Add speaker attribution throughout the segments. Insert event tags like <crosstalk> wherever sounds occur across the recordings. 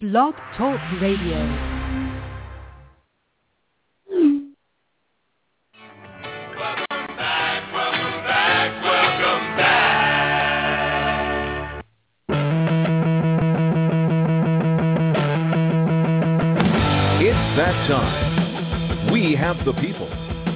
Speaker 1: Blog Talk Radio.
Speaker 2: It's that time. We have the people.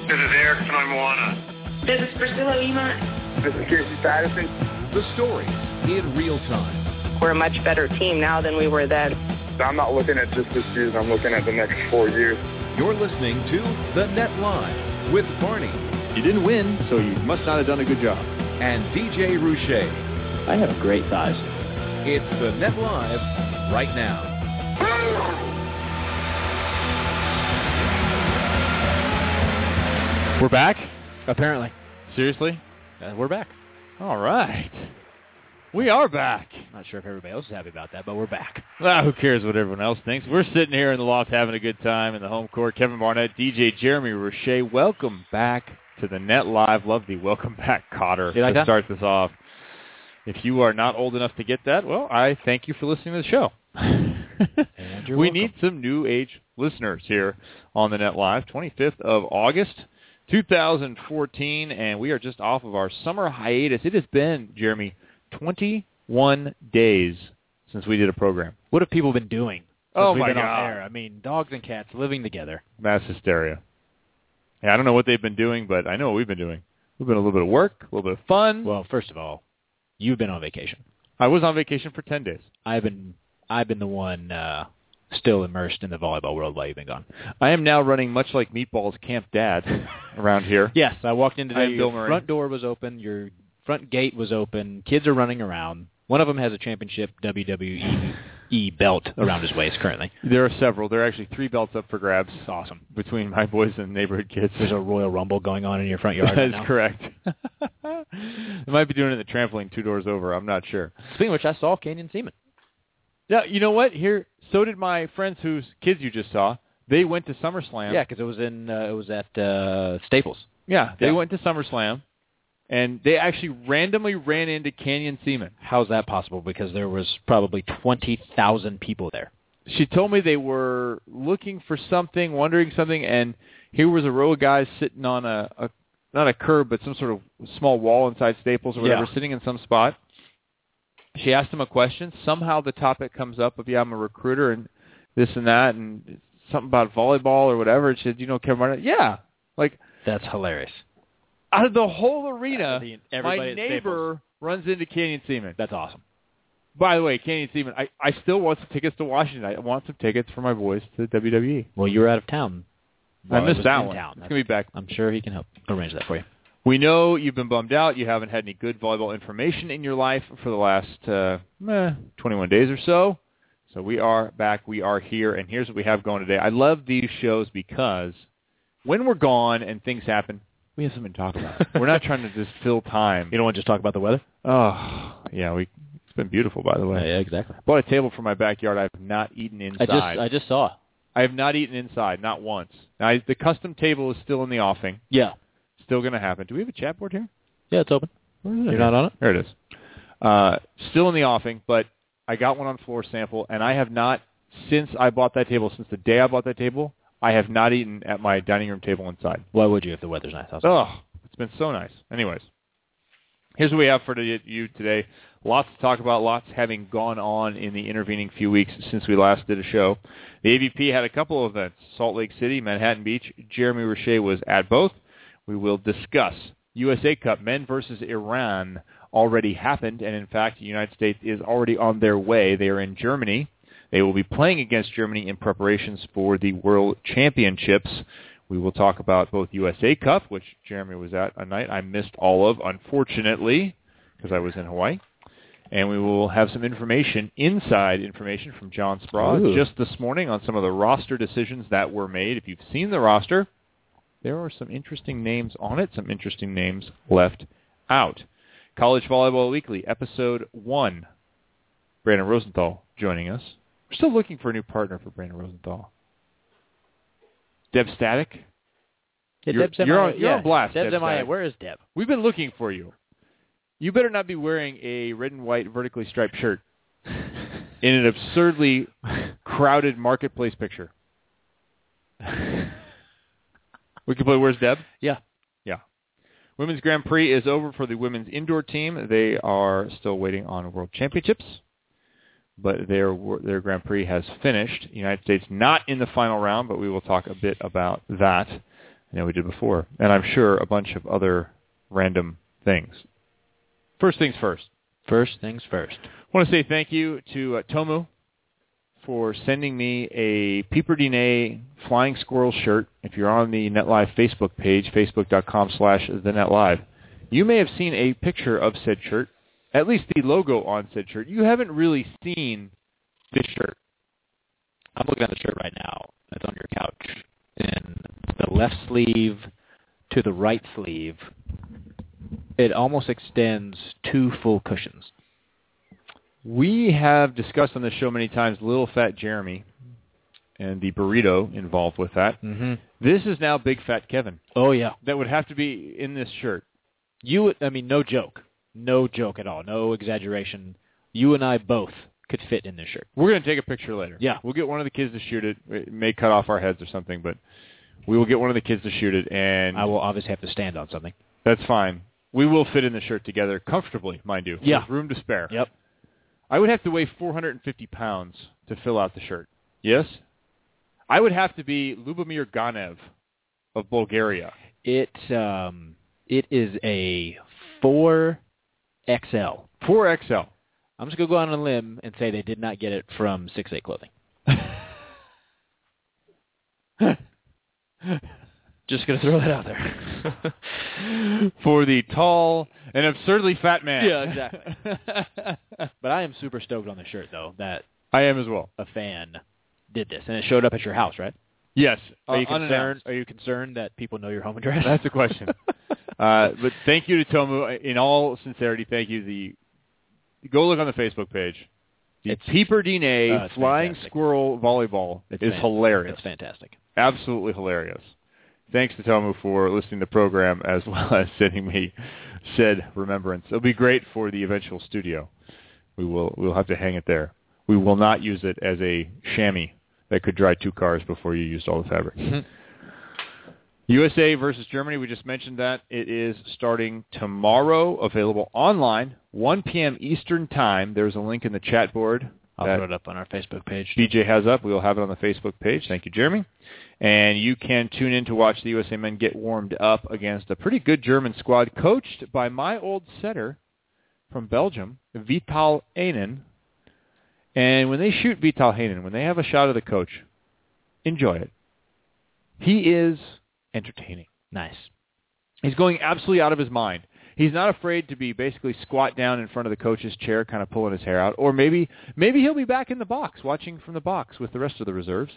Speaker 3: This is Eric from Moana.
Speaker 4: This is Priscilla Lima.
Speaker 3: This is Casey Patterson.
Speaker 2: The stories in real time.
Speaker 4: We're a much better team now than we were then.
Speaker 3: I'm not looking at just this season. I'm looking at the next four years.
Speaker 2: You're listening to The Net Live with Barney
Speaker 5: You didn't win, so you must not have done a good job.
Speaker 2: and DJ Ruche.
Speaker 6: I have great thighs.
Speaker 2: It's The Net Live right now.
Speaker 5: We're back?
Speaker 7: Apparently.
Speaker 5: Seriously?
Speaker 7: Uh, we're back.
Speaker 5: All right. We are back.
Speaker 7: Not sure if everybody else is happy about that, but we're back.
Speaker 5: Ah, who cares what everyone else thinks? We're sitting here in the loft having a good time in the home court. Kevin Barnett, DJ Jeremy Roche, welcome back to the Net Live. Love the welcome back, Cotter,
Speaker 7: You like
Speaker 5: to
Speaker 7: that?
Speaker 5: start this off. If you are not old enough to get that, well, I thank you for listening to the show.
Speaker 7: And
Speaker 5: we
Speaker 7: you're welcome.
Speaker 5: need some new age listeners here on the Net Live. 25th of August, 2014, and we are just off of our summer hiatus. It has been, Jeremy, 21 days since we did a program.
Speaker 7: What have people been doing? since
Speaker 5: Oh,
Speaker 7: we've
Speaker 5: my
Speaker 7: been on
Speaker 5: God.
Speaker 7: air? I mean, dogs and cats living together.
Speaker 5: Mass hysteria. Yeah, I don't know what they've been doing, but I know what we've been doing. We've been a little bit of work, a little bit of fun.
Speaker 7: Well, first of all, you've been on vacation.
Speaker 5: I was on vacation for 10 days.
Speaker 7: I've been I've been the one uh, still immersed in the volleyball world while you've been <laughs> gone.
Speaker 5: I am now running much like Meatball's Camp Dad <laughs> around here.
Speaker 7: Yes, I walked in
Speaker 5: I
Speaker 7: today.
Speaker 5: am
Speaker 7: Your
Speaker 5: Bill Murray.
Speaker 7: front door was open. Your front gate was open. Kids are running around. One of them has a championship <laughs> WWE belt around his waist currently.
Speaker 5: There are several. There are actually three belts up for grabs
Speaker 7: It's awesome.
Speaker 5: between my boys and neighborhood kids.
Speaker 7: There's a Royal Rumble going on in your front yard.
Speaker 5: That
Speaker 7: right
Speaker 5: is
Speaker 7: now.
Speaker 5: correct. <laughs> I might be doing it at the trampoline two doors over. I'm not sure.
Speaker 7: Speaking of which, I saw Canyon Seaman.
Speaker 5: Yeah, you know what? Here, so did my friends whose kids you just saw. They went to SummerSlam.
Speaker 7: Yeah, because it was in uh, it was at uh, Staples.
Speaker 5: yeah. They
Speaker 7: Yeah.
Speaker 5: went to SummerSlam, and they actually randomly ran into Canyon Seaman.
Speaker 7: How's that possible? Because there was probably twenty thousand people there.
Speaker 5: She told me they were looking for something, wondering something, and here was a row of guys sitting on a, a not a curb, but some sort of small wall inside Staples or whatever,
Speaker 7: Yeah.
Speaker 5: sitting in some spot. She asked him a question. Somehow the topic comes up of, yeah, I'm a recruiter and this and that, and something about volleyball or whatever. And she said, you know, Kevin Barnett? Yeah. Like,
Speaker 7: That's hilarious.
Speaker 5: out of the whole arena,
Speaker 7: The-
Speaker 5: my
Speaker 7: everybody at Staples.
Speaker 5: neighbor runs into Canyon Seaman.
Speaker 7: That's awesome.
Speaker 5: By the way, Canyon Seaman, I, I still want some tickets to Washington. I want some tickets for my boys to WWE.
Speaker 7: Well, you were out of town. Well,
Speaker 5: I
Speaker 7: it
Speaker 5: missed
Speaker 7: was
Speaker 5: that
Speaker 7: in
Speaker 5: one.
Speaker 7: town.
Speaker 5: It's gonna be back.
Speaker 7: I'm sure he can help arrange that for you.
Speaker 5: We know you've been bummed out. You haven't had any good volleyball information in your life for the last uh, eh, 21 days or so. So we are back. We are here, and here's what we have going today. I love these shows because when we're gone and things happen, we have something to talk about.
Speaker 7: <laughs>
Speaker 5: we're not trying to just fill time.
Speaker 7: You don't want to just talk about the weather?
Speaker 5: Oh, yeah. We it's been beautiful, by the way.
Speaker 7: yeah, exactly.
Speaker 5: Bought a table for my backyard. I have not eaten
Speaker 7: I
Speaker 5: inside.
Speaker 7: just I just saw.
Speaker 5: I have not eaten inside, not once. Now, I, the custom table is still in the offing.
Speaker 7: Yeah,
Speaker 5: Still going to happen. Do we have a chat board here?
Speaker 7: yeah, it's open. You're not on it.
Speaker 5: There it is. Uh, still in the offing, but I got one on floor sample, and I have not since I bought that table. Since the day I bought that table, I have not eaten at my dining room table inside.
Speaker 7: Why would you if the weather's nice outside?
Speaker 5: Oh, it's been so nice. Anyways, here's what we have for t- you today. Lots to talk about, lots having gone on in the intervening few weeks since we last did a show. The AVP had a couple of events, Salt Lake City, Manhattan Beach. Jeremy Roche was at both. We will discuss USA Cup men versus Iran already happened, and in fact, the United States is already on their way. They are in Germany. They will be playing against Germany in preparations for the World Championships. We will talk about both USA Cup, which Jeremy was at a night I missed all of, unfortunately, because I was in Hawaii. And we will have some information, inside information from John Spraw
Speaker 7: Ooh.
Speaker 5: just this morning on some of the roster decisions that were made. If you've seen the roster, there are some interesting names on it, some interesting names left out. College Volleyball Weekly, Episode 1. Brandon Rosenthal joining us. We're still looking for a new partner for Brandon Rosenthal. Deb Static,
Speaker 7: Yeah,
Speaker 5: you're-
Speaker 7: Deb's MIA.
Speaker 5: you're on- you're
Speaker 7: yeah.
Speaker 5: on blast,
Speaker 7: Deb's
Speaker 5: Deb
Speaker 7: MIA.
Speaker 5: Stein.
Speaker 7: Where is Deb?
Speaker 5: we've been looking for you. You better not be wearing a red and white vertically striped shirt. in an absurdly crowded marketplace picture. we can play Where's Deb?
Speaker 7: Yeah.
Speaker 5: Yeah. Women's Grand Prix is over for the women's indoor team. They are still waiting on World Championships, but their wor- their Grand Prix has finished. United States not in the final round, but we will talk a bit about that. I know we did before, and I'm sure a bunch of other random things. First things first.
Speaker 7: First things first.
Speaker 5: I want to say thank you to uh, Tomu for sending me a Peeper DNA Flying Squirrel shirt. If you're on the NetLive Facebook page, facebook.com slash the NetLive, you may have seen a picture of said shirt, at least the logo on said shirt. You haven't really seen this shirt.
Speaker 7: I'm looking at the shirt right now. It's on your couch. And the left sleeve to the right sleeve, it almost extends two full cushions.
Speaker 5: We have discussed on the show many times Little Fat Jeremy and the burrito involved with that.
Speaker 7: Mm-hmm.
Speaker 5: This is now Big Fat Kevin.
Speaker 7: Oh yeah.
Speaker 5: That would have to be in this shirt.
Speaker 7: You, would- I mean, no joke, no joke at all, no exaggeration. You and I both could fit in this shirt.
Speaker 5: We're going to take a picture later.
Speaker 7: Yeah.
Speaker 5: We'll get one of the kids to shoot it. It may cut off our heads or something, but we will get one of the kids to shoot it, and
Speaker 7: I will obviously have to stand on something.
Speaker 5: that's fine. We will fit in the shirt together comfortably, mind you.
Speaker 7: Yeah.
Speaker 5: With room to spare.
Speaker 7: Yep.
Speaker 5: I would have to weigh 450 pounds to fill out the shirt. Yes? I would have to be Lubomir Ganev of Bulgaria.
Speaker 7: It um, it is a four XL.
Speaker 5: 4XL.
Speaker 7: I'm just gonna go out on a limb and say they did not get it from Six
Speaker 5: <laughs>
Speaker 7: Eight Clothing. just gonna throw that out there.
Speaker 5: <laughs> For the tall and absurdly fat man.
Speaker 7: Yeah, exactly. <laughs> but I am super stoked on the shirt though that
Speaker 5: I am as well.
Speaker 7: a fan did this and it showed up at your house, right?
Speaker 5: Yes.
Speaker 7: Are you
Speaker 5: Uh, unannounced.
Speaker 7: concerned? Are you concerned that people know your home address?
Speaker 5: That's the
Speaker 7: <laughs>
Speaker 5: question. uh, but thank you to Tomu. In all sincerity, thank you. The go look on the Facebook page. The
Speaker 7: It's-
Speaker 5: Peeper DNA
Speaker 7: uh, it's
Speaker 5: flying
Speaker 7: fantastic.
Speaker 5: squirrel volleyball
Speaker 7: It's
Speaker 5: is
Speaker 7: fan-
Speaker 5: hilarious.
Speaker 7: It's fantastic.
Speaker 5: Absolutely hilarious. Thanks to Tomu for listening to the program as well <laughs> as sending me said remembrance. It'll be great for the eventual studio. We will we'll have to hang it there. We will not use it as a chamois that could dry two cars before you used all the fabric. USA versus Germany, we just mentioned that. It is starting tomorrow, available online, 1 p.m. Eastern Time. There's a link in the chat board
Speaker 7: I'll
Speaker 5: that
Speaker 7: throw it up on our Facebook page.
Speaker 5: DJ has up. We will have it on the Facebook page. Thank you, Jeremy. And you can tune in to watch the USA men get warmed up against a pretty good German squad coached by my old setter from Belgium, Vital Hanen. And when they shoot Vital Hanen, when they have a shot of the coach, enjoy it. He is entertaining.
Speaker 7: Nice.
Speaker 5: He's going absolutely out of his mind. He's not afraid to be basically squat down in front of the coach's chair, kind of pulling his hair out, or maybe maybe he'll be back in the box, watching from the box with the rest of the reserves.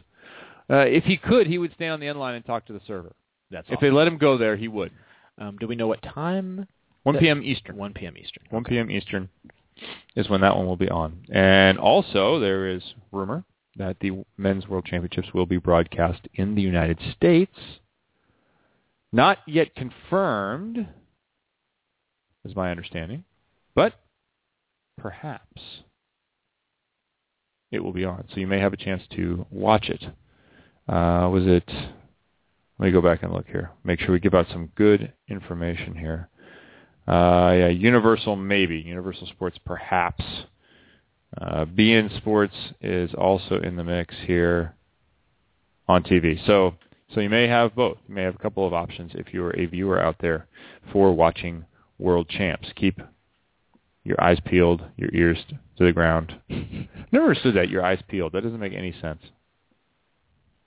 Speaker 5: Uh, if he could, he would stay on the end line and talk to the server.
Speaker 7: That's
Speaker 5: If they
Speaker 7: awesome.
Speaker 5: let him go there, he would.
Speaker 7: um, do we know what time?
Speaker 5: 1
Speaker 7: That-
Speaker 5: p.m. Eastern.
Speaker 7: 1 p.m. Eastern.
Speaker 5: 1 p.m. Eastern is when that one will be on. And also, there is rumor that the men's world championships will be broadcast in the United States. Not yet confirmed, is my understanding, but perhaps it will be on. So you may have a chance to watch it. Uh, was it? Let me go back and look here. Make sure we give out some good information here. Uh, yeah, Universal maybe. Universal Sports perhaps. Uh, BN Sports is also in the mix here on TV. So so you may have both. You may have a couple of options if you are a viewer out there for watching World Champs. Keep your eyes peeled, your ears to the ground. <laughs> Never understood that, your eyes peeled. That doesn't make any sense.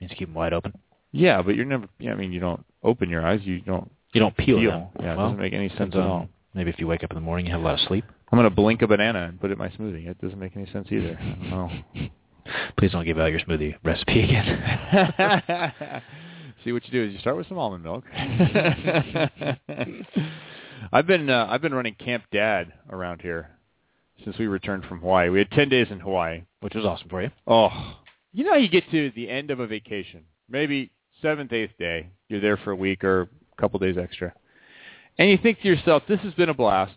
Speaker 7: Means keep them wide open.
Speaker 5: Yeah, but you're never, yeah, I mean, you don't open your eyes. You don't
Speaker 7: You don't peel,
Speaker 5: Peel.
Speaker 7: them.
Speaker 5: Yeah, it
Speaker 7: well,
Speaker 5: doesn't make any sense
Speaker 7: depends
Speaker 5: at
Speaker 7: on-
Speaker 5: all.
Speaker 7: Maybe if you wake up in the morning, you have a lot of sleep.
Speaker 5: I'm gonna blink a banana and put it in my smoothie. It doesn't make any sense either. <laughs> Oh. I don't know.
Speaker 7: <laughs> Please don't give out your smoothie recipe again.
Speaker 5: <laughs> See what you do is you start with some almond milk. <laughs> I've been uh, I've been running Camp Dad around here since we returned from Hawaii. We had ten days in Hawaii.
Speaker 7: Which was awesome for you.
Speaker 5: Oh, you know how you get to the end of a vacation, maybe seventh eighth day. You're there for a week or a couple days extra, and you think to yourself, "This has been a blast,"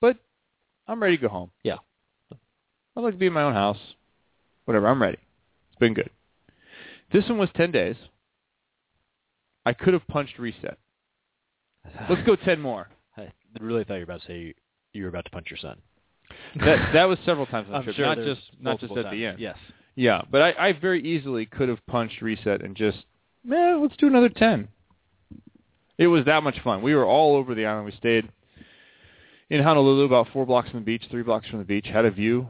Speaker 5: but I'm ready to go home.
Speaker 7: Yeah.
Speaker 5: I'd like to be in my own house. whatever. I'm ready. It's been good. This one was 10 days. I could have punched reset. Let's go 10 more.
Speaker 7: I really thought you were about to say you were about to punch your son.
Speaker 5: That that was several times on the
Speaker 7: I'm
Speaker 5: trip,
Speaker 7: sure
Speaker 5: not
Speaker 7: there's
Speaker 5: just not just at
Speaker 7: multiple
Speaker 5: the
Speaker 7: times.
Speaker 5: end.
Speaker 7: Yes.
Speaker 5: Yeah, but I, I very easily could have punched reset and just, eh, let's do another 10. It was that much fun. We were all over the island. We stayed in Honolulu, about four blocks from the beach, three blocks from the beach, had a view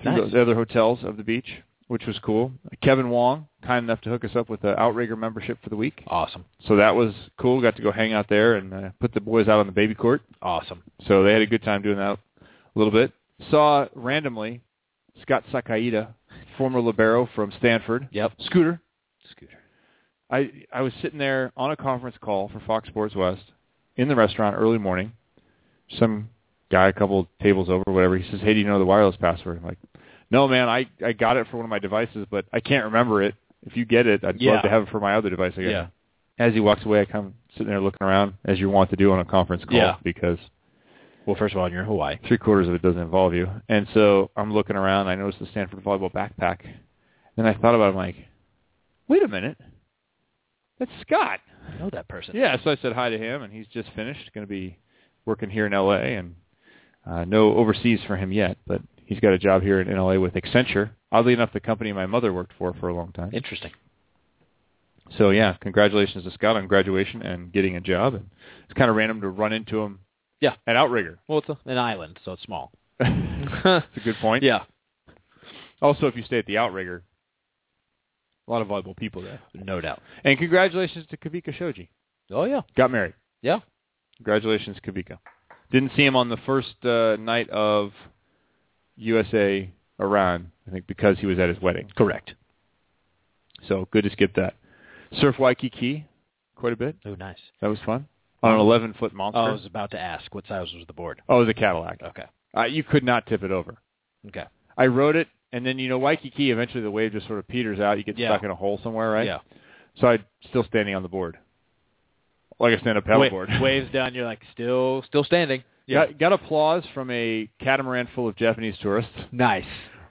Speaker 5: through
Speaker 7: Nice.
Speaker 5: the other hotels of the beach, which was cool. Kevin Wong, kind enough to hook us up with the Outrigger membership for the week.
Speaker 7: Awesome.
Speaker 5: So that was cool. Got to go hang out there and uh, put the boys out on the baby court.
Speaker 7: Awesome.
Speaker 5: So they had a good time doing that a little bit. Saw randomly Scott Sakaida, former libero from Stanford.
Speaker 7: Yep.
Speaker 5: Scooter.
Speaker 7: Scooter.
Speaker 5: I I was sitting there on a conference call for Fox Sports West in the restaurant early morning. Some guy a couple tables over, whatever. He says, "Hey, do you know the wireless password?" I'm like, "No, man. I I got it for one of my devices, but I can't remember it. If you get it, I'd
Speaker 7: Yeah.
Speaker 5: love to have it for my other device." I guess.
Speaker 7: Yeah.
Speaker 5: As he walks away, I come sitting there looking around, as you want to do on a conference call,
Speaker 7: Yeah.
Speaker 5: because
Speaker 7: Well, first of all, you're in Hawaii.
Speaker 5: three quarters of it doesn't involve you. And so I'm looking around. I noticed the Stanford volleyball backpack. Then I thought about it. I'm like, wait a minute. That's Scott.
Speaker 7: I know that person.
Speaker 5: Yeah, so I said hi to him, and he's just finished, going to be working here in L.A. and uh, no overseas for him yet, but he's got a job here in, in L.A. with Accenture. Oddly enough, the company my mother worked for for a long time.
Speaker 7: Interesting.
Speaker 5: So yeah, congratulations to Scott on graduation and getting a job. And it's kind of random to run into him.
Speaker 7: Yeah.
Speaker 5: at Outrigger.
Speaker 7: Well, it's a, an island, so it's small.
Speaker 5: <laughs> It's a good point.
Speaker 7: Yeah.
Speaker 5: Also, if you stay at the Outrigger, a lot of volleyball people there.
Speaker 7: No doubt.
Speaker 5: And congratulations to Kavika Shoji.
Speaker 7: Oh yeah.
Speaker 5: Got married.
Speaker 7: Yeah.
Speaker 5: Congratulations, Kavika. Didn't see him on the first uh, night of USA Iran, I think, because he was at his wedding.
Speaker 7: Correct.
Speaker 5: So good to skip that. Surf Waikiki quite a bit.
Speaker 7: Oh, nice.
Speaker 5: That was fun. On an 11-foot monster.
Speaker 7: Oh, I was about to ask what size was the board.
Speaker 5: Oh, it was a Cadillac.
Speaker 7: Okay.
Speaker 5: Uh, you could not tip it over.
Speaker 7: Okay.
Speaker 5: I rode it, and then, you know, Waikiki, eventually the wave just sort of peters out. You get
Speaker 7: Yeah.
Speaker 5: stuck in a hole somewhere, right?
Speaker 7: Yeah.
Speaker 5: So I'm still standing on the board, like I stand up paddleboard. <laughs> board.
Speaker 7: <laughs> waves done. You're like still, still standing.
Speaker 5: Got, got applause from a catamaran full of Japanese tourists.
Speaker 7: Nice.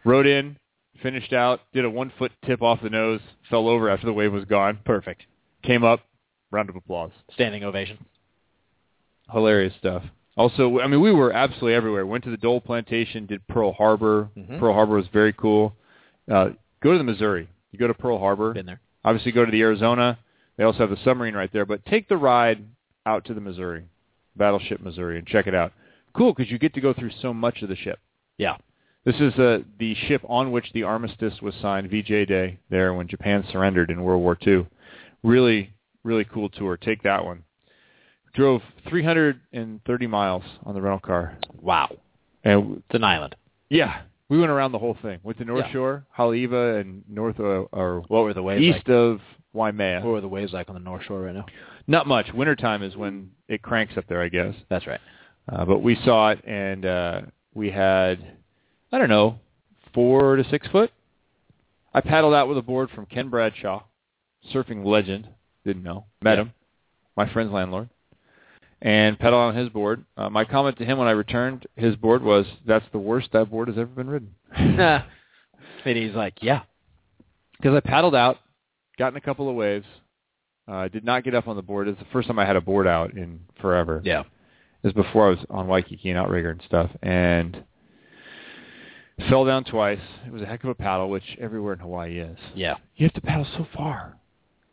Speaker 5: Rode in, finished out, did a one foot tip off the nose, fell over after the wave was gone.
Speaker 7: Perfect.
Speaker 5: Came up, round of applause.
Speaker 7: Standing ovation.
Speaker 5: Hilarious stuff. Also, I mean, we were absolutely everywhere. Went to the Dole Plantation, did Pearl Harbor.
Speaker 7: Mhm.
Speaker 5: Pearl Harbor was very cool. Uh, go to the Missouri. You go to Pearl Harbor.
Speaker 7: Been there.
Speaker 5: Obviously, go to the Arizona. They also have the submarine right there. But take the ride out to the Missouri, Battleship Missouri, and check it out. Cool, because you get to go through so much of the ship.
Speaker 7: Yeah.
Speaker 5: This is uh, the ship on which the armistice was signed, VJ Day, there when Japan surrendered in World War II. Really, really cool tour. Take that one. Drove 330 miles on the rental car.
Speaker 7: Wow.
Speaker 5: And
Speaker 7: It's an island.
Speaker 5: yeah, we went around the whole thing. Went to North
Speaker 7: Yeah.
Speaker 5: Shore, Haleiwa, and north uh, or
Speaker 7: What were the waves
Speaker 5: east of Waimea.
Speaker 7: like? What were the waves like on the North Shore right now?
Speaker 5: Not much. Wintertime is when it cranks up there, I guess.
Speaker 7: That's right.
Speaker 5: Uh, but we saw it, and uh, we had, I don't know, four to six foot. I paddled out with a board from Ken Bradshaw, surfing legend. Didn't know. Met
Speaker 7: Yeah.
Speaker 5: him, my friend's landlord, and paddled on his board. Uh, my comment to him when I returned his board was, that's the worst that board has ever been ridden.
Speaker 7: <laughs> and he's like, yeah.
Speaker 5: Because I paddled out, gotten a couple of waves, uh, did not get up on the board. It's the first time I had a board out in forever.
Speaker 7: Yeah.
Speaker 5: This was before I was on Waikiki and Outrigger and stuff, and fell down twice. It was a heck of a paddle, which everywhere in Hawaii is.
Speaker 7: Yeah.
Speaker 5: You have to paddle so far.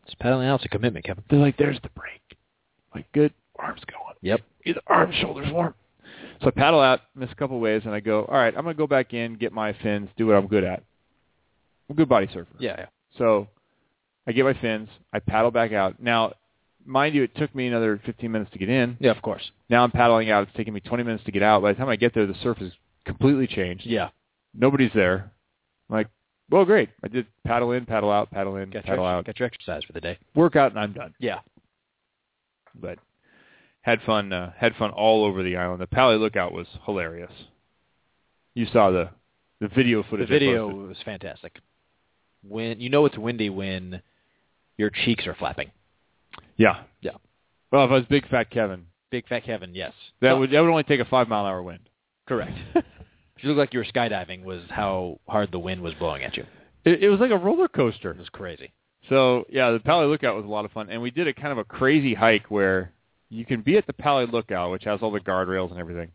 Speaker 7: It's paddling out's a commitment, Kevin.
Speaker 5: They're like, there's the break. Like, good, arms going.
Speaker 7: Yep.
Speaker 5: Either arms, shoulders warm. So I paddle out, miss a couple waves, and I go, all right, I'm going to go back in, get my fins, do what I'm good at. I'm a good body surfer.
Speaker 7: Yeah. yeah.
Speaker 5: So I get my fins. I paddle back out. Now, mind you, it took me another 15 minutes to get in.
Speaker 7: Yeah, of course.
Speaker 5: Now I'm paddling out. It's taking me 20 minutes to get out. By the time I get there, the surf is completely changed.
Speaker 7: Yeah.
Speaker 5: Nobody's there. I'm like, well, great. I did paddle in, paddle out, paddle in,
Speaker 7: Got
Speaker 5: paddle
Speaker 7: your,
Speaker 5: out,
Speaker 7: got your exercise for the day.
Speaker 5: work out, and I'm done.
Speaker 7: Yeah.
Speaker 5: But had fun. Uh, had fun all over the island. The Pali Lookout was hilarious. You saw the the video
Speaker 7: The
Speaker 5: footage. I
Speaker 7: video
Speaker 5: posted.
Speaker 7: was fantastic. When you know it's windy when your cheeks are flapping.
Speaker 5: Yeah.
Speaker 7: Yeah.
Speaker 5: Well, if I was big fat Kevin,
Speaker 7: Big fat Kevin, yes.
Speaker 5: that
Speaker 7: Well,
Speaker 5: would that would only take a five mile an hour wind.
Speaker 7: correct. you looked like you were skydiving was how hard the wind was blowing at you.
Speaker 5: It, it was like a roller coaster.
Speaker 7: It was crazy.
Speaker 5: So yeah, the Pally Lookout was a lot of fun, and we did a kind of a crazy hike where you can be at the Pally Lookout, which has all the guardrails and everything.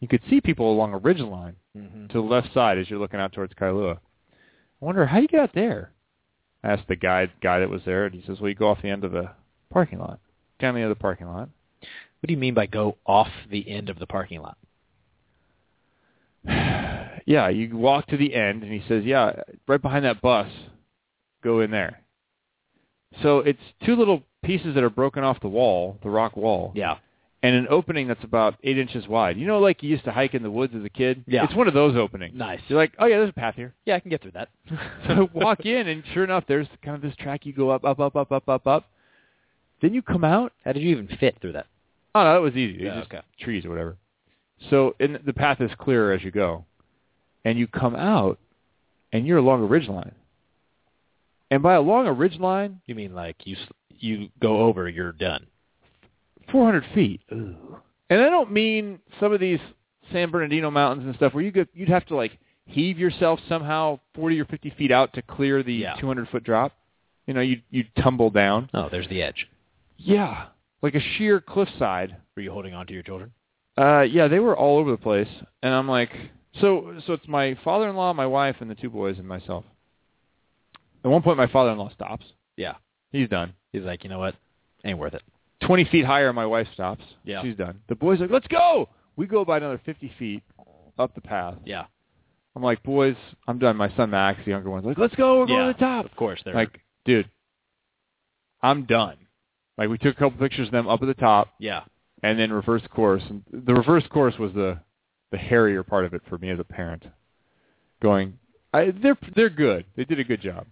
Speaker 5: You could see people along a ridge line
Speaker 7: Mm-hmm.
Speaker 5: to the left side as you're looking out towards Kailua. I wonder how do you get out there. I asked the guide guy that was there, and he says, "Well, you go off the end of the parking lot, down the end of the parking lot." <sighs>
Speaker 7: What do you mean by go off the end of the parking lot?
Speaker 5: Yeah, you walk to the end, and he says, "Yeah, right behind that bus, go in there." So it's two little pieces that are broken off the wall, the rock wall,
Speaker 7: Yeah.
Speaker 5: and an opening that's about eight inches wide. You know, like you used to hike in the woods as a kid.
Speaker 7: Yeah.
Speaker 5: it's one of those openings.
Speaker 7: Nice.
Speaker 5: You're like, "Oh yeah, there's a path here."
Speaker 7: yeah, I can get through that. <laughs>
Speaker 5: So <laughs> I walk in, and sure enough, there's kind of this track. You go up, up, up, up, up, up, up. Then you come out.
Speaker 7: How did you even fit through that?
Speaker 5: Oh, no, that was easy. It's
Speaker 7: Yeah,
Speaker 5: just
Speaker 7: okay.
Speaker 5: trees or whatever. So and the path is clearer as you go. And you come out, and you're along a ridge line. And by along a ridge line,
Speaker 7: You mean like you s- you go over, you're done.
Speaker 5: 400 feet. And I don't mean some of these San Bernardino mountains and stuff where you could, you'd have to like heave yourself somehow 40 or 50 feet out to clear the
Speaker 7: Yeah.
Speaker 5: 200 foot drop. You know, you you tumble down.
Speaker 7: Oh, there's the edge.
Speaker 5: Yeah, like a sheer cliffside.
Speaker 7: Were you holding on to your children?
Speaker 5: Uh, yeah, they were all over the place, and I'm like, so so it's my father-in-law, my wife, and the two boys, and myself. At one point, my father-in-law stops.
Speaker 7: Yeah.
Speaker 5: He's done.
Speaker 7: He's like, you know what? Ain't worth it.
Speaker 5: Twenty feet higher, my wife stops.
Speaker 7: Yeah.
Speaker 5: She's done. The boys are like, let's go. We go by another fifty feet up the path.
Speaker 7: Yeah.
Speaker 5: I'm like, boys, I'm done. My son Max, the younger one's like, let's go. We're
Speaker 7: yeah.
Speaker 5: going to the top.
Speaker 7: Of course, they're
Speaker 5: Oh. Like, dude, I'm done. Like, we took a couple pictures of them up at the top.
Speaker 7: yeah.
Speaker 5: and then reverse course. And the reverse course was the the hairier part of it for me as a parent. Going, I, they're they're good. They did a good job,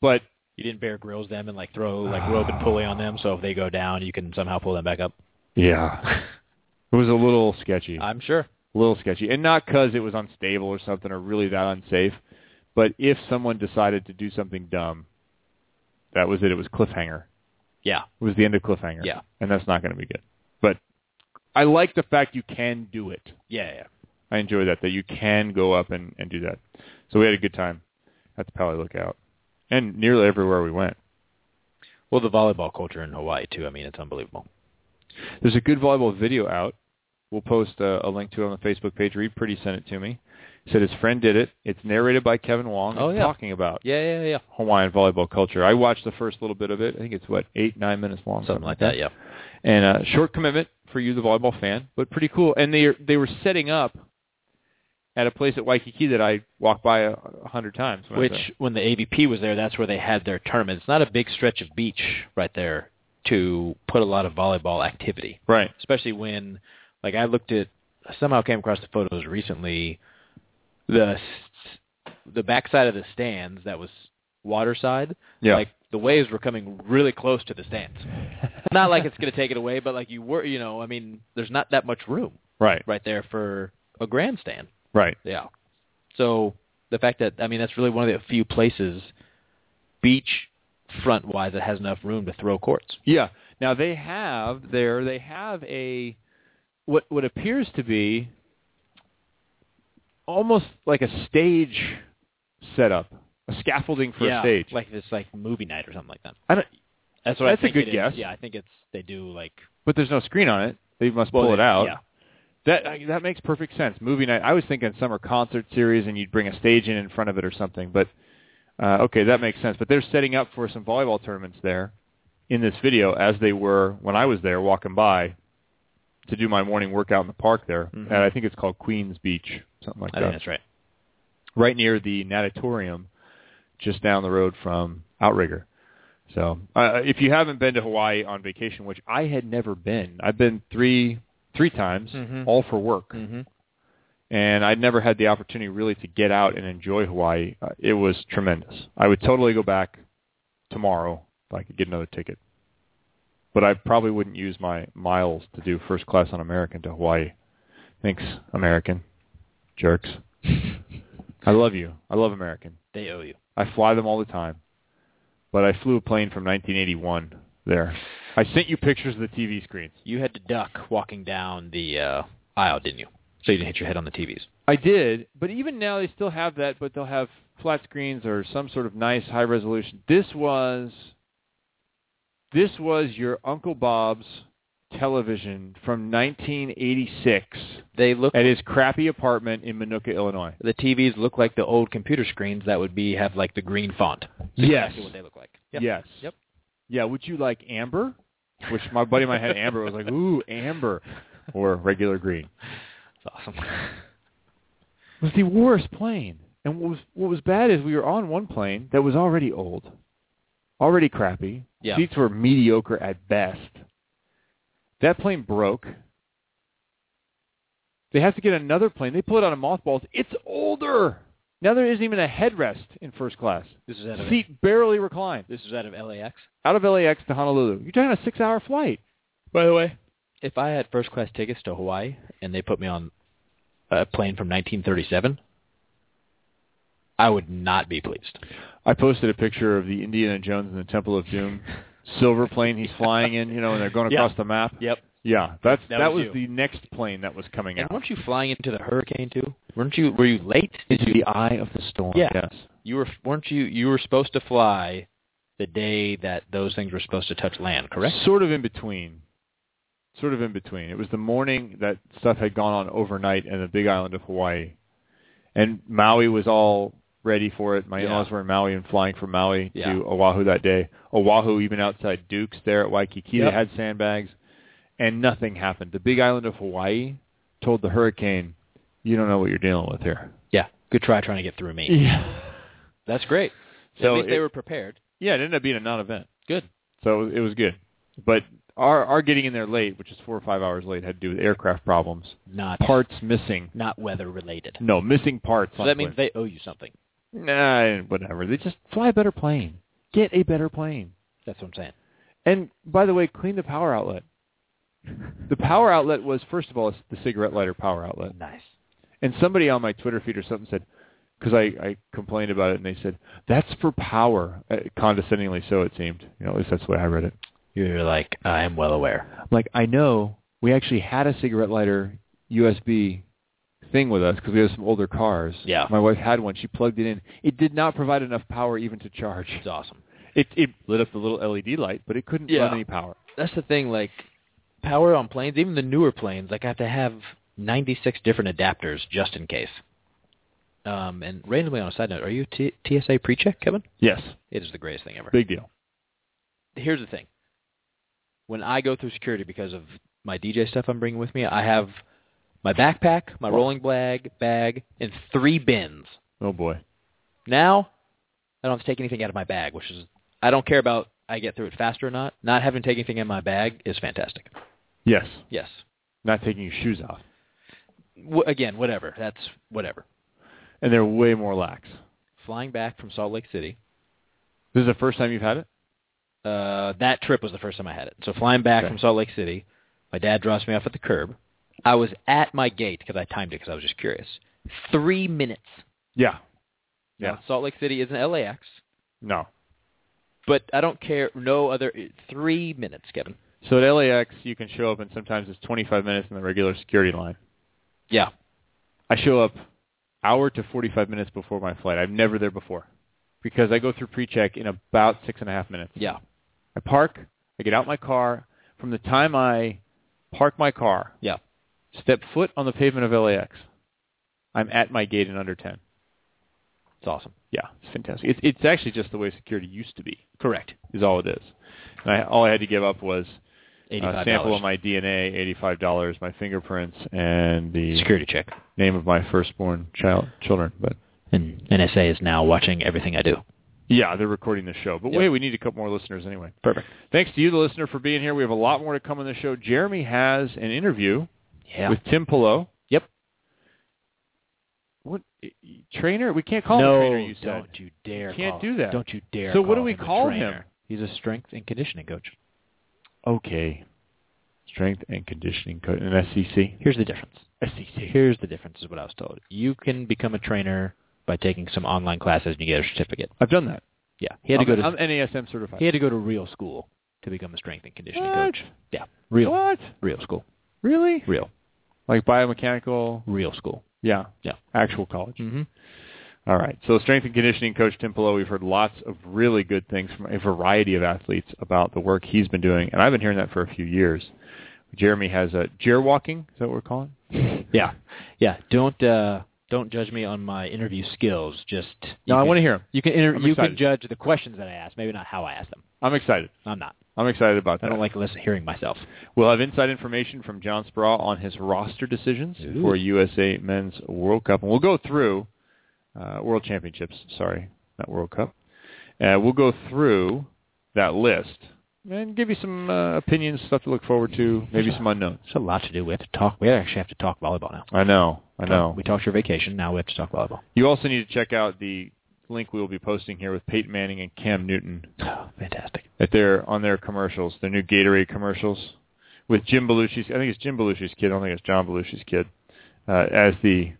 Speaker 5: but
Speaker 7: You didn't bear grills them and like throw like rope and pulley on them, so if they go down, you can somehow pull them back up.
Speaker 5: yeah, <laughs> it was a little sketchy, a
Speaker 7: I'm sure.
Speaker 5: little sketchy, and not because it was unstable or something or really that unsafe, but if someone decided to do something dumb, that was it. It was cliffhanger.
Speaker 7: Yeah.
Speaker 5: It was the end of cliffhanger.
Speaker 7: Yeah.
Speaker 5: and that's not going to be good. But I like the fact you can do it.
Speaker 7: Yeah. Yeah.
Speaker 5: I enjoy that that you can go up and, and do that. So we had a good time at the Pally Lookout, and nearly everywhere we went.
Speaker 7: Well, the volleyball culture in Hawaii too. I mean, it's unbelievable.
Speaker 5: There's a good volleyball video out. We'll post a, a link to it on the Facebook page. Reed Pretty sent it to me. He said his friend did it. It's narrated by Kevin Wong.
Speaker 7: Oh,
Speaker 5: It's
Speaker 7: yeah.
Speaker 5: talking about
Speaker 7: Yeah. Yeah. Yeah.
Speaker 5: Hawaiian volleyball culture. I watched the first little bit of it. I think it's what eight nine minutes long,
Speaker 7: Something like that. Yeah.
Speaker 5: and a short commitment for you, the volleyball fan, but pretty cool. And they they were setting up at a place at Waikiki that I walked by a, a hundred times. when I was there.
Speaker 7: Which, when the AVP was there, that's where they had their tournament. It's not a big stretch of beach right there to put a lot of volleyball activity.
Speaker 5: right?
Speaker 7: especially when like I looked at I somehow came across the photos recently the s- the backside of the stands that was waterside
Speaker 5: Yeah.
Speaker 7: like the waves were coming really close to the <laughs> stands not like it's going to take it away but like you were you know I mean there's not that much room
Speaker 5: Right,
Speaker 7: right there for a grandstand
Speaker 5: right.
Speaker 7: yeah so the fact that I mean that's really one of the few places beach front wise that has enough room to throw courts
Speaker 5: Yeah. Now they have there they have a what what appears to be almost like a stage setup, a scaffolding for a stage.
Speaker 7: Like this like movie night or something like that.
Speaker 5: I don't,
Speaker 7: That's
Speaker 5: what I That's a think good it is. guess.
Speaker 7: Yeah, I think it's they do like
Speaker 5: but there's no screen on it. They must pull
Speaker 7: Well,
Speaker 5: it out.
Speaker 7: Yeah,
Speaker 5: That I- that makes perfect sense. Movie night. I was thinking summer concert series, and you'd bring a stage in in front of it or something. But uh, okay, that makes sense. But they're setting up for some volleyball tournaments there in this video, as they were when I was there walking by to do my morning workout in the park there.
Speaker 7: Mhm.
Speaker 5: And I think it's called Queens Beach, something like
Speaker 7: I
Speaker 5: that,
Speaker 7: think that's right.
Speaker 5: right near the natatorium, just down the road from Outrigger. So uh, if you haven't been to Hawaii on vacation, which I had never been, I've been three three times,
Speaker 7: Mhm.
Speaker 5: all for work
Speaker 7: Mm-hmm.
Speaker 5: and I'd never had the opportunity really to get out and enjoy Hawaii. Uh, It was tremendous. I would totally go back tomorrow if I could get another ticket. But I probably wouldn't use my miles to do first class on American to Hawaii. Thanks, American. Jerks. I love you. I love American.
Speaker 7: <laughs> They owe you.
Speaker 5: I fly them all the time. But I flew a plane from 1981 there. I sent you pictures of the TV screens.
Speaker 7: You had to duck walking down the uh, aisle, didn't you? so you didn't hit your head on the TVs.
Speaker 5: I did, but even now they still have that, but they'll have flat screens or some sort of nice high resolution. This was this was your Uncle Bob's television from 1986
Speaker 7: They look
Speaker 5: at his crappy apartment in Minooka, Illinois.
Speaker 7: the TVs look like the old computer screens that would be have like the green font. It's
Speaker 5: Yes.
Speaker 7: exactly what they look like.
Speaker 5: Yes.
Speaker 7: Yep.
Speaker 5: Yeah, would you like amber? Which my buddy of mine had amber. I was like, ooh, amber. Or regular green.
Speaker 7: It's <laughs> awesome.
Speaker 5: It was the worst plane. And what was what was bad is we were on one plane that was already old, already crappy.
Speaker 7: Yeah.
Speaker 5: Seats were mediocre at best. That plane broke. They have to get another plane. They pull it out of mothballs. It's older. Now there isn't even a headrest in first class.
Speaker 7: This is out of
Speaker 5: Seat barely reclined.
Speaker 7: this is out of LAX.
Speaker 5: Out of LAX to Honolulu. You're talking a six-hour flight. By the way,
Speaker 7: If I had first class tickets to Hawaii and they put me on a plane from 1937, I would not be pleased.
Speaker 5: I posted a picture of the Indiana Jones and the Temple of
Speaker 7: <laughs>
Speaker 5: Doom silver plane he's flying in. You know, and they're going
Speaker 7: Yeah.
Speaker 5: across the map.
Speaker 7: Yep.
Speaker 5: Yeah, that's that,
Speaker 7: That
Speaker 5: was,
Speaker 7: was
Speaker 5: the next plane that was coming
Speaker 7: And
Speaker 5: out.
Speaker 7: weren't you flying into the hurricane too? Weren't you? Were you late? Did you?
Speaker 5: eye of the storm.
Speaker 7: Yeah.
Speaker 5: Yes.
Speaker 7: You were. Weren't you? You were supposed to fly the day that those things were supposed to touch land, correct?
Speaker 5: Sort of in between. Sort of in between. It was the morning that stuff had gone on overnight in the Big Island of Hawaii, and Maui was all ready for it. My
Speaker 7: Yeah.
Speaker 5: in-laws were in Maui and flying from Maui
Speaker 7: Yeah.
Speaker 5: to Oahu that day. Oahu, even outside Duke's there at Waikiki,
Speaker 7: Yep.
Speaker 5: they had sandbags, and nothing happened. The Big Island of Hawaii told the hurricane, "You don't know what you're dealing with here."
Speaker 7: Yeah. Good try trying to get through me.
Speaker 5: Yeah.
Speaker 7: That's great.
Speaker 5: So
Speaker 7: At least
Speaker 5: it-
Speaker 7: they were prepared.
Speaker 5: Yeah, it ended up being a non-event.
Speaker 7: Good.
Speaker 5: So it was, it was good. But our our getting in there late, which is four or five hours late, had to do with aircraft problems,
Speaker 7: Not
Speaker 5: parts missing.
Speaker 7: Not weather related.
Speaker 5: No, missing parts.
Speaker 7: So
Speaker 5: on
Speaker 7: that means
Speaker 5: plane.
Speaker 7: they owe you something.
Speaker 5: nah, whatever. They just fly a better plane, get a better plane,
Speaker 7: That's what I'm saying.
Speaker 5: and by the way, clean the power outlet. The power outlet was first of all the cigarette lighter power outlet.
Speaker 7: Nice.
Speaker 5: And somebody on my Twitter feed or something said, because I, I complained about it, and they said, that's for power, uh, condescendingly so it seemed. You know, at least that's the way I read it.
Speaker 7: You're like, I am well aware.
Speaker 5: I'm like, I know we actually had a cigarette lighter USB thing with us because we have some older cars.
Speaker 7: Yeah.
Speaker 5: My wife had one. She plugged it in. It did not provide enough power even to charge.
Speaker 7: It's awesome.
Speaker 5: It, it lit up the little LED light, but it couldn't
Speaker 7: Yeah.
Speaker 5: run any power.
Speaker 7: That's the thing. Like power on planes, even the newer planes, like I have to have 96 different adapters just in case. Um, and randomly on a side note, are you T- TSA pre-check, Kevin?
Speaker 5: Yes.
Speaker 7: It is the greatest thing ever.
Speaker 5: Big deal.
Speaker 7: Here's the thing. When I go through security because of my DJ stuff I'm bringing with me, I have my backpack, my rolling bag, bag, and three bins.
Speaker 5: Oh, boy.
Speaker 7: Now, I don't have to take anything out of my bag, which is I don't care about I get through it faster or not. Not having to take anything in my bag is fantastic.
Speaker 5: Yes.
Speaker 7: Yes.
Speaker 5: Not taking your shoes off.
Speaker 7: W- again, whatever. That's whatever.
Speaker 5: And they're way more lax.
Speaker 7: Flying back from Salt Lake City.
Speaker 5: This is the first time you've had it?
Speaker 7: Uh, that trip was the first time I had it. So flying back
Speaker 5: Okay.
Speaker 7: from Salt Lake City, my dad drops me off at the curb. I was at my gate because I timed it because I was just curious. Three minutes.
Speaker 5: Yeah.
Speaker 7: Now,
Speaker 5: Yeah.
Speaker 7: Salt Lake City isn't LAX,
Speaker 5: No.
Speaker 7: but I don't care. No other. Three minutes, Kevin.
Speaker 5: So at LAX, you can show up, and sometimes it's 25 minutes in the regular security line.
Speaker 7: Yeah.
Speaker 5: I show up hour to 45 minutes before my flight. I'm never there before because I go through pre-check in about six and a half minutes.
Speaker 7: Yeah.
Speaker 5: I park. I get out my car. From the time I park my car,
Speaker 7: Yeah.
Speaker 5: step foot on the pavement of LAX, I'm at my gate in under 10.
Speaker 7: It's awesome.
Speaker 5: Yeah, it's fantastic. It's, it's actually just the way security used to be
Speaker 7: Correct.
Speaker 5: is all it is. And I, all I had to give up was
Speaker 7: $85.
Speaker 5: a sample of my DNA, $85, my fingerprints, and the
Speaker 7: security check.
Speaker 5: name of my firstborn child children. But
Speaker 7: And NSA is now watching everything I do.
Speaker 5: Yeah, they're recording the show. But
Speaker 7: Yep.
Speaker 5: wait, we need a couple more listeners anyway.
Speaker 7: Perfect.
Speaker 5: Thanks to you, the listener, for being here. We have a lot more to come on the show. Jeremy has an interview
Speaker 7: Yeah.
Speaker 5: with Tim Pillow.
Speaker 7: Yep.
Speaker 5: What y- y- trainer? We can't call
Speaker 7: no,
Speaker 5: him a trainer. You said.
Speaker 7: don't you dare.
Speaker 5: You can't
Speaker 7: call-
Speaker 5: do that.
Speaker 7: Don't you dare.
Speaker 5: So what do
Speaker 7: call
Speaker 5: we
Speaker 7: him a
Speaker 5: call
Speaker 7: trainer.
Speaker 5: him?
Speaker 7: He's a strength and conditioning coach.
Speaker 5: Okay. Strength and conditioning coach, an E SEC.
Speaker 7: Here's the difference.
Speaker 5: SEC.
Speaker 7: Here's the difference is what I was told. You can become a trainer by taking some online classes and you get a certificate.
Speaker 5: I've done that.
Speaker 7: Yeah. He had to
Speaker 5: I'm,
Speaker 7: go to
Speaker 5: I'm NASM certified.
Speaker 7: he had to go to real school to become a strength and conditioning
Speaker 5: What?
Speaker 7: coach. Yeah. Real.
Speaker 5: What?
Speaker 7: Real school.
Speaker 5: Really?
Speaker 7: Real.
Speaker 5: like biomechanical.
Speaker 7: Real school.
Speaker 5: Yeah,
Speaker 7: Yeah.
Speaker 5: actual college.
Speaker 7: Mm-hmm.
Speaker 5: All right. So strength and conditioning coach Tim Pillow, we've heard lots of really good things from a variety of athletes about the work he's been doing, and I've been hearing that for a few years. Jeremy has a jerwalking. Is that what we're calling? it?
Speaker 7: Yeah, yeah. Don't uh, don't judge me on my interview skills. Just you
Speaker 5: No, I
Speaker 7: can-
Speaker 5: want to hear him.
Speaker 7: You can inter-
Speaker 5: I'm
Speaker 7: you can
Speaker 5: excited.
Speaker 7: judge the questions that I ask, maybe not how I ask them.
Speaker 5: I'm excited.
Speaker 7: I'm not.
Speaker 5: I'm excited about that.
Speaker 7: I don't like listen, hearing myself.
Speaker 5: We'll have inside information from John Spraw on his roster decisions
Speaker 7: Ooh.
Speaker 5: for USA Men's World Cup, and we'll go through uh, World Championships. Sorry, not World Cup. Uh, we'll go through that list and give you some uh, opinions, stuff to look forward to, maybe some unknowns.
Speaker 7: There's a lot to do. We have to talk. We actually have to talk volleyball now.
Speaker 5: I know, I know.
Speaker 7: We talked your vacation. Now we have to
Speaker 5: <sighs>
Speaker 7: talk volleyball.
Speaker 5: Uh, You also need to check out the link we will be posting here with Peyton Manning and Cam Newton
Speaker 7: Oh, fantastic.
Speaker 5: at their on their commercials, their new Gatorade commercials, with Jim Belushi's. I think it's Jim Belushi's kid. I don't think it's John Belushi's kid. Uh, as the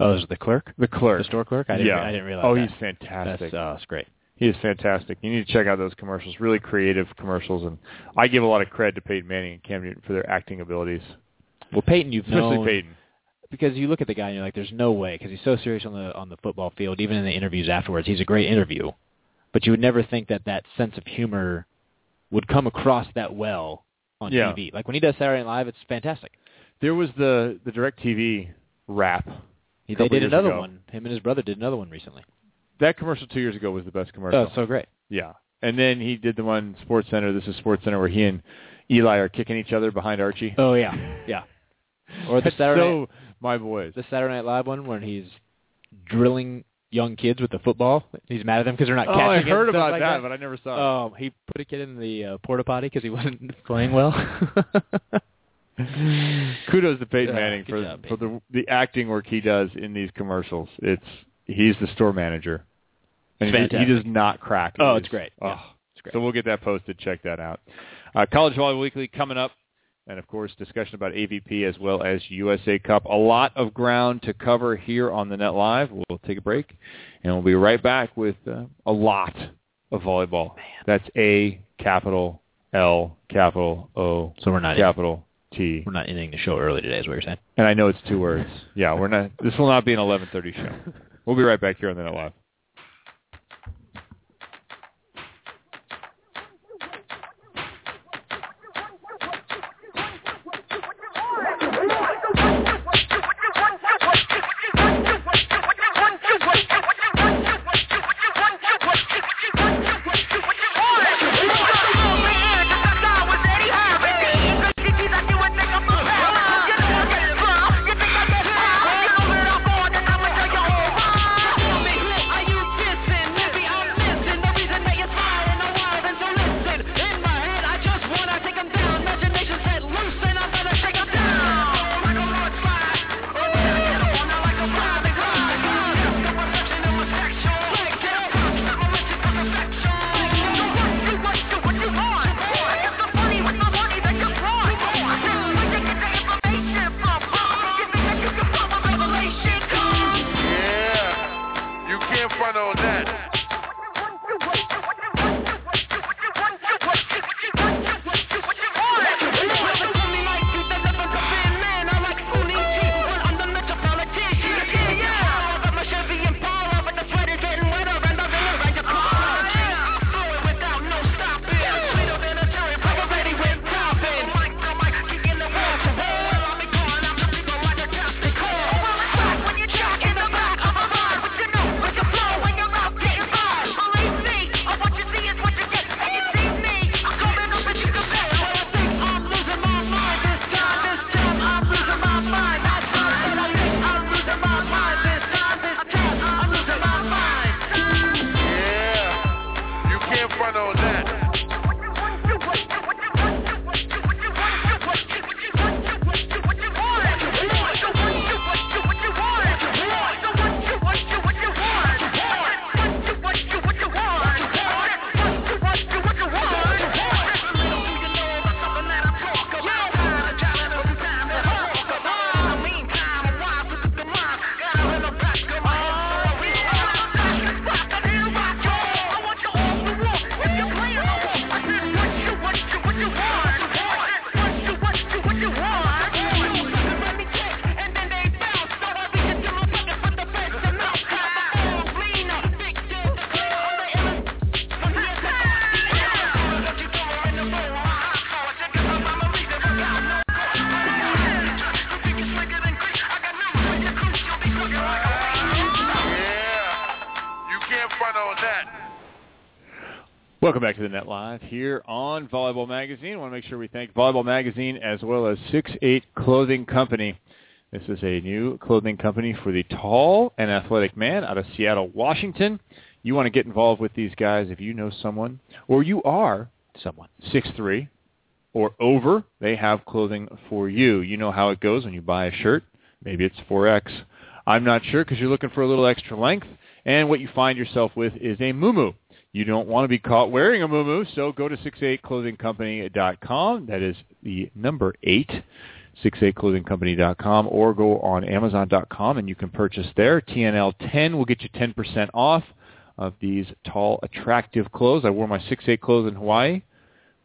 Speaker 7: Oh, is it the clerk?
Speaker 5: the clerk,
Speaker 7: The store clerk? I didn't,
Speaker 5: yeah,
Speaker 7: I didn't realize
Speaker 5: Oh,
Speaker 7: that.
Speaker 5: he's fantastic.
Speaker 7: That's, uh, that's great.
Speaker 5: he is fantastic. You need to check out those commercials. Really creative commercials, and I give a lot of credit to Peyton Manning and Cam Newton for their acting abilities,
Speaker 7: Well, Peyton, you've
Speaker 5: especially
Speaker 7: known
Speaker 5: Peyton.
Speaker 7: because you look at the guy and you're like, "There's no way," because he's so serious on the on the football field. Even in the interviews afterwards, he's a great interview, but you would never think that that sense of humor would come across that well on
Speaker 5: Yeah.
Speaker 7: TV. Like when he does Saturday Night Live, it's fantastic.
Speaker 5: There was the the Directv rap.
Speaker 7: He,
Speaker 5: Couple
Speaker 7: they did
Speaker 5: years
Speaker 7: another
Speaker 5: ago.
Speaker 7: one. Him and his brother did another one recently.
Speaker 5: That commercial two years ago was the best commercial.
Speaker 7: Oh, it's so great.
Speaker 5: Yeah. And then he did the one Sports Center. This is Sports Center where he and Eli are kicking each other behind Archie.
Speaker 7: Oh yeah, yeah. Or the
Speaker 5: That's
Speaker 7: Saturday
Speaker 5: so my boys.
Speaker 7: the Saturday Night Live one when he's drilling young kids with the football. He's mad at them because they're not
Speaker 5: Oh,
Speaker 7: catching.
Speaker 5: I
Speaker 7: it and
Speaker 5: heard
Speaker 7: stuff
Speaker 5: about
Speaker 7: like
Speaker 5: that, but I never saw
Speaker 7: Um, he put a kid in the uh, porta potty because he wasn't <laughs> playing well.
Speaker 5: it. Kudos to Peyton
Speaker 7: Oh. Yeah,
Speaker 5: Manning
Speaker 7: good
Speaker 5: for,
Speaker 7: job,
Speaker 5: for the the acting work he does in these commercials. It's he's the store manager, and he, he
Speaker 7: Fantastic.
Speaker 5: does not crack.
Speaker 7: Oh,
Speaker 5: these.
Speaker 7: it's great.
Speaker 5: Oh.
Speaker 7: Yeah, it's great.
Speaker 5: So we'll get that posted. Check that out. Uh, College Volleyball Weekly coming up, and of course discussion about AVP as well as USA Cup. A lot of ground to cover here on the Net Live. We'll take a break, and we'll be right back with uh, a lot of volleyball. That's A capital L capital O
Speaker 7: So we're not
Speaker 5: capital T.
Speaker 7: we're not ending the show early today, is what you're saying?
Speaker 5: And I know it's two words. Yeah, we're not. This will not be an 11:30
Speaker 7: <laughs>
Speaker 5: show. We'll be right back here on the Net Live.
Speaker 6: Yeah.
Speaker 5: Welcome back to the Net Live here on Volleyball Magazine. want to make sure we thank Volleyball Magazine as well as 6-8 Clothing Company. This is a new clothing company for the tall and athletic man out of Seattle, Washington. You want to get involved with these guys if you know someone or you are
Speaker 7: Someone.
Speaker 5: six three or over, they have clothing for you. You know how it goes when you buy a shirt. Maybe it's 4X. I'm not sure because you're looking for a little extra length. And what you find yourself with is a muumuu. You don't want to be caught wearing a muumuu, so go to 68clothingcompany.com. That is the number 8, 68clothingcompany.com, or go on amazon.com and you can purchase there. TNL10 will get you 10% off of these tall, attractive clothes. I wore my 6'8 clothes in Hawaii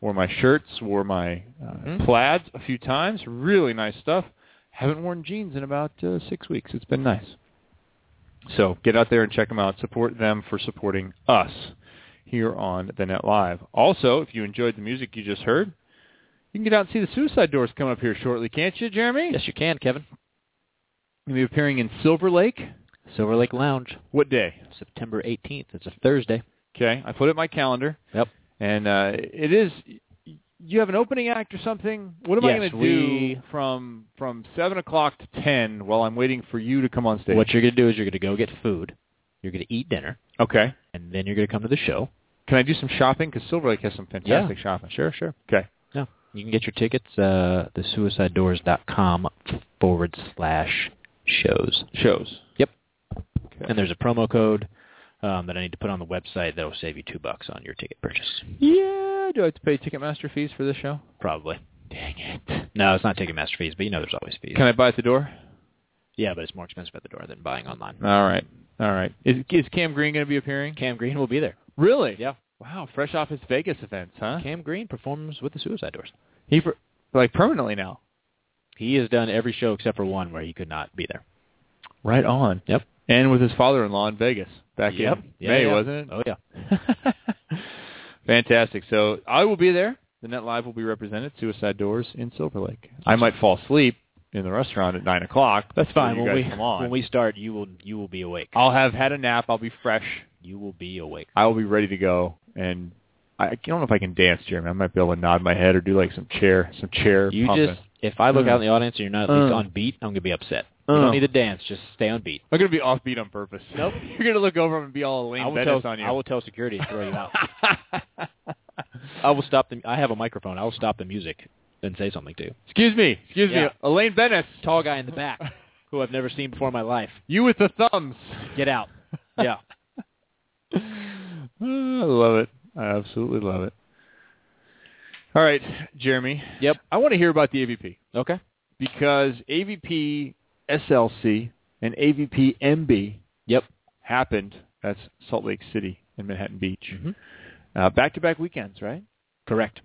Speaker 5: wore my shirts, wore my uh, plaids a few times. Really nice stuff. Haven't worn jeans in about uh, six weeks. It's been nice. So get out there and check them out. Support them for supporting us here on the Net Live. Also, if you enjoyed the music you just heard, you can get out and see the Suicide Doors come up here shortly, can't you, Jeremy?
Speaker 7: Yes, you can, Kevin.
Speaker 5: You'll be appearing in Silver Lake.
Speaker 7: Silver Lake Lounge,
Speaker 5: What day?
Speaker 7: September 18th. It's a Thursday.
Speaker 5: Okay, I put it in my calendar.
Speaker 7: Yep.
Speaker 5: And uh, it is. You have an opening act or something. What am I
Speaker 7: Yes,
Speaker 5: going to
Speaker 7: we-
Speaker 5: do from from seven o'clock to ten while I'm waiting for you to come on stage?
Speaker 7: What you're going to do is you're going to go get food. You're going to eat dinner,
Speaker 5: okay.
Speaker 7: and then you're going to come to the show.
Speaker 5: Can I do some shopping? Because Silver Lake has some fantastic shopping.
Speaker 7: Sure, sure.
Speaker 5: Okay.
Speaker 7: No, you can get your tickets uh, thesuicidedoors.com forward slash shows.
Speaker 5: Shows.
Speaker 7: Yep.
Speaker 5: Okay.
Speaker 7: And there's a promo code um, that I need to put on the website that'll save you two bucks on your ticket purchase.
Speaker 5: yeah. Do I have to pay Ticketmaster fees for this show?
Speaker 7: Probably. Dang it. No, it's not Ticketmaster fees, but you know there's always fees.
Speaker 5: Can I buy at the door?
Speaker 7: yeah, but it's more expensive at the door than buying online.
Speaker 5: All right. All right. Is is Cam Green going to be appearing?
Speaker 7: Cam Green will be there.
Speaker 5: Really?
Speaker 7: Yeah.
Speaker 5: Wow. Fresh off his Vegas events, huh?
Speaker 7: Cam Green performs with the Suicide Doors.
Speaker 5: He per- like permanently now.
Speaker 7: He has done every show except for one where he could not be there.
Speaker 5: Right on.
Speaker 7: Yep.
Speaker 5: And with his father-in-law in Vegas back
Speaker 7: Yep.
Speaker 5: in
Speaker 7: Yeah,
Speaker 5: May,
Speaker 7: yeah.
Speaker 5: wasn't it?
Speaker 7: Oh yeah.
Speaker 5: <laughs> Fantastic. So I will be there. The Net Live will be represented. Suicide Doors in Silver Lake. I might fall asleep in the restaurant at nine o'clock.
Speaker 7: That's fine.
Speaker 5: You
Speaker 7: When
Speaker 5: guys
Speaker 7: we
Speaker 5: come on.
Speaker 7: when we start, you will you will be awake.
Speaker 5: I'll have had a nap. I'll be fresh.
Speaker 7: You will be awake.
Speaker 5: I will be ready to go. And I, I don't know if I can dance, Jeremy. I might be able to nod my head or do like some chair, some chair.
Speaker 7: You
Speaker 5: pumping.
Speaker 7: just if I look
Speaker 5: Uh.
Speaker 7: out in the audience and you're not at least
Speaker 5: Uh.
Speaker 7: on beat, I'm gonna be upset.
Speaker 5: Uh.
Speaker 7: You don't need to dance. Just stay on beat.
Speaker 5: I'm gonna be offbeat on purpose. Nope. <laughs> You're gonna look over and be all
Speaker 7: I
Speaker 5: Elaine
Speaker 7: will
Speaker 5: Bennis
Speaker 7: tell
Speaker 5: on you.
Speaker 7: I will tell security to throw you
Speaker 5: <laughs>
Speaker 7: out. I will stop the. I have a microphone. I will stop the music and say something to you.
Speaker 5: Excuse me. Excuse me.
Speaker 7: Yeah.
Speaker 5: Elaine Bennis.
Speaker 7: Tall guy in the back who I've never seen before in my life.
Speaker 5: You with the thumbs. <laughs>
Speaker 7: Get out. Yeah.
Speaker 5: I love it. I absolutely love it. All right, Jeremy.
Speaker 7: Yep.
Speaker 5: I want to hear about the AVP
Speaker 7: Okay.
Speaker 5: because AVP SLC and AVP MB
Speaker 7: Yep.
Speaker 5: happened. That's Salt Lake City and Manhattan Beach.
Speaker 7: Mhm.
Speaker 5: Uh, back-to-back weekends, right?
Speaker 7: Correct.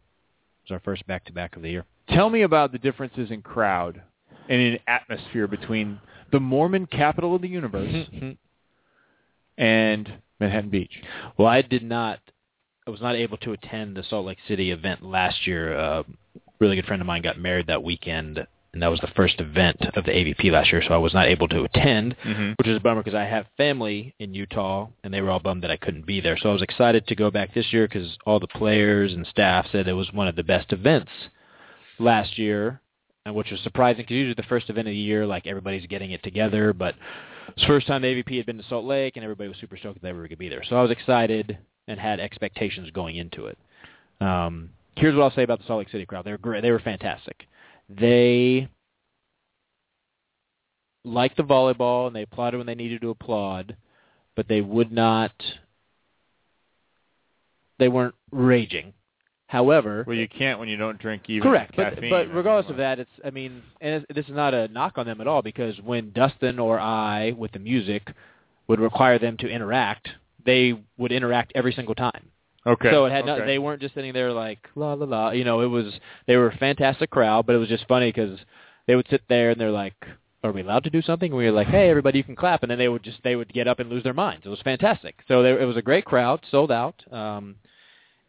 Speaker 7: It's our first back to back of the year.
Speaker 5: Tell me about the differences in crowd and in atmosphere between the Mormon capital of the <laughs> universe and Manhattan Beach.
Speaker 7: Well, I did not. I was not able to attend the Salt Lake City event last year. Uh, really good friend of mine got married that weekend, and that was the first event of the AVP last year, so I was not able to attend,
Speaker 5: Mhm.
Speaker 7: which is a bummer because I have family in Utah, and they were all bummed that I couldn't be there. So I was excited to go back this year because all the players and staff said it was one of the best events last year, and which was surprising because usually the first event of the year, like everybody's getting it together, but it's the first time the AVP had been to Salt Lake, and everybody was super stoked that everybody could be there. So I was excited and had expectations going into it. Um, here's what I'll say about the Salt Lake City crowd: they were great. They were fantastic. They liked the volleyball and they applauded when they needed to applaud, but they would not. They weren't raging. However,
Speaker 5: Well, you can't when you don't drink even
Speaker 7: Correct,
Speaker 5: caffeine.
Speaker 7: but but regardless of that, it's I mean, and it's, this is not a knock on them at all because when Dustin or I with the music would require them to interact, they would interact every single time.
Speaker 5: Okay.
Speaker 7: So it had
Speaker 5: okay.
Speaker 7: no, they weren't just sitting there like la la la. You know, it was they were a fantastic crowd, but it was just funny because they would sit there and they're like, "Are we allowed to do something?" And we were like, "Hey, everybody, you can clap," and then they would just they would get up and lose their minds. It was fantastic. So they, it was a great crowd, sold out, um,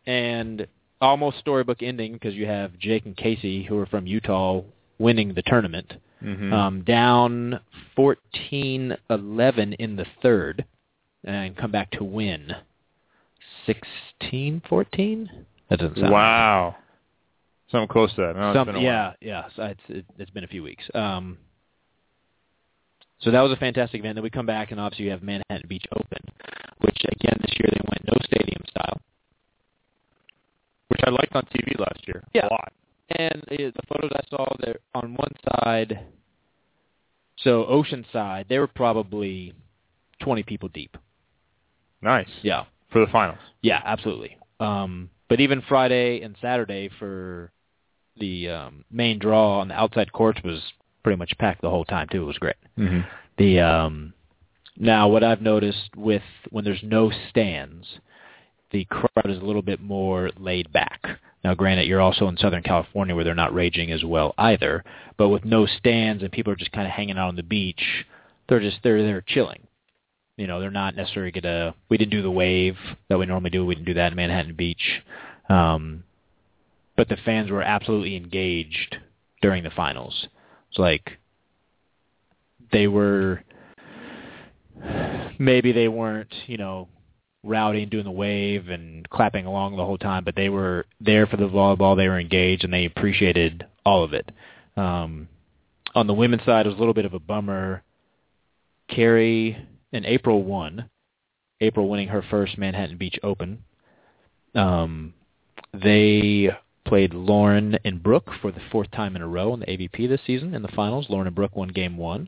Speaker 7: and almost storybook ending because you have Jake and Casey who are from Utah winning the tournament,
Speaker 5: Mhm.
Speaker 7: um, down 14-11 in the third, and come back to win sixteen, fourteen. That doesn't sound right.
Speaker 5: Wow. Something close to that. No, it's
Speaker 7: Some-
Speaker 5: been a while.
Speaker 7: yeah, yeah. So it's it, it's been a few weeks. Um, so that was a fantastic event. Then we come back, and obviously you have Manhattan Beach Open, which again this year they went no stadium style.
Speaker 5: Which I liked on TV last year.
Speaker 7: Yeah.
Speaker 5: A lot.
Speaker 7: And uh, the photos I saw there on one side, so Oceanside, they were probably twenty people deep.
Speaker 5: Nice.
Speaker 7: Yeah,
Speaker 5: For the finals.
Speaker 7: yeah, absolutely. Um, but even Friday and Saturday for the um, main draw on the outside courts was pretty much packed the whole time too. It was great.
Speaker 5: Mm-hmm.
Speaker 7: The um, now what I've noticed with when there's no stands, the crowd is a little bit more laid back. Now, granted, you're also in Southern California where they're not raging as well either. But with no stands and people are just kind of hanging out on the beach, they're just they're they're chilling. You know, they're not necessarily gonna. We didn't do the wave that we normally do. We didn't do that in Manhattan Beach. Um, but the fans were absolutely engaged during the finals. It's like they were maybe they weren't you know rowdy and doing the wave and clapping along the whole time but they were there for the volleyball they were engaged and they appreciated all of it um on the women's side it was a little bit of a bummer carrie in april won april winning her first manhattan beach open um they played Lauren and Brooke for the fourth time in a row in the AVP this season in the finals. Lauren and Brooke won game one.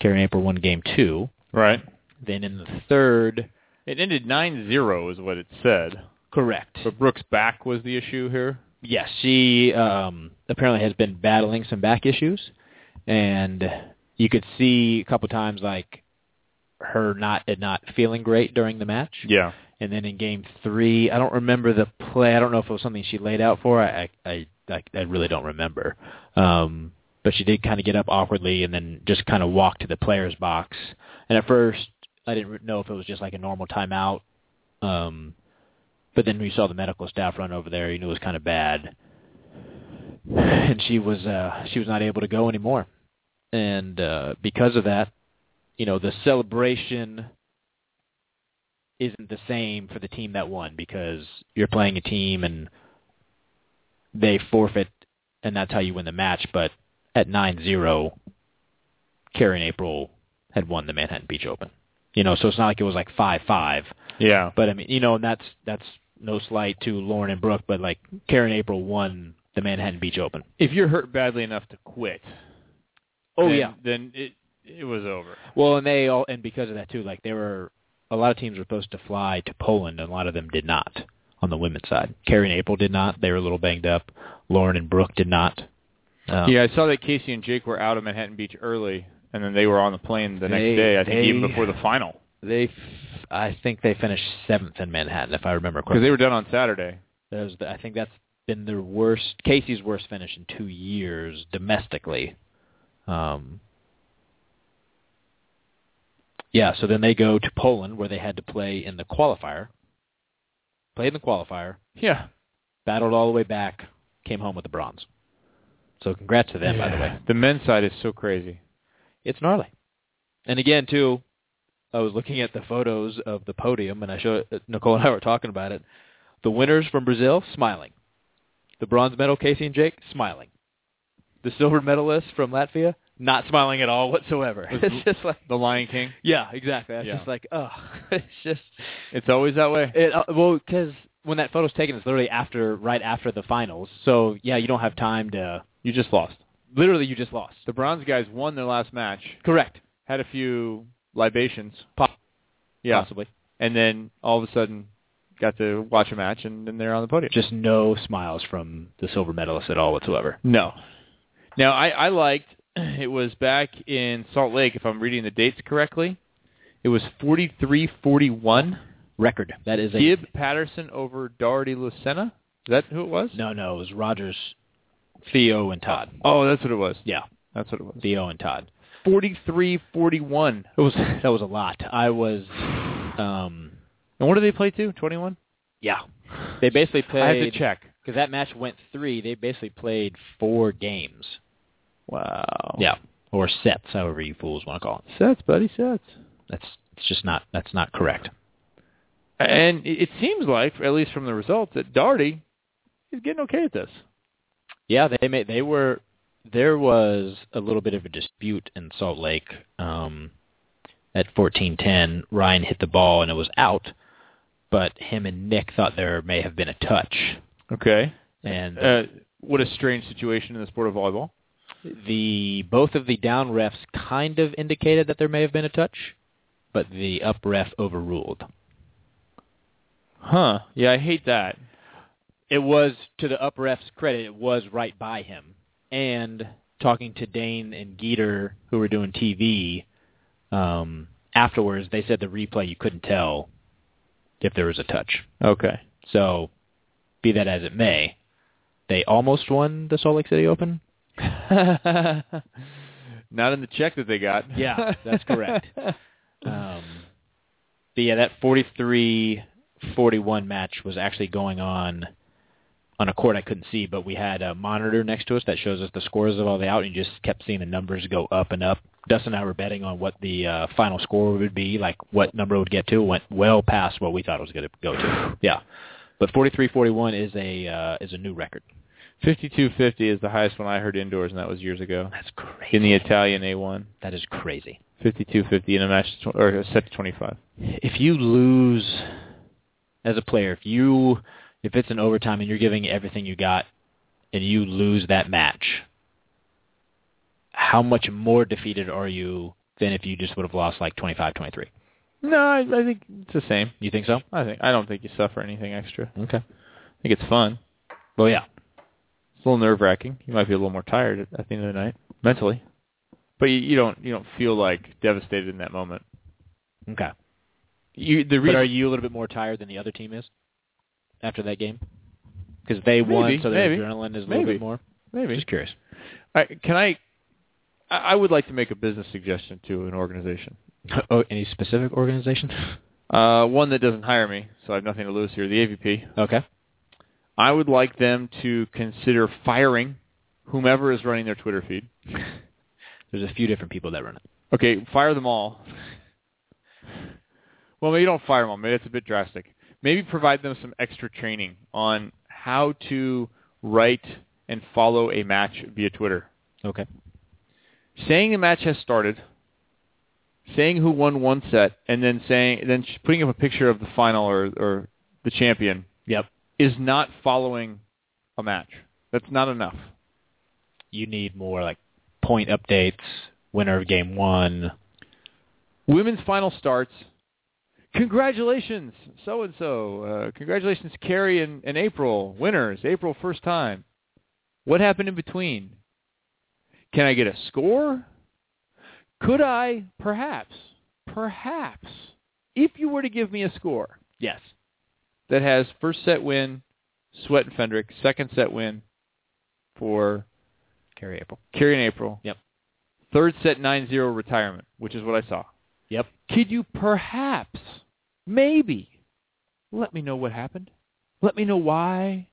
Speaker 7: Karen April won game two.
Speaker 5: Right.
Speaker 7: Then in the third,
Speaker 5: It ended nine zero is what it said.
Speaker 7: correct.
Speaker 5: But Brooks' back was the issue here.
Speaker 7: Yes, she um, apparently has been battling some back issues, and you could see a couple times like her not not feeling great during the match.
Speaker 5: Yeah.
Speaker 7: And then in game three, I don't remember the play. I don't know if it was something she laid out for. I I I, I really don't remember. Um, but she did kind of get up awkwardly and then just kind of walk to the players' box. And at first, I didn't re- know if it was just like a normal timeout. Um, but then we saw the medical staff run over there. You knew it was kind of bad, <sighs> and she was uh, she was not able to go anymore. And uh, because of that, you know, the celebration isn't the same for the team that won because you're playing a team and they forfeit and that's how you win the match but at 9-0 Karen April had won the Manhattan Beach Open. You know, so it's not like it was like 5-5,
Speaker 5: Yeah.
Speaker 7: but I mean, you know, and that's that's no slight to Lauren and Brooke, but like Karen April won the Manhattan Beach Open.
Speaker 5: if you're hurt badly enough to quit,
Speaker 7: Oh,
Speaker 5: then, then it it was over.
Speaker 7: Well, and they all, and because of that too, like they were, a lot of teams were supposed to fly to Poland, and a lot of them did not on the women's side. Carrie and April did not; they were a little banged up. Lauren and Brooke did not. Um,
Speaker 5: yeah, I saw that Casey and Jake were out of Manhattan Beach early, and then they were on the plane the
Speaker 7: They-
Speaker 5: next day. I think
Speaker 7: they-
Speaker 5: even before the final
Speaker 7: they, f- I think they finished seventh in Manhattan, if I remember
Speaker 5: because
Speaker 7: correctly.
Speaker 5: they were done on Saturday.
Speaker 7: That was the, I think that's been their worst, Casey's worst finish in two years domestically. Um, yeah, so then they go to Poland where they had to play in the qualifier. Played in the qualifier,
Speaker 5: Yeah.
Speaker 7: battled all the way back, came home with the bronze. So congrats to them, by the way.
Speaker 5: The men's side is so crazy.
Speaker 7: It's gnarly. And again, too, I was looking at the photos of the podium, and I showed Nicole and I were talking about it. The winners from Brazil smiling. The bronze medal, Casey and Jake, smiling. The silver medalists from Latvia, not smiling at all whatsoever. <laughs>
Speaker 5: Was-
Speaker 7: It's just like,
Speaker 5: The Lion King.
Speaker 7: yeah, exactly. It's
Speaker 5: Yeah.
Speaker 7: just like, oh, <laughs> it's just
Speaker 5: It's always that way.
Speaker 7: it, uh, well, because when that photo's taken, it's literally after, right after the finals. So yeah, you don't have time to.
Speaker 5: You just lost.
Speaker 7: Literally, you just lost.
Speaker 5: The bronze guys won their last match,
Speaker 7: Correct.
Speaker 5: had a few libations,
Speaker 7: Po-
Speaker 5: yeah,
Speaker 7: Possibly.
Speaker 5: and then all of a sudden got to watch a match, and then they're on the podium.
Speaker 7: Just no smiles from the silver medalists at all whatsoever.
Speaker 5: No. Now I, I liked <clears throat> it was back in Salt Lake, if I'm reading the dates correctly. It was 43-41.
Speaker 7: Record. That is a
Speaker 5: Gibb Patterson over Doherty Lucena. Is that who it was?
Speaker 7: no, no. It was Rogers, Theo, and Todd.
Speaker 5: Oh, that's what it was.
Speaker 7: Yeah,
Speaker 5: That's what it was.
Speaker 7: Theo and Todd.
Speaker 5: 43-41.
Speaker 7: It was <laughs> that was a lot. I was, um,
Speaker 5: And what did they play to? 21?
Speaker 7: yeah. They basically played
Speaker 5: I have to check.
Speaker 7: because that match went three. They basically played four games.
Speaker 5: Wow.
Speaker 7: Yeah, or sets, however you fools want to call it.
Speaker 5: Sets, buddy, sets.
Speaker 7: That's it's just not that's not correct.
Speaker 5: And it it seems like, at least from the results, that Darty is getting okay at this.
Speaker 7: Yeah, they made they were there was a little bit of a dispute in Salt Lake um, at 14:10. Ryan hit the ball and it was out, but him and Nick thought there may have been a touch,
Speaker 5: Okay.
Speaker 7: and
Speaker 5: Uh, what a strange situation in the sport of volleyball.
Speaker 7: the both of the down refs kind of indicated that there may have been a touch, but the up ref overruled.
Speaker 5: Huh. Yeah, I hate that.
Speaker 7: It was to the up ref's credit, it was right by him. And talking to Dane and Geeter, who were doing TV um, afterwards, they said the replay you couldn't tell if there was a touch.
Speaker 5: Okay.
Speaker 7: So, be that as it may, they almost won the Salt Lake
Speaker 5: <laughs>
Speaker 7: City Open.
Speaker 5: Not in the check that they got.
Speaker 7: Yeah, that's
Speaker 5: <laughs>
Speaker 7: correct. Um, but yeah, that 43-41 match was actually going on on a court I couldn't see, but we had a monitor next to us that shows us the scores of all the out, and you just kept seeing the numbers go up and up. Dustin and I were betting on what the uh, final score would be, like what number it would get to. It went well past what we thought it was going to go to. Yeah, but 43-41 is a uh, is a new record.
Speaker 5: 5250 is the highest one I heard indoors, and that was years ago
Speaker 7: That's crazy.
Speaker 5: in the Italian A1.
Speaker 7: that is crazy.
Speaker 5: 5250 in a match to tw- or a set to 25.
Speaker 7: if you lose as a player, if you if it's an overtime and you're giving everything you got and you lose that match, how much more defeated are you than if you just would have lost like 25-23?
Speaker 5: No, I, I think it's the same.
Speaker 7: You think so?
Speaker 5: I think I don't think you suffer anything extra. I
Speaker 7: Okay.
Speaker 5: think it's fun.
Speaker 7: Well, yeah.
Speaker 5: It's a little nerve wracking. You might be a little more tired at, at the end of the night mentally, but you, you don't you don't feel like devastated in that moment.
Speaker 7: Okay.
Speaker 5: You the
Speaker 7: But
Speaker 5: reason
Speaker 7: are you a little bit more tired than the other team is after that game? Because they won,
Speaker 5: Maybe,
Speaker 7: so their
Speaker 5: maybe,
Speaker 7: adrenaline is a little
Speaker 5: maybe.
Speaker 7: bit more.
Speaker 5: maybe
Speaker 7: Just curious. <laughs>
Speaker 5: I, can I, I? I would like to make a business suggestion to an organization,
Speaker 7: oh, any specific organization?
Speaker 5: uh, one that doesn't hire me, so I have nothing to lose here. The AVP.
Speaker 7: <laughs> okay.
Speaker 5: I would like them to consider firing whomever is running their Twitter feed. <laughs>
Speaker 7: There's a few different people that run it.
Speaker 5: Okay, fire them all. <laughs> Well, maybe don't fire them all. Maybe that's a bit drastic. Maybe provide them some extra training on how to write and follow a match via Twitter.
Speaker 7: Okay.
Speaker 5: Saying the match has started, saying who won one set, and then saying then sh- putting up a picture of the final or, or the champion
Speaker 7: Yep.
Speaker 5: is not following a match. That's not enough.
Speaker 7: you need more like point updates, winner of game one.
Speaker 5: Women's final starts. Congratulations, so and so. Congratulations, Carrie and, and April. Winners, April first time. What happened in between? Can I get a score? Could I, perhaps, perhaps, if you were to give me a score
Speaker 7: Yes.
Speaker 5: that has first set win, Sweat and Fendrick, second set win for
Speaker 7: Carry April.
Speaker 5: Carrie and April.
Speaker 7: Yep.
Speaker 5: Third set 9-0 retirement, which is what I saw.
Speaker 7: Yep.
Speaker 5: Could you perhaps, maybe, let me know what happened? Let me know why?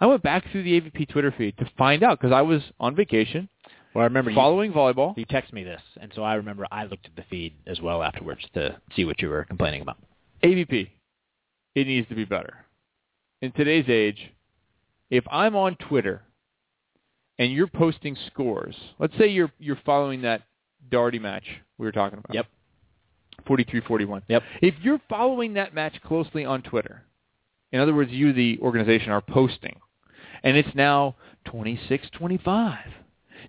Speaker 5: I went back through the AVP Twitter feed to find out because I was on vacation
Speaker 7: Well, I remember you,
Speaker 5: following volleyball.
Speaker 7: you texted me this, and so I remember I looked at the feed as well afterwards to see what you were complaining about.
Speaker 5: AVP, it needs to be better. In today's age, if I'm on Twitter and you're posting scores, let's say you're you're following that Darty match we were talking about.
Speaker 7: Yep.
Speaker 5: 43-41.
Speaker 7: Yep.
Speaker 5: If you're following that match closely on Twitter, in other words, you, the organization, are posting, and it's now 26-25.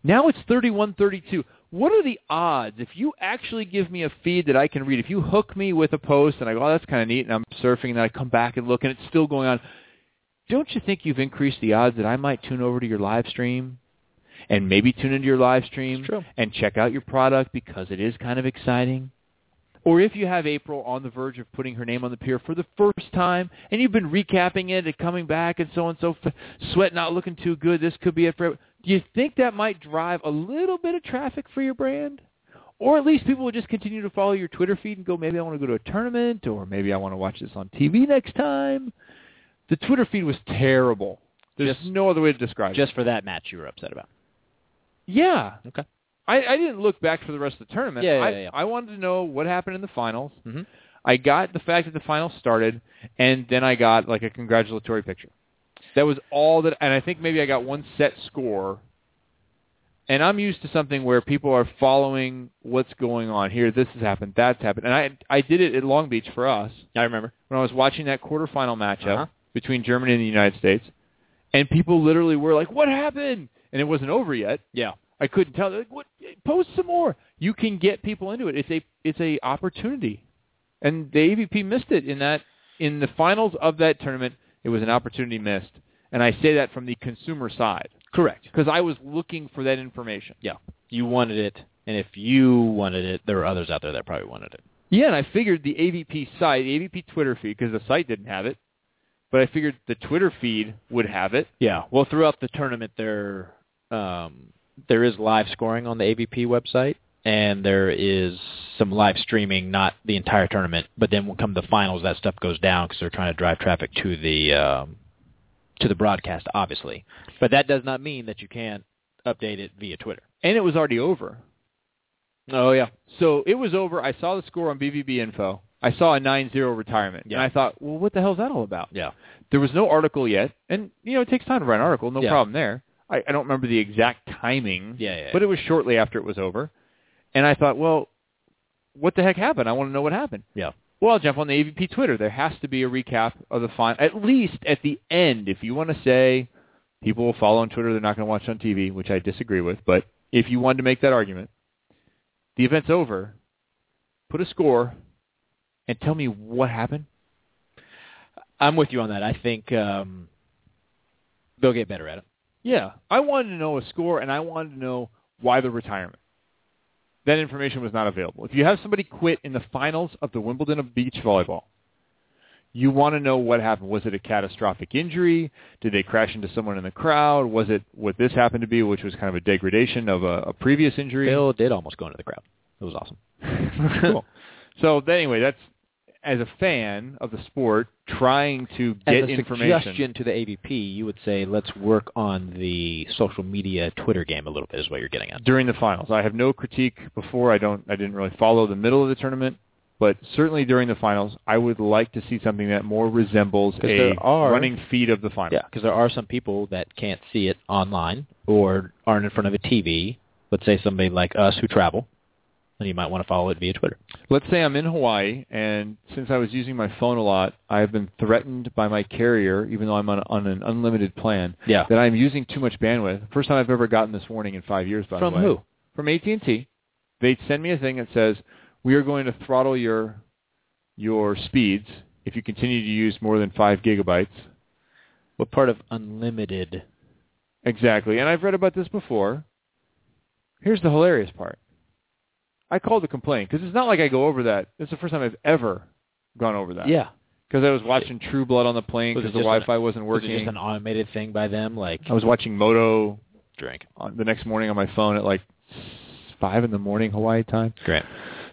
Speaker 5: Now it's 31-32. What are the odds if you actually give me a feed that I can read? If you hook me with a post and I go, oh, that's kind of neat, and I'm surfing, and then I come back and look, and it's still going on. Don't you think you've increased the odds that I might tune over to your live stream and maybe tune into your live stream
Speaker 7: It's true.
Speaker 5: and check out your product because it is kind of exciting? Or if you have April on the verge of putting her name on the pier for the first time, and you've been recapping it and coming back and so and so, f- sweat not looking too good, this could be it for. Do you think that might drive a little bit of traffic for your brand? Or at least people would just continue to follow your Twitter feed and go, maybe I want to go to a tournament, or maybe I want to watch this on TV next time. The Twitter feed was terrible. There's
Speaker 7: Just-
Speaker 5: no other way to describe it.
Speaker 7: Just for that match you were upset about.
Speaker 5: Yeah,
Speaker 7: Okay.
Speaker 5: I, I didn't look back for the rest of the tournament.
Speaker 7: Yeah, yeah,
Speaker 5: I,
Speaker 7: yeah.
Speaker 5: I wanted to know what happened in the finals.
Speaker 7: Mhm.
Speaker 5: I got the fact that the final started, and then I got like a congratulatory picture. That was all that, and I think maybe I got one set score. And I'm used to something where people are following what's going on here. This has happened, that's happened, and I I did it at Long Beach for us
Speaker 7: I remember.
Speaker 5: when I was watching that quarterfinal matchup
Speaker 7: Uh-huh.
Speaker 5: between Germany and the United States, and people literally were like, "What happened?" And it wasn't over yet.
Speaker 7: Yeah.
Speaker 5: I couldn't tell. They're Like, what? Post some more. You can get people into it. It's a it's a opportunity, and the AVP missed it in that in the finals of that tournament. It was an opportunity missed, and I say that from the consumer side
Speaker 7: Correct.
Speaker 5: because I was looking for that information.
Speaker 7: Yeah. You wanted it, and if you wanted it, there were others out there that probably wanted it.
Speaker 5: Yeah, and I figured the AVP site, the AVP Twitter feed, because the site didn't have it, but I figured the Twitter feed would have it.
Speaker 7: Yeah. Well, throughout the tournament, there um, there is live scoring on the AVP website, and there is some live streaming, not the entire tournament, but then when come the finals, that stuff goes down because they're trying to drive traffic to the um, to the broadcast, obviously. But that does not mean that you can't update it via Twitter.
Speaker 5: and it was already over.
Speaker 7: Oh yeah.
Speaker 5: So it was over. I saw the score on BVB info. I saw a 9-0 retirement,
Speaker 7: Yeah.
Speaker 5: and I thought, well, what the hell's that all about?
Speaker 7: Yeah.
Speaker 5: There was no article yet, and you know it takes time to write an article. No
Speaker 7: Yeah.
Speaker 5: problem there. I, I don't remember the exact timing,
Speaker 7: Yeah, yeah,
Speaker 5: Mm-hmm. but it was shortly after it was over, and I thought, well, what the heck happened? I want to know what happened.
Speaker 7: Yeah.
Speaker 5: Well, I'll jump on the AVP Twitter. There has to be a recap of the final, at least at the end. If you want to say people will follow on Twitter, they're not going to watch on TV, which I disagree with, but if you wanted to make that argument, the event's over. Put a score and tell me what happened.
Speaker 7: I'm with you on that. I think um, they'll get better at it.
Speaker 5: Yeah, I wanted to know a score and I wanted to know why the retirement. That information was not available. If you have somebody quit in the finals of the Wimbledon of beach volleyball, you want to know what happened. Was it a catastrophic injury? Did they crash into someone in the crowd? Was it what this happened to be, which was kind of a degradation of a, a previous injury?
Speaker 7: Bill did almost go into the crowd. It was awesome. <laughs>
Speaker 5: cool. <laughs> So th- anyway, that's as a fan of the sport trying to
Speaker 7: as
Speaker 5: get
Speaker 7: a
Speaker 5: information.
Speaker 7: suggestion to the AVP, you would say let's work on the social media Twitter game a little bit is what you're getting at.
Speaker 5: during the finals. I have no critique before. I don't. I didn't really follow the middle of the tournament, but certainly during the finals, I would like to see something that more resembles
Speaker 7: 'Cause
Speaker 5: a
Speaker 7: there are-
Speaker 5: running feed of the finals.
Speaker 7: Yeah, because there are some people that can't see it online or aren't in front of a TV. Let's say somebody like us who travel, and you might want to follow it via Twitter.
Speaker 5: Let's say I'm in Hawaii, and since I was using my phone a lot, I have been threatened by my carrier, even though I'm on, on an unlimited plan,
Speaker 7: Yeah.
Speaker 5: that I'm using too much bandwidth. First time I've ever gotten this warning in five years. By
Speaker 7: From
Speaker 5: the way,
Speaker 7: who?
Speaker 5: From AT&T. They send me a thing that says we are going to throttle your your speeds if you continue to use more than five gigabytes.
Speaker 7: What part of unlimited?
Speaker 5: Exactly. And I've read about this before. Here's the hilarious part. I called to complain because it's not like I go over that. It's the first time I've ever gone over that.
Speaker 7: Yeah,
Speaker 5: Because I was watching True Blood on the plane
Speaker 7: Was it
Speaker 5: because the
Speaker 7: just an-
Speaker 5: Wi-Fi wasn't
Speaker 7: was it
Speaker 5: working. Oh.
Speaker 7: just an automated thing by them? Like
Speaker 5: I was watching Moto
Speaker 7: drink.
Speaker 5: on, the next morning on my phone at like five in the morning Hawaii time,
Speaker 7: Great.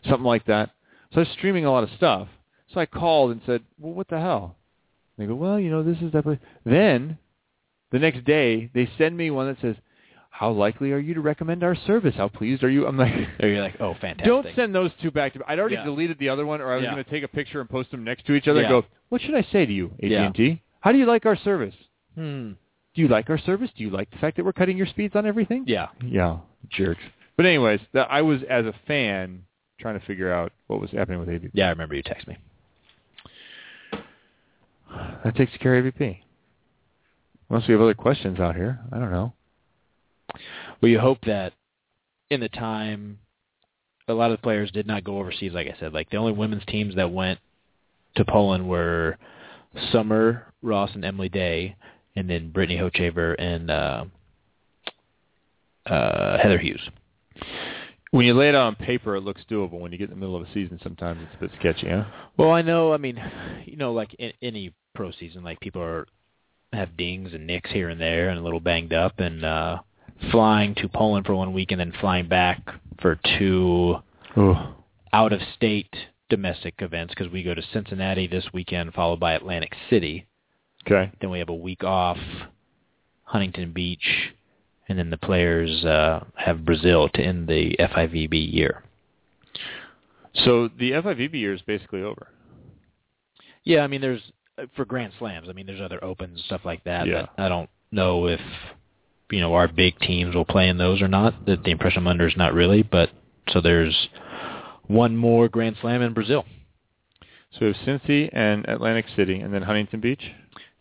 Speaker 5: something like that. So I was streaming a lot of stuff. So I called and said, "Well, what the hell?" And they go, "Well, you know, this is that." place." Then the next day they send me one that says, "How likely are you to recommend our service? How pleased are you?" I'm
Speaker 7: <laughs>
Speaker 5: like.
Speaker 7: Or you're like, oh, fantastic.
Speaker 5: Don't send those two back to me. I'd already
Speaker 7: Yeah.
Speaker 5: deleted the other one, or I was
Speaker 7: Yeah.
Speaker 5: going to take a picture and post them next to each other
Speaker 7: Yeah.
Speaker 5: and go, "What should I say to you, AT&T?
Speaker 7: Yeah.
Speaker 5: How do you like our service?
Speaker 7: Hmm.
Speaker 5: Do you like our service? Do you like the fact that we're cutting your speeds on everything?"
Speaker 7: Yeah.
Speaker 5: Yeah, jerks. But anyways, that I was as a fan trying to figure out what was happening with AVP.
Speaker 7: Yeah, I remember you text me.
Speaker 5: That takes care of AVP. Unless we have other questions out here, I don't know.
Speaker 7: Well, you hope that in the time, a lot of the players did not go overseas. Like I said, like the only women's teams that went to Poland were Summer Ross and Emily Day, and then Brittany Hochaver and uh, uh, Heather Hughes.
Speaker 5: When you lay it out on paper, it looks doable. When you get in the middle of a season, sometimes it's a bit sketchy, huh?
Speaker 7: Well, I know. I mean, you know, like in any pro season, like people are have dings and nicks here and there, and a little banged up, and uh, flying to Poland for one week and then flying back for two
Speaker 5: Oh,
Speaker 7: out of state domestic events because we go to Cincinnati this weekend, followed by Atlantic City.
Speaker 5: okay.
Speaker 7: Then we have a week off, Huntington Beach, and then the players uh, have Brazil to end the FIVB year.
Speaker 5: So the FIVB year is basically over.
Speaker 7: Yeah, I mean, there's uh, for Grand Slams. I mean, there's other opens and stuff like that.
Speaker 5: Yeah.
Speaker 7: But I don't know if you know our big teams will play in those or not. The, the impression I'm under is not really, but so there's one more Grand Slam in Brazil
Speaker 5: So we have Cincy and Atlantic City, and then Huntington Beach.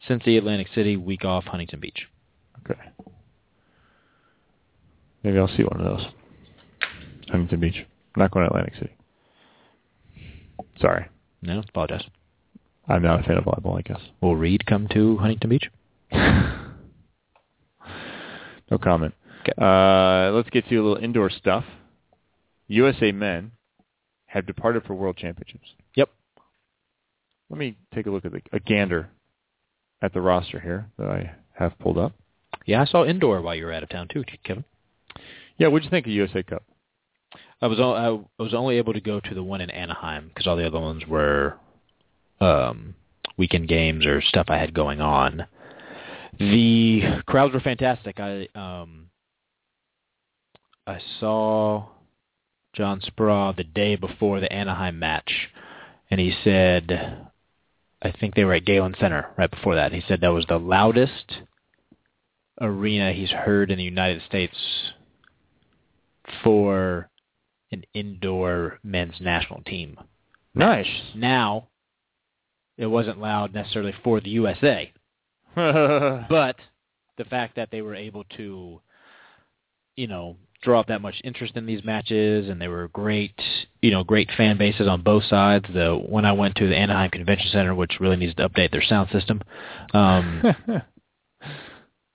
Speaker 7: since the Atlantic City week off, Huntington Beach.
Speaker 5: Okay. Maybe I'll see one of those. Huntington Beach. I'm not going to Atlantic City. Sorry.
Speaker 7: No, apologize.
Speaker 5: I'm not a fan of volleyball, I guess. <laughs>
Speaker 7: Will Reed come to Huntington Beach?
Speaker 5: No comment.
Speaker 7: 'Kay.
Speaker 5: Uh, let's get to a little indoor stuff. USA men have departed for world championships.
Speaker 7: Yep.
Speaker 5: Let me take a look at the, a gander at the roster here that I have pulled up.
Speaker 7: Yeah, I saw indoor while you were out of town too, Kevin.
Speaker 5: Yeah, what'd you think of USA Cup?
Speaker 7: I was o- I was only able to go to the one in Anaheim because all the other ones were um, weekend games or stuff I had going on. The crowds were fantastic. I um, I saw John Spraw the day before the Anaheim match, and he said, I think they were at Galen Center right before that. He said that was the loudest arena he's heard in the United States for an indoor men's national team.
Speaker 5: Nice.
Speaker 7: Now, it wasn't loud necessarily for the USA, but the fact that they were able to, you know, draw up that much interest in these matches, and they were great, you know, great fan bases on both sides. The when I went to the Anaheim Convention Center, which really needs to update their sound system,
Speaker 5: <laughs>
Speaker 7: um,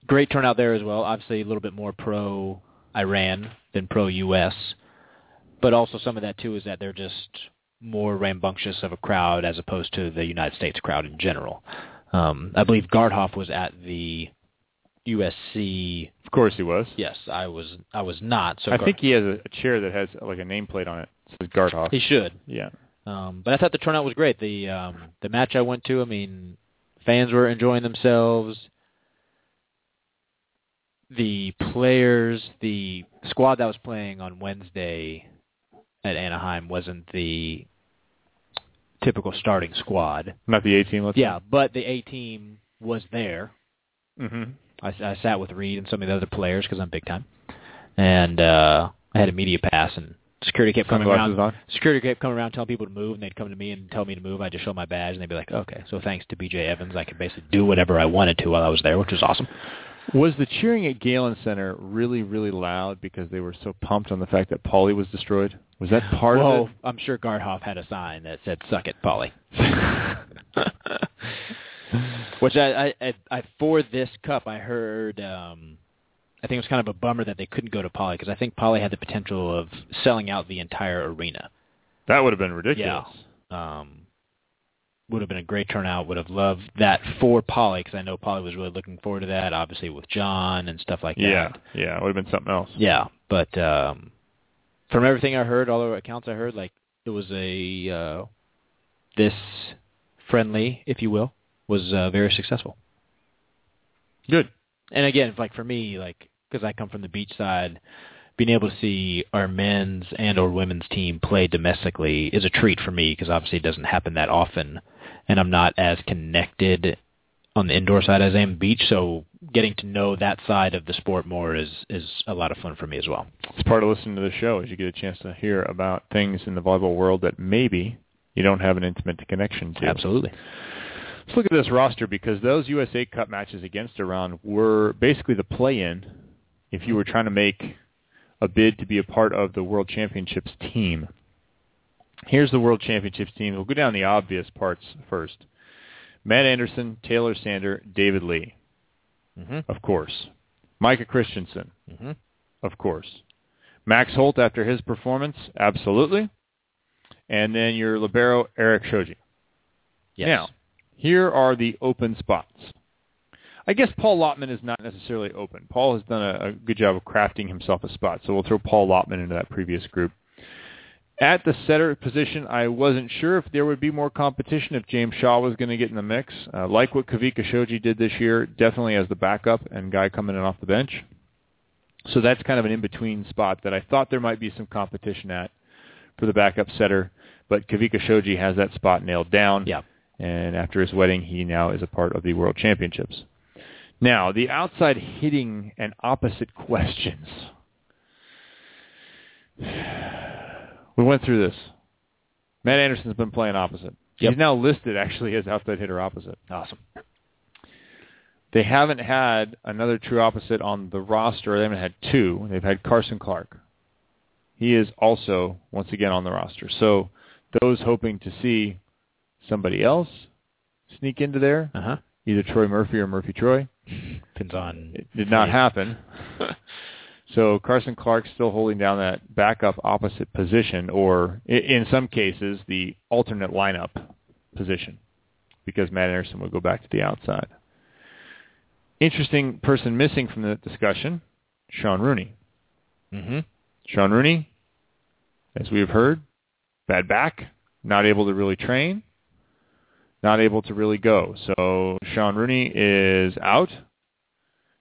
Speaker 7: great turnout there as well. Obviously, a little bit more pro Iran than pro U.S., but also some of that too is that they're just more rambunctious of a crowd as opposed to the United States crowd in general. Um, I believe Gardhoff was at the USC.
Speaker 5: of course he was.
Speaker 7: Yes, I was. I was not. So
Speaker 5: I
Speaker 7: Gar-
Speaker 5: think he has a, a chair that has like a nameplate on it. It says Gardhoff.
Speaker 7: he should.
Speaker 5: yeah.
Speaker 7: Um, but I thought the turnout was great. The um, the match I went to, I mean, fans were enjoying themselves. The players, the squad that was playing on Wednesday at Anaheim wasn't the typical starting squad.
Speaker 5: Not the A team, let's
Speaker 7: Yeah, but the A team was there.
Speaker 5: hmm
Speaker 7: I, I sat with Reed and some of the other players because I'm big time, and uh, I had a media pass and security kept coming
Speaker 5: Sunglasses
Speaker 7: around.
Speaker 5: on.
Speaker 7: Security kept coming around telling people to move, and they'd come to me and tell me to move. I'd just show my badge, and they'd be like, "Okay." So thanks to BJ Evans, I could basically do whatever I wanted to while I was there, which was awesome.
Speaker 5: Was the cheering at Galen Center really, really loud because they were so pumped on the fact that Paulie was destroyed? Was that part
Speaker 7: well,
Speaker 5: of it?
Speaker 7: I'm sure Gardhoff had a sign that said "Suck it,
Speaker 5: <laughs>
Speaker 7: Polly," which I, I, I, I for this cup I heard. Um, I think it was kind of a bummer that they couldn't go to Polly because I think Polly had the potential of selling out the entire arena.
Speaker 5: That would have been ridiculous.
Speaker 7: um, would have been a great turnout. Would have loved that for Polly because I know Polly was really looking forward to that. Obviously with John and stuff like
Speaker 5: Yeah,
Speaker 7: that.
Speaker 5: yeah, it would have been something else.
Speaker 7: Yeah, but um, from everything I heard, all the accounts I heard, like it was a uh, this friendly, if you will, was uh, very successful.
Speaker 5: Good.
Speaker 7: And again, like for me, like because I come from the beach side, being able to see our men's and or women's team play domestically is a treat for me because obviously it doesn't happen that often, and I'm not as connected on the indoor side as I am beach. So getting to know that side of the sport more is is a lot of fun for me as well.
Speaker 5: It's part of listening to the show is you get a chance to hear about things in the volleyball world that maybe you don't have an intimate connection to.
Speaker 7: Absolutely.
Speaker 5: Let's look at this roster because those USA Cup matches against Iran were basically the play-in if you were trying to make a bid to be a part of the World Championships team. Here's the World Championships team. We'll go down the obvious parts first. Matt Anderson, Taylor Sander, David Lee,
Speaker 7: Mhm.
Speaker 5: of course. Micah Christensen,
Speaker 7: Mhm.
Speaker 5: of course. Max Holt after his performance, absolutely. And then your libero, Eric Shoji.
Speaker 7: Yes.
Speaker 5: Now, here are the open spots. I guess Paul Lotman is not necessarily open. Paul has done a, a good job of crafting himself a spot, so we'll throw Paul Lotman into that previous group. At the setter position, I wasn't sure if there would be more competition if James Shaw was going to get in the mix. Uh, like what Kavika Shoji did this year, definitely as the backup and guy coming in off the bench. So that's kind of an in-between spot that I thought there might be some competition at for the backup setter, but Kavika Shoji has that spot nailed down
Speaker 7: Yeah.
Speaker 5: And after his wedding, he now is a part of the World Championships. Now, the outside hitting and opposite <laughs> questions. We went through this. Matt Anderson's been playing opposite.
Speaker 7: Yep. Uh-huh.
Speaker 5: He's now listed actually as outside hitter opposite.
Speaker 7: Awesome.
Speaker 5: They haven't had another true opposite on the roster. They haven't had two. They've had Carson Clark. He is also once again on the roster. So those hoping to see somebody else sneak into there,
Speaker 7: Uh huh.
Speaker 5: either Troy Murphy or Murphy Troy,
Speaker 7: Depends on.
Speaker 5: it did not happen. so Carson Clark still holding down that backup opposite position, or i- in some cases the alternate lineup position, because Matt Anderson would go back to the outside. Interesting person missing from the discussion, Sean Rooney.
Speaker 7: Mm-hmm.
Speaker 5: Sean Rooney, as we have heard, bad back, not able to really train, not able to really go. So Sean Rooney is out,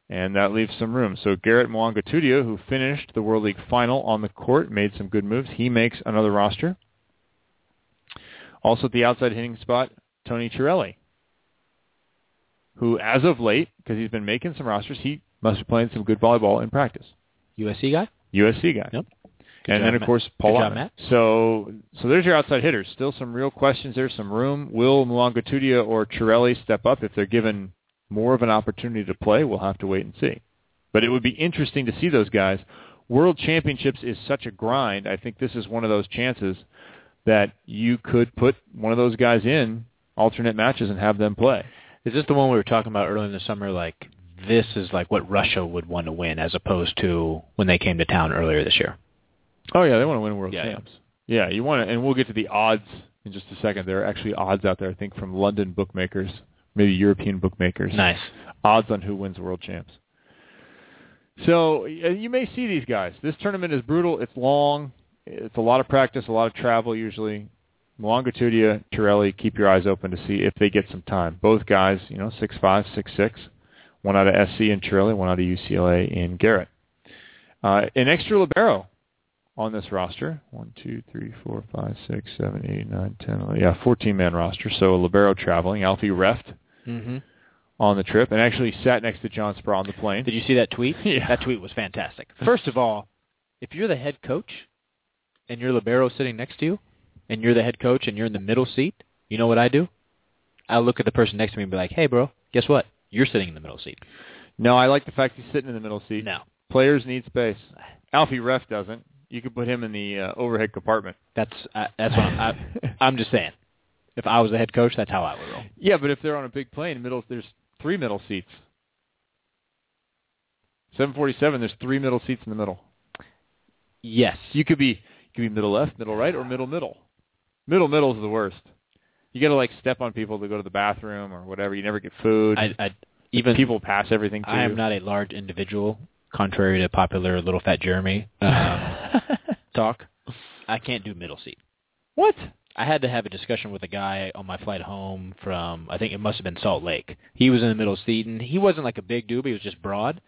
Speaker 5: and that leaves some room. So Garrett Mwanga Tudio, who finished the World League final on the court, made some good moves. He makes another roster. Also at the outside hitting spot, Tony Chirelli, who as of late, because he's been making some rosters, he must be playing some good volleyball in practice.
Speaker 7: USC guy.
Speaker 5: USC guy.
Speaker 7: Yep.
Speaker 5: and
Speaker 7: job,
Speaker 5: then of
Speaker 7: Matt.
Speaker 5: course
Speaker 7: Good
Speaker 5: Paul.
Speaker 7: job, Matt.
Speaker 5: So so there's your outside hitters. Still some real questions. There's some room. Will Muangatudia or Chirelli step up if they're given more of an opportunity to play? We'll have to wait and see. But it would be interesting to see those guys. World Championships is such a grind. I think this is one of those chances that you could put one of those guys in alternate matches and have them play.
Speaker 7: Is this the one we were talking about earlier in the summer? Like this is like what Russia would want to win, as opposed to when they came to town earlier this year.
Speaker 5: Oh yeah, they want to win World
Speaker 7: Yeah, yeah.
Speaker 5: Champs. Yeah, you want to, and we'll get to the odds in just a second. There are actually odds out there, I think, from London bookmakers, maybe European bookmakers.
Speaker 7: Nice.
Speaker 5: Odds on who wins World Champs. So y- you may see these guys. This tournament is brutal. It's long. It's a lot of practice, a lot of travel usually. Longitudia, Torelli, keep your eyes open to see if they get some time. Both guys, you know, six five, six six. One out of SC in Torelli, one out of UCLA in Garrett. Uh, an extra libero on this roster. One, two, three, four, five, six, seven, eight, nine, ten. 11, yeah, 14-man roster. So a libero traveling. Alfie Reft
Speaker 7: Mm-hmm.
Speaker 5: on the trip and actually sat next to John Sproul on the plane.
Speaker 7: Did you see that tweet?
Speaker 5: <laughs> Yeah.
Speaker 7: That tweet was fantastic. First of all, if you're the head coach and your libero sitting next to you, and you're the head coach and you're in the middle seat, you know what I do? I look at the person next to me and be like, "Hey, bro, guess what? You're sitting in the middle seat."
Speaker 5: no, I like the fact he's sitting in the middle seat.
Speaker 7: No,
Speaker 5: Players need space. Alfie Ref doesn't. You could put him in the uh, overhead compartment.
Speaker 7: that's I that's what I'm,
Speaker 5: <laughs>
Speaker 7: I, I'm just saying. If I was the head coach, that's how I would roll.
Speaker 5: Yeah, but if they're on a big plane, middle there's three middle seats. 747, there's three middle seats in the middle.
Speaker 7: Yes,
Speaker 5: You could be you could be middle left, middle right, or middle middle. Middle middle is the worst. You got to like step on people to go to the bathroom or whatever. You never get food.
Speaker 7: I, I even
Speaker 5: people pass everything to
Speaker 7: I
Speaker 5: you.
Speaker 7: am not a large individual, contrary to popular little fat Jeremy um, talk. I can't do middle seat.
Speaker 5: what?
Speaker 7: I had to have a discussion with a guy on my flight home from I think it must have been Salt Lake. He was in the middle seat and he wasn't like a big dude, but he was just broad.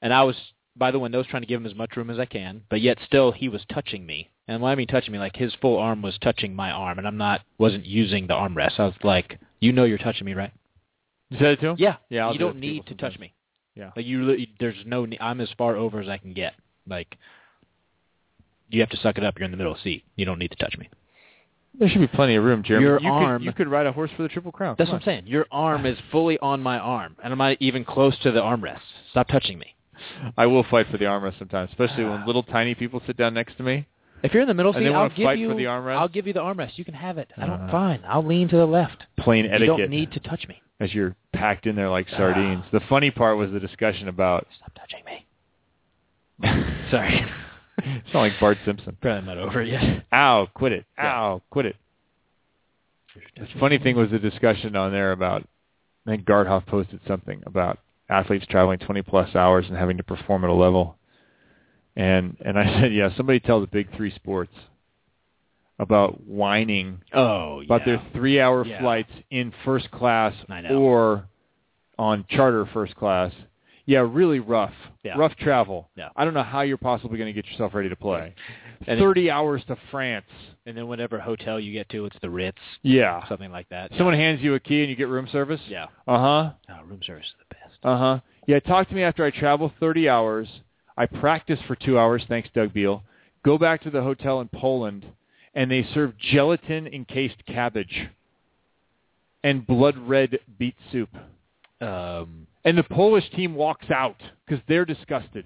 Speaker 7: And I was by the windows trying to give him as much room as I can, but yet still he was touching me. And when I mean touching me, like his full arm was touching my arm and I'm not wasn't using the armrest. I was like, You know you're touching me, right?
Speaker 5: You said it to him?
Speaker 7: Yeah.
Speaker 5: Yeah, I'll
Speaker 7: you
Speaker 5: do it
Speaker 7: don't
Speaker 5: to
Speaker 7: need
Speaker 5: people
Speaker 7: to
Speaker 5: sometimes.
Speaker 7: touch me.
Speaker 5: Yeah.
Speaker 7: Like you, li- there's no. ne- I'm as far over as I can get. Like, you have to suck it up. You're in the middle seat. You don't need to touch me.
Speaker 5: There should be plenty of room, Jeremy.
Speaker 7: Your
Speaker 5: you
Speaker 7: arm-
Speaker 5: Could, you could ride a horse for the Triple Crown.
Speaker 7: That's
Speaker 5: Come
Speaker 7: what I'm saying. Your arm is fully on my arm, and I'm not even close to the armrest. Stop touching me.
Speaker 5: on. I will fight for the armrest sometimes, especially
Speaker 7: <sighs>
Speaker 5: when little tiny people sit down next to me.
Speaker 7: If you're in the middle
Speaker 5: And
Speaker 7: seat,
Speaker 5: they wanna
Speaker 7: I'll give
Speaker 5: fight
Speaker 7: you
Speaker 5: for the armrest?
Speaker 7: I'll give you the armrest. You can have it. I don't.
Speaker 5: Uh-huh.
Speaker 7: Fine. I'll lean to the left.
Speaker 5: Plain etiquette.
Speaker 7: You don't need to touch me.
Speaker 5: as you're packed in there
Speaker 7: <sighs>
Speaker 5: like sardines. The funny part was the discussion about.
Speaker 7: Stop touching
Speaker 5: <laughs>
Speaker 7: me. Sorry.
Speaker 5: It's not like Bart Simpson. Ah.
Speaker 7: Probably not over it yet.
Speaker 5: Ow! Quit it!
Speaker 7: Yeah.
Speaker 5: Ow! Quit it! The funny thing was the discussion on there about. I think Gardhoff posted something about athletes traveling 20 plus hours and having to perform at a level. And and I <laughs> said, yeah, somebody tell the big three sports about whining
Speaker 7: Oh, yeah.
Speaker 5: about their three-hour
Speaker 7: Yeah.
Speaker 5: flights in first class
Speaker 7: I know.
Speaker 5: or on charter first class. Yeah, really rough.
Speaker 7: Yeah.
Speaker 5: Rough travel.
Speaker 7: Yeah.
Speaker 5: I don't know how you're possibly going to get yourself ready to play.
Speaker 7: And it-
Speaker 5: 30 hours to France.
Speaker 7: And then whatever hotel you get to, it's the Ritz,
Speaker 5: Yeah.
Speaker 7: something like that.
Speaker 5: Someone hands you a key and you get room service?
Speaker 7: Ah. Yeah.
Speaker 5: Uh-huh.
Speaker 7: Oh, room service is the best.
Speaker 5: Uh-huh. Yeah, talk to me after I travel 30 hours. I practice for 2 hours, thanks Doug Beal. Go back to the hotel in Poland and they serve gelatin encased cabbage and blood red beet soup.
Speaker 7: Um,
Speaker 5: And the Polish team walks out because they're disgusted.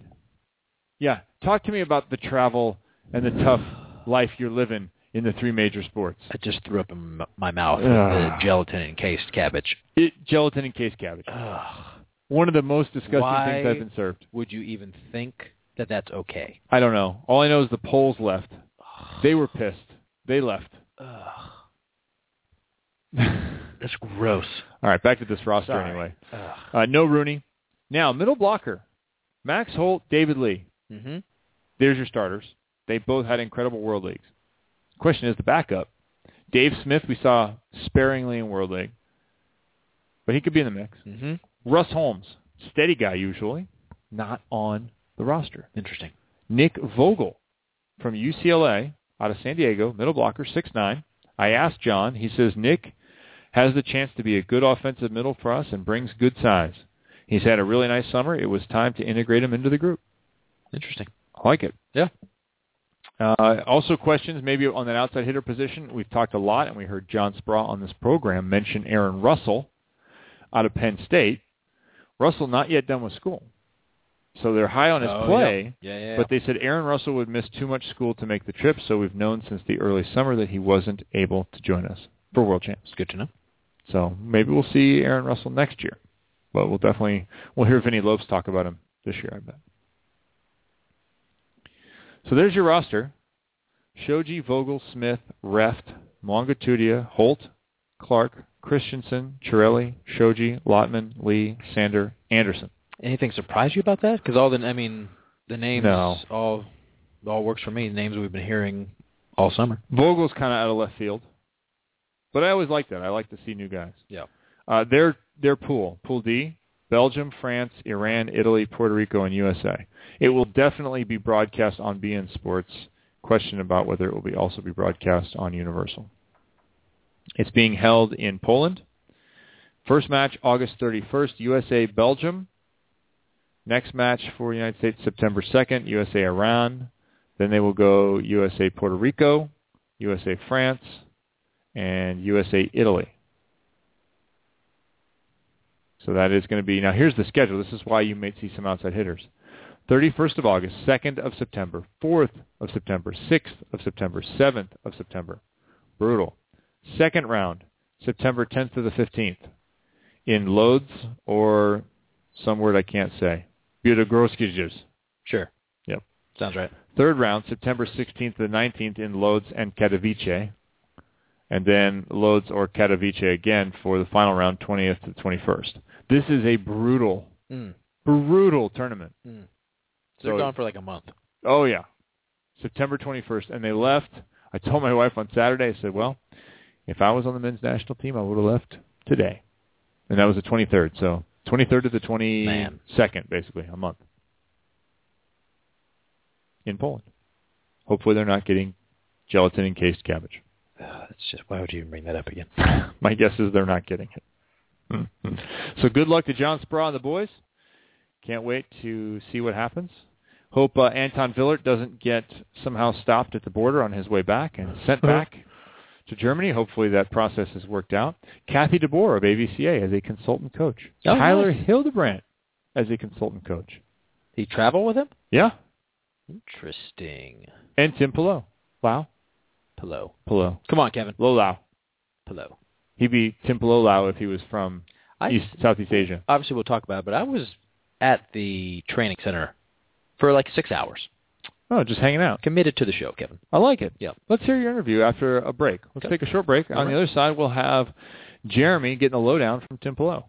Speaker 5: Yeah, talk to me about the travel and the tough life you're living in the three major sports.
Speaker 7: I just threw up in m- my mouth
Speaker 5: Ugh.
Speaker 7: the gelatin encased cabbage.
Speaker 5: It, gelatin and case cabbage.
Speaker 7: Ugh.
Speaker 5: One of the most disgusting things
Speaker 7: Why-
Speaker 5: I've been served.
Speaker 7: Would you even think that that's okay?
Speaker 5: I don't know. All I know is the Poles left. They were pissed. They left.
Speaker 7: Ugh.
Speaker 5: All
Speaker 7: That's gross.
Speaker 5: right, back to this roster
Speaker 7: Sorry.
Speaker 5: anyway.
Speaker 7: Ugh.
Speaker 5: Uh, no Rooney. Now, middle blocker, Max Holt, David Lee.
Speaker 7: Mm-hmm.
Speaker 5: There's your starters. They both had incredible World Leagues. Question is the backup. Dave Smith we saw sparingly in World League, but he could be in the mix.
Speaker 7: Mm-hmm.
Speaker 5: Russ Holmes, steady guy usually, not on the roster.
Speaker 7: Interesting.
Speaker 5: Nick Vogel from UCLA out of San Diego, middle blocker, six nine. I asked John. He says Nick has the chance to be a good offensive middle for us and brings good size. He's had a really nice summer. It was time to integrate him into the group.
Speaker 7: Interesting.
Speaker 5: I like it.
Speaker 7: Yeah.
Speaker 5: Uh, also questions maybe on that outside hitter position. We've talked a lot, and we heard John Spraw on this program mention Aaron Russell out of Penn State. Russell not yet done with school, so they're high on his
Speaker 7: Oh,
Speaker 5: play.
Speaker 7: Yeah, yeah. yeah.
Speaker 5: But they said Aaron Russell would miss too much school to make the trip, so we've known since the early summer that he wasn't able to join us for World Champs.
Speaker 7: it's good to know.
Speaker 5: So maybe we'll see Aaron Russell next year, but we'll definitely we'll hear Vinny Lopes talk about him this year, I bet. So there's your roster: Shoji, Vogel, Smith, Reft, Longitudia, Holt, Clark, Christensen, Chirelli, Shoji, Lotman, Lee, Sander, Anderson.
Speaker 7: Anything surprise you about that? Because all the, I mean, the names
Speaker 5: No.
Speaker 7: all all works for me. The names we've been hearing all summer.
Speaker 5: Vogel's kind of out of left field, but I always like that. I like to see new guys.
Speaker 7: Yeah.
Speaker 5: Uh, their their pool, Pool D, Belgium, France, Iran, Italy, Puerto Rico, and USA. It will definitely be broadcast on BN Sports. Question about whether it will be also be broadcast on Universal. It's being held in Poland. First match August 31st, USA Belgium. Next match for United States September 2nd, USA Iran. Then they will go USA Puerto Rico, USA France, and USA Italy. So that is going to be now. Here's the schedule. This is why you may see some outside hitters. 31st of August, 2nd of September, 4th of September, 6th of September, 7th of September. Brutal. Second round, September 10th to the 15th in Lodz or some word I can't say. Budogorskijs.
Speaker 7: Sure.
Speaker 5: Yep.
Speaker 7: Sounds right.
Speaker 5: Third round, September 16th to the 19th in Lodz and Katowice. And then Lodz or Katowice again for the final round, 20th to the 21st. This is a brutal,
Speaker 7: Mm.
Speaker 5: brutal tournament.
Speaker 7: So they're
Speaker 5: So-
Speaker 7: gone for like a month.
Speaker 5: Oh yeah, September 21st, and they left. I told my wife on Saturday. I said, "Well, if I was on the men's national team, I would have left today." And that was the 23rd. So 23rd to the 22nd,
Speaker 7: Man.
Speaker 5: basically a month in Poland. Hopefully, they're not getting gelatin encased cabbage.
Speaker 7: Ugh, It's just why would you even bring that up again?
Speaker 5: <laughs> My guess is they're not getting it. Mm-hmm. so good luck to John Spraw and the boys. Can't wait to see what happens. Hope uh, Anton Villert doesn't get somehow stopped at the border on his way back and sent back to Germany. Hopefully that process has worked out. Kathy DeBoer of ABCA as a consultant coach.
Speaker 7: Oh,
Speaker 5: Tyler
Speaker 7: nice.
Speaker 5: Hildebrandt as a consultant coach.
Speaker 7: He travel with him?
Speaker 5: Yeah.
Speaker 7: Interesting.
Speaker 5: And Tim Pillow. Wow.
Speaker 7: Pillow.
Speaker 5: Pillow.
Speaker 7: Come on, Kevin.
Speaker 5: Lolau.
Speaker 7: Pillow.
Speaker 5: He'd be Tim Pilolau if he was from
Speaker 7: I
Speaker 5: East Southeast Asia.
Speaker 7: obviously we'll talk about it, but I was at the training center for like six hours,
Speaker 5: Oh, just hanging out.
Speaker 7: committed to the show, Kevin.
Speaker 5: I like it.
Speaker 7: Yeah.
Speaker 5: Let's hear your interview after a break. Let's
Speaker 7: Okay.
Speaker 5: take a short break. On
Speaker 7: All
Speaker 5: the
Speaker 7: right.
Speaker 5: other side, we'll have Jeremy getting the lowdown from Tim Pillow.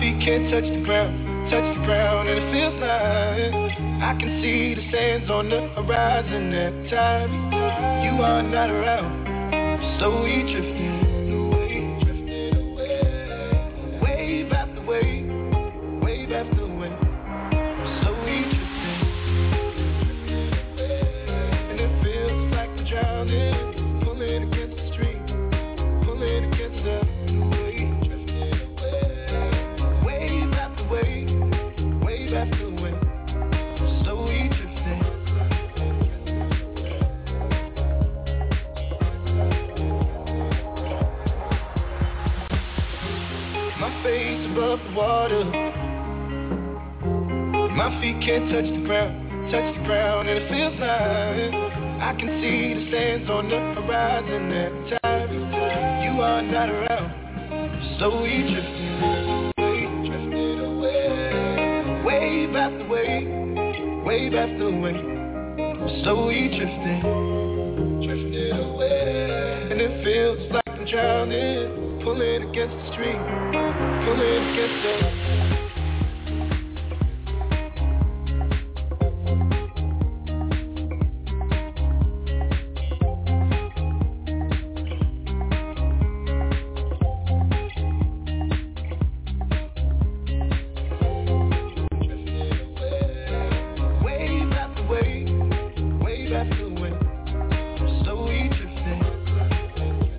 Speaker 6: feet can't touch the ground, touch the ground, and it feels like I can see the sands on the horizon at times. You are not around, so we drifting away, drifting away, wave after wave, wave after wave, so we drifting away, and it feels like we're drowning, pulling against the stream, pulling against the wave. Wave after wave, wave after wave, so we drifting. My face above the water, my feet can't touch the ground, touch the ground, and it feels like I can see the sands on the horizon at times. You are not around, so we drifting away, drifting away, wave after wave, wave after wave, so we drifting, drifting away, and it feels like I'm drowning, pulling against the stream, pulling against the. Wave after wave, wave after wave, so we drifting.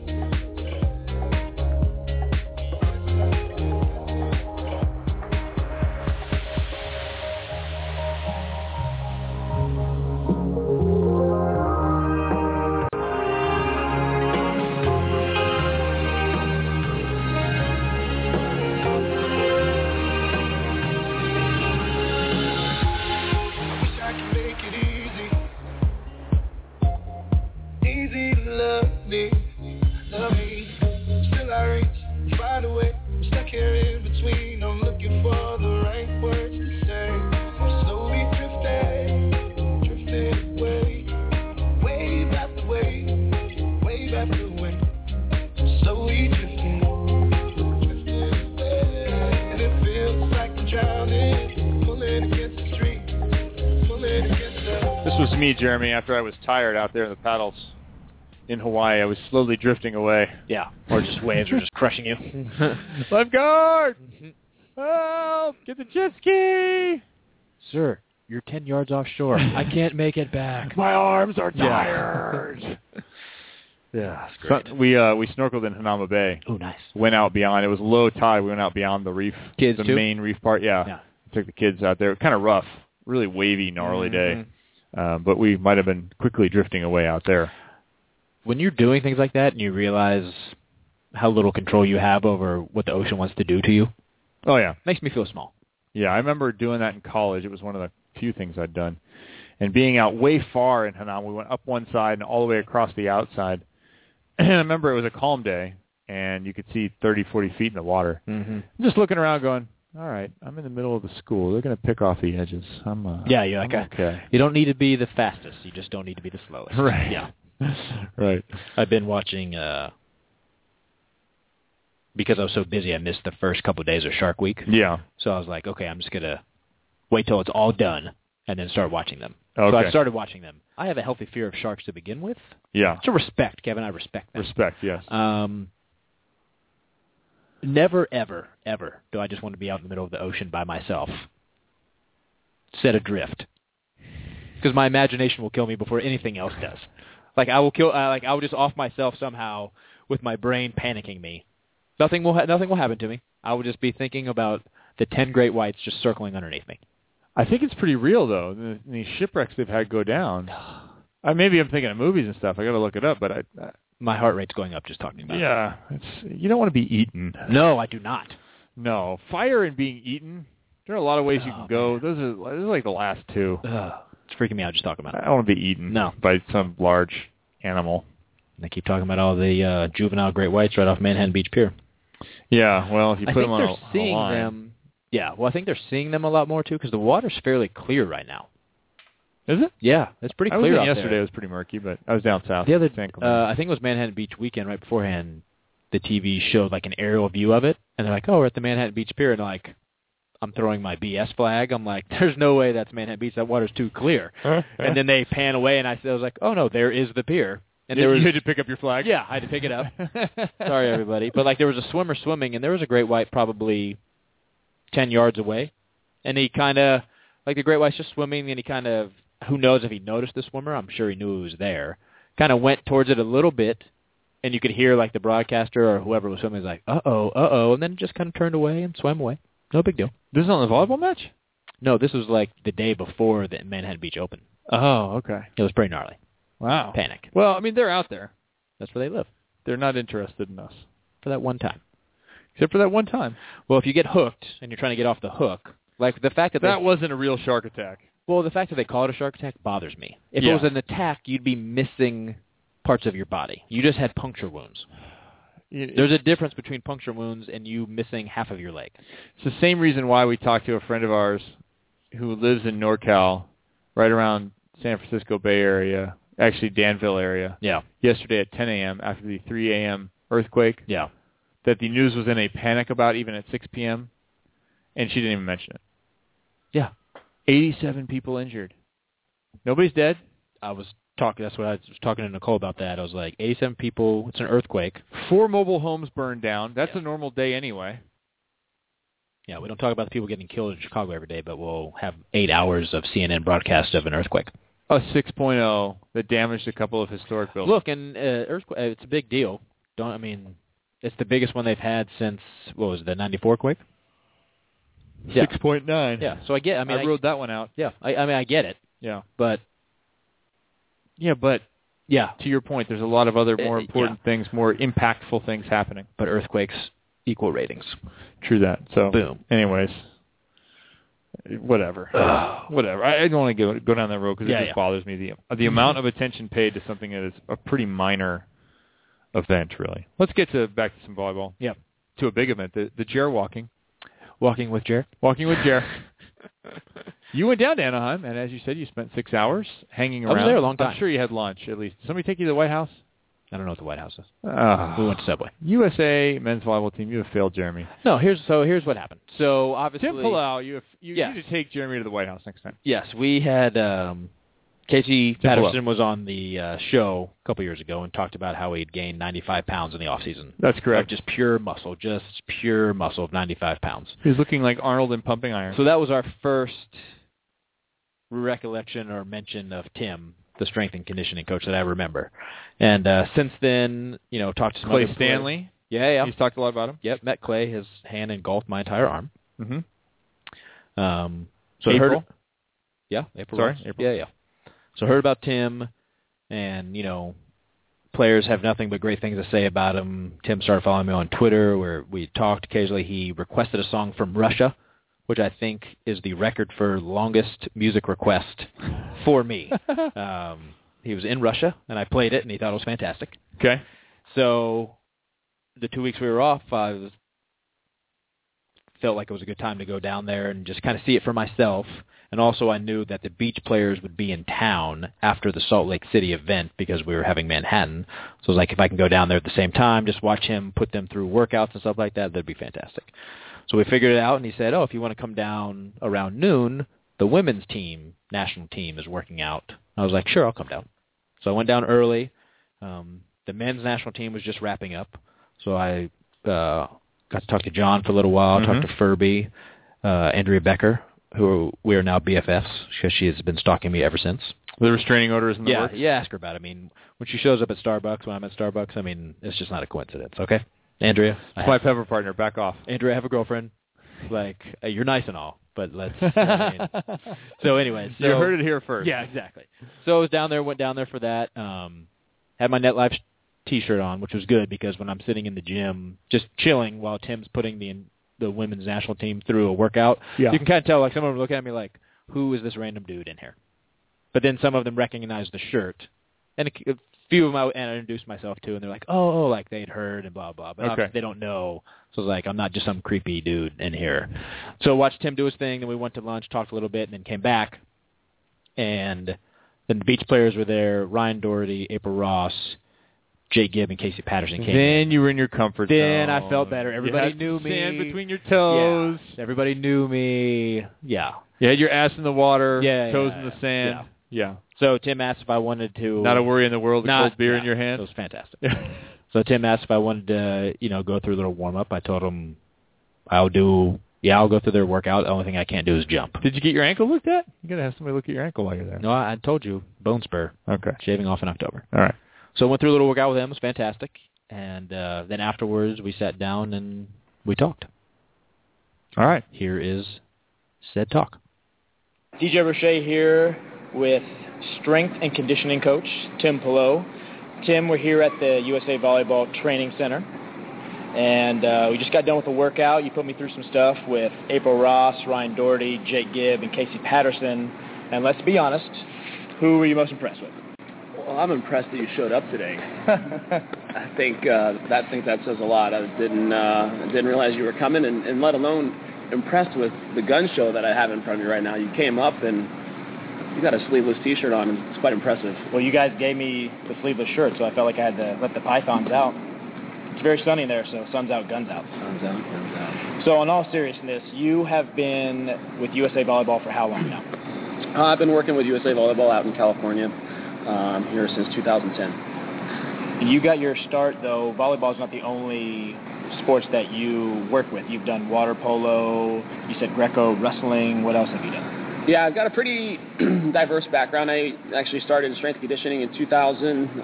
Speaker 6: I wish I could make it easy. Easy to love me, love me. Still I reach, find a way. I'm stuck here in between. I'm looking for the right words to say. Slowly drifting, drifting away. Wave after wave, wave after wave. Slowly drifting. drifting away. And it feels like I'm drowning, pulling against the street, pulling against the
Speaker 5: This was me, Jeremy, after I was tired out there in the paddles in Hawaii. I was slowly drifting away.
Speaker 7: Yeah, or just waves are just crushing <laughs> you.
Speaker 5: Lifeguard! guard!
Speaker 7: Mm-hmm.
Speaker 5: Help! Get the jet ski!
Speaker 7: Sir, you're 10 yards offshore. I can't make it <laughs> back.
Speaker 5: My arms are
Speaker 7: tired. <laughs> Yeah, that's great.
Speaker 5: So we uh, we snorkeled in Hanama Bay.
Speaker 7: oh, nice.
Speaker 5: Went out beyond. It was low tide. We went out beyond the reef,
Speaker 7: Kids
Speaker 5: the
Speaker 7: too?
Speaker 5: main reef part. Yeah.
Speaker 7: Yeah.
Speaker 5: took the kids out there. Kind of rough, really wavy, gnarly day.
Speaker 7: Mm-hmm.
Speaker 5: Uh, but we might have been quickly drifting away out there.
Speaker 7: When you're doing things like that and you realize how little control you have over what the ocean wants to do to you,
Speaker 5: Oh yeah,
Speaker 7: makes me feel small.
Speaker 5: yeah. I remember doing that in college. It was one of the few things I'd done. And being out way far in Hanam, we went up one side and all the way across the outside. <clears throat> And I remember it was a calm day, and you could see 30, 40 feet in the water.
Speaker 7: Mm-hmm.
Speaker 5: I'm just looking around, going, "All right, I'm in the middle of the school. They're going to pick off the edges. I'm uh,
Speaker 7: Yeah, you're like,
Speaker 5: I'm
Speaker 7: uh,
Speaker 5: okay,
Speaker 7: You don't need to be the fastest. You just don't need to be the slowest.
Speaker 5: <laughs> Right.
Speaker 7: <laughs> Yeah.
Speaker 5: right."
Speaker 7: I've been watching uh because I was so busy I missed the first couple of days of Shark Week.
Speaker 5: Yeah.
Speaker 7: So I was like, okay, I'm just gonna wait till it's all done and then start watching them. So
Speaker 5: Okay.
Speaker 7: I started watching them. I have a healthy fear of sharks to begin with.
Speaker 5: Yeah.
Speaker 7: It's a respect, Kevin. I respect that.
Speaker 5: Respect. Yes.
Speaker 7: Um, never, ever, ever do I just want to be out in the middle of the ocean by myself, set adrift, because my imagination will kill me before anything else does. Like I will kill, uh, like I will just off myself somehow with my brain panicking me. Nothing will, ha- nothing will happen to me. I will just be thinking about the ten great whites just circling underneath me.
Speaker 5: I think it's pretty real though. The, the shipwrecks they've had go
Speaker 7: <sighs>
Speaker 5: down. I maybe I'm thinking of movies and stuff. I got to look it up, but I, I
Speaker 7: My heart rate's going up just talking about. it.
Speaker 5: yeah, it's you don't want to be eaten.
Speaker 7: No, I do not.
Speaker 5: No, fire and being eaten. There are a lot of ways you can
Speaker 7: Oh,
Speaker 5: go. Those are those are like the last two.
Speaker 7: Ugh, it's freaking me out just talking about.
Speaker 5: I
Speaker 7: it.
Speaker 5: don't want to be eaten.
Speaker 7: No.
Speaker 5: by some large animal.
Speaker 7: And They keep talking about all the uh, juvenile great whites right off Manhattan Beach Pier.
Speaker 5: Yeah, well, if you
Speaker 7: I
Speaker 5: put
Speaker 7: think
Speaker 5: them on
Speaker 7: they're
Speaker 5: a, on a
Speaker 7: seeing
Speaker 5: line-
Speaker 7: them. Yeah, well, I think they're seeing them a lot more too because the water's fairly clear right now.
Speaker 5: Is it?
Speaker 7: Yeah, it's pretty
Speaker 5: I was
Speaker 7: clear
Speaker 5: in
Speaker 7: out
Speaker 5: yesterday. It
Speaker 7: there.
Speaker 5: was pretty murky, but I was down south.
Speaker 7: The other,
Speaker 5: San Clemente.
Speaker 7: uh, I think it was Manhattan Beach weekend right beforehand. the TV showed like an aerial view of it, and they're like, "Oh, we're at the Manhattan Beach Pier," and like, I'm throwing my BS flag. I'm like, <laughs> "There's no way that's Manhattan Beach. That water's too clear." uh, and then they pan away, and I, I was like, "Oh no, there is the pier."
Speaker 5: <laughs>
Speaker 7: And
Speaker 5: you,
Speaker 7: there was
Speaker 5: you had to pick up your flag.
Speaker 7: yeah, I had to pick
Speaker 5: <laughs>
Speaker 7: it up. Sorry, everybody. But like, there was a swimmer swimming, and there was a great white probably ten yards away, and he kind of like the great white's just swimming, and he kind of who knows if he noticed the swimmer. I'm sure he knew it was there. Kind of went towards it a little bit, and you could hear like the broadcaster or whoever was swimming was like, "Uh oh, uh oh," and then just kind of turned away and swam away. No big deal.
Speaker 5: This is on the volleyball match.
Speaker 7: No, this was like the day before the Manhattan Beach Open.
Speaker 5: Oh, okay.
Speaker 7: It was pretty gnarly.
Speaker 5: Wow.
Speaker 7: Panic.
Speaker 5: Well, I mean, they're out there.
Speaker 7: That's where they live
Speaker 5: They're not interested in us,
Speaker 7: for that one time.
Speaker 5: except for that one time.
Speaker 7: Well, if you get hooked and you're trying to get off the hook, like the fact that
Speaker 5: That
Speaker 7: they,
Speaker 5: wasn't a real shark attack.
Speaker 7: well, the fact that they call it a shark attack bothers me. If
Speaker 5: Yeah.
Speaker 7: it was an attack, you'd be missing parts of your body. You just had puncture wounds.
Speaker 5: You-
Speaker 7: There's a difference between puncture wounds and you missing half of your leg.
Speaker 5: It's the same reason why we talked to a friend of ours who lives in NorCal, right around San Francisco Bay Area, actually Danville area,
Speaker 7: Yeah,
Speaker 5: yesterday at 10 a.m. after the 3 a.m. earthquake
Speaker 7: yeah.
Speaker 5: that the news was in a panic about even at 6 p.m. and she didn't even mention it.
Speaker 7: Yeah.
Speaker 5: 87 people injured. Nobody's dead.
Speaker 7: I was talking. That's what I was talking to Nicole about. That I was like, 87 people. It's an earthquake.
Speaker 5: Four mobile homes burned down. That's
Speaker 7: Yeah.
Speaker 5: a normal day anyway.
Speaker 7: Yeah, we don't talk about the people getting killed in Chicago every day, but we'll have eight hours of CNN broadcast of an earthquake.
Speaker 5: A 6.0 that damaged a couple of historic buildings.
Speaker 7: Look, and uh, earthquake. It's a big deal. Don't I mean? It's the biggest one they've had since what was it, the '94 quake? yeah.
Speaker 5: 6.9.
Speaker 7: Yeah. So I get. I
Speaker 5: I,
Speaker 7: mean, I
Speaker 5: ruled that one out.
Speaker 7: yeah. I, I mean, I get it,
Speaker 5: Yeah.
Speaker 7: but
Speaker 5: Yeah, but
Speaker 7: yeah.
Speaker 5: to your point, there's a lot of other
Speaker 7: Uh,
Speaker 5: more
Speaker 7: yeah.
Speaker 5: important things, more impactful things happening.
Speaker 7: But earthquakes equal ratings.
Speaker 5: True that. So,
Speaker 7: Boom.
Speaker 5: Anyways, whatever, whatever. I, I don't want to go, go down that road because
Speaker 7: Yeah,
Speaker 5: it just
Speaker 7: yeah.
Speaker 5: bothers me the the amount of attention paid to something that is a pretty minor event, really. Let's get to back to some volleyball.
Speaker 7: Yeah.
Speaker 5: To a big event, the the chair walking,
Speaker 7: Walking with Jer.
Speaker 5: walking with
Speaker 7: <laughs>
Speaker 5: Jer. You went down to Anaheim, and as you said, you spent six hours hanging
Speaker 7: I was
Speaker 5: around.
Speaker 7: there a long
Speaker 5: I'm
Speaker 7: time.
Speaker 5: sure you had lunch at least. Did somebody take you to the White House?
Speaker 7: I don't know what the White House is.
Speaker 5: Ah.
Speaker 7: We went to Subway.
Speaker 5: USA men's volleyball team, you have failed Jeremy.
Speaker 7: <sighs> No. Here's so. Here's what happened. So obviously.
Speaker 5: Tim Palau, you have you
Speaker 7: Yes.
Speaker 5: need to take Jeremy to the White House next time.
Speaker 7: Yes, we had um, Casey
Speaker 5: Simple
Speaker 7: Patterson was on the uh, show a couple years ago and talked about how he had gained 95 pounds in the off season.
Speaker 5: That's
Speaker 7: Of just pure muscle, just pure muscle of 95 pounds.
Speaker 5: He's looking like Arnold in Pumping Iron.
Speaker 7: So that was our first recollection or mention of Tim, the strength and conditioning coach that I remember. And uh, since then, you know, talked to some
Speaker 5: Clay
Speaker 7: other players.
Speaker 5: Stanley,
Speaker 7: Yeah, yeah.
Speaker 5: he's talked a lot about him.
Speaker 7: Yep, met Clay. His hand engulfed my entire arm.
Speaker 5: Mm-hmm.
Speaker 7: Um, so
Speaker 5: April?
Speaker 7: heard, yeah, April.
Speaker 5: Sorry,
Speaker 7: Rose.
Speaker 5: April.
Speaker 7: Yeah, yeah. So heard about Tim, and you know, players have nothing but great things to say about him. Tim started following me on Twitter, where we talked occasionally. He requested a song from Russia, which I think is the record for longest music request for me. um, he was in Russia, and I played it, and he thought it was fantastic.
Speaker 5: Okay.
Speaker 7: So the two weeks we were off, I was, felt like it was a good time to go down there and just kind of see it for myself. And also, I knew that the beach players would be in town after the Salt Lake City event because we were having Manhattan. So I was like, if I can go down there at the same time, just watch him put them through workouts and stuff like that, that'd be fantastic. So we figured it out, and he said, "Oh, if you want to come down around noon, the women's team, national team, is working out." I was like, "Sure, I'll come down." So I went down early. Um, the men's national team was just wrapping up, so I uh, got to talk to John for a little while. Talked
Speaker 5: Mm-hmm.
Speaker 7: to Furby, uh, Andrea Becker, who we are now BFFs because she has been stalking me ever since.
Speaker 5: The restraining order is in the
Speaker 7: yeah,
Speaker 5: works.
Speaker 7: yeah. Ask her about. It. I mean, when she shows up at Starbucks, when I'm at Starbucks, I mean, it's just not a coincidence. Okay, Andrea, I
Speaker 5: It's
Speaker 7: have-
Speaker 5: my pepper partner. Back off.
Speaker 7: Andrew, I have a girlfriend. Like uh, you're nice and all, but let's. you know
Speaker 5: <laughs>
Speaker 7: what I mean? so anyway, so
Speaker 5: you heard it here first.
Speaker 7: yeah, exactly. So I was down there, went down there for that. Um, had my NetLife sh- T-shirt on, which was good because when I'm sitting in the gym, just chilling while Tim's putting the the women's national team through a workout,
Speaker 5: Yeah.
Speaker 7: you can kind of tell like someone was looking at me like, who is this random dude in here? But then some of them recognized the shirt, and a, c- a few of them I, and I introduced myself to, and they're like, oh, oh, like they'd heard and blah blah. But
Speaker 5: Okay.
Speaker 7: obviously they don't know, so it's like I'm not just some creepy dude in here. So I watched Tim do his thing, then we went to lunch, talked a little bit, and then came back and then the beach players were there. Ryan Doherty, April Ross, Jay Gibb and Casey Patterson came. in.
Speaker 5: Then you were in your comfort zone.
Speaker 7: Then I felt better.
Speaker 5: You
Speaker 7: Everybody
Speaker 5: had
Speaker 7: knew me.
Speaker 5: Sand between your toes.
Speaker 7: Yeah. Everybody knew me. Yeah.
Speaker 5: You had your ass in the water.
Speaker 7: Yeah,
Speaker 5: Toes
Speaker 7: yeah,
Speaker 5: in the sand. Yeah.
Speaker 7: So Tim asked if I wanted to
Speaker 5: Not a worry in the world. A
Speaker 7: not-
Speaker 5: cold beer
Speaker 7: yeah,
Speaker 5: in your hand.
Speaker 7: It was
Speaker 5: <laughs>
Speaker 7: fantastic. So Tim asked if I wanted to, you know, go through a little warm up. I told him I'll do yeah, I'll go through their workout. The only thing I can't do is jump.
Speaker 5: Did you get your ankle looked at? You gotta have somebody look at your ankle while you're there.
Speaker 7: No, I, I told you, bone spur,
Speaker 5: Okay.
Speaker 7: shaving off in October.
Speaker 5: All right.
Speaker 7: So I went through a little workout with him. It was fantastic. And uh, then afterwards, we sat down and we talked.
Speaker 5: All right.
Speaker 7: Here is said talk.
Speaker 8: DJ Roche here with strength and conditioning coach Tim Pillow. Tim, we're here at the USA Volleyball Training Center, and uh, we just got done with a workout. You put me through some stuff with April Ross, Ryan Doherty, Jake Gibb, and Casey Patterson. And let's be honest, who were you most impressed with?
Speaker 9: Well, I'm impressed that you showed up
Speaker 8: <laughs>
Speaker 9: today. I think uh, that think that says a lot. I didn't uh, I didn't realize you were coming, and, and let alone impressed with the gun show that I have in front of me right now. You came up and you got a sleeveless T-shirt on. and It's quite impressive.
Speaker 8: Well, you guys gave me the sleeveless shirt, so I felt like I had to let the pythons out. It's very sunny there, so sun's out, guns out.
Speaker 9: Thumbs out, thumbs out.
Speaker 8: So, in all seriousness, you have been with USA Volleyball for how long now?
Speaker 9: Uh, I've been working with USA Volleyball out in California um, here since 2010.
Speaker 8: You got your start though. Volleyball's not the only sports that you work with. You've done water polo. You said Greco wrestling. What else have you done?
Speaker 9: Yeah, I've got a pretty diverse background. I actually started in strength conditioning in 2000 uh,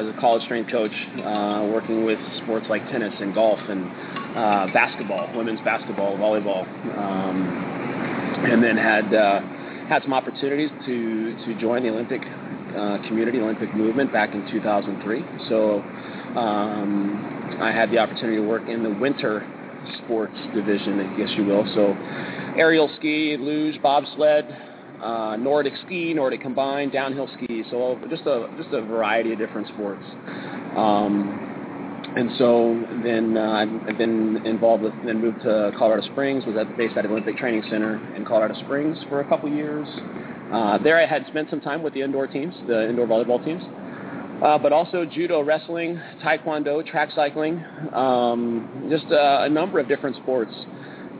Speaker 9: as a college strength coach, uh, working with sports like tennis and golf and uh, basketball, women's basketball, volleyball, um, and then had uh, had some opportunities to to join the Olympic uh, community, Olympic movement back in 2003. So um, I had the opportunity to work in the winter sports division, I guess you will. So aerial ski, luge, bobsled, uh, Nordic ski, Nordic combined, downhill ski. So just a just a variety of different sports. Um, and so then uh, I've- I've been involved with, then moved to Colorado Springs, was at the Bayside Olympic Training Center in Colorado Springs for a couple years. Uh, there I had spent some time with the indoor teams, the indoor volleyball teams, uh, but also judo, wrestling, taekwondo, track cycling, um, just uh, a number of different sports.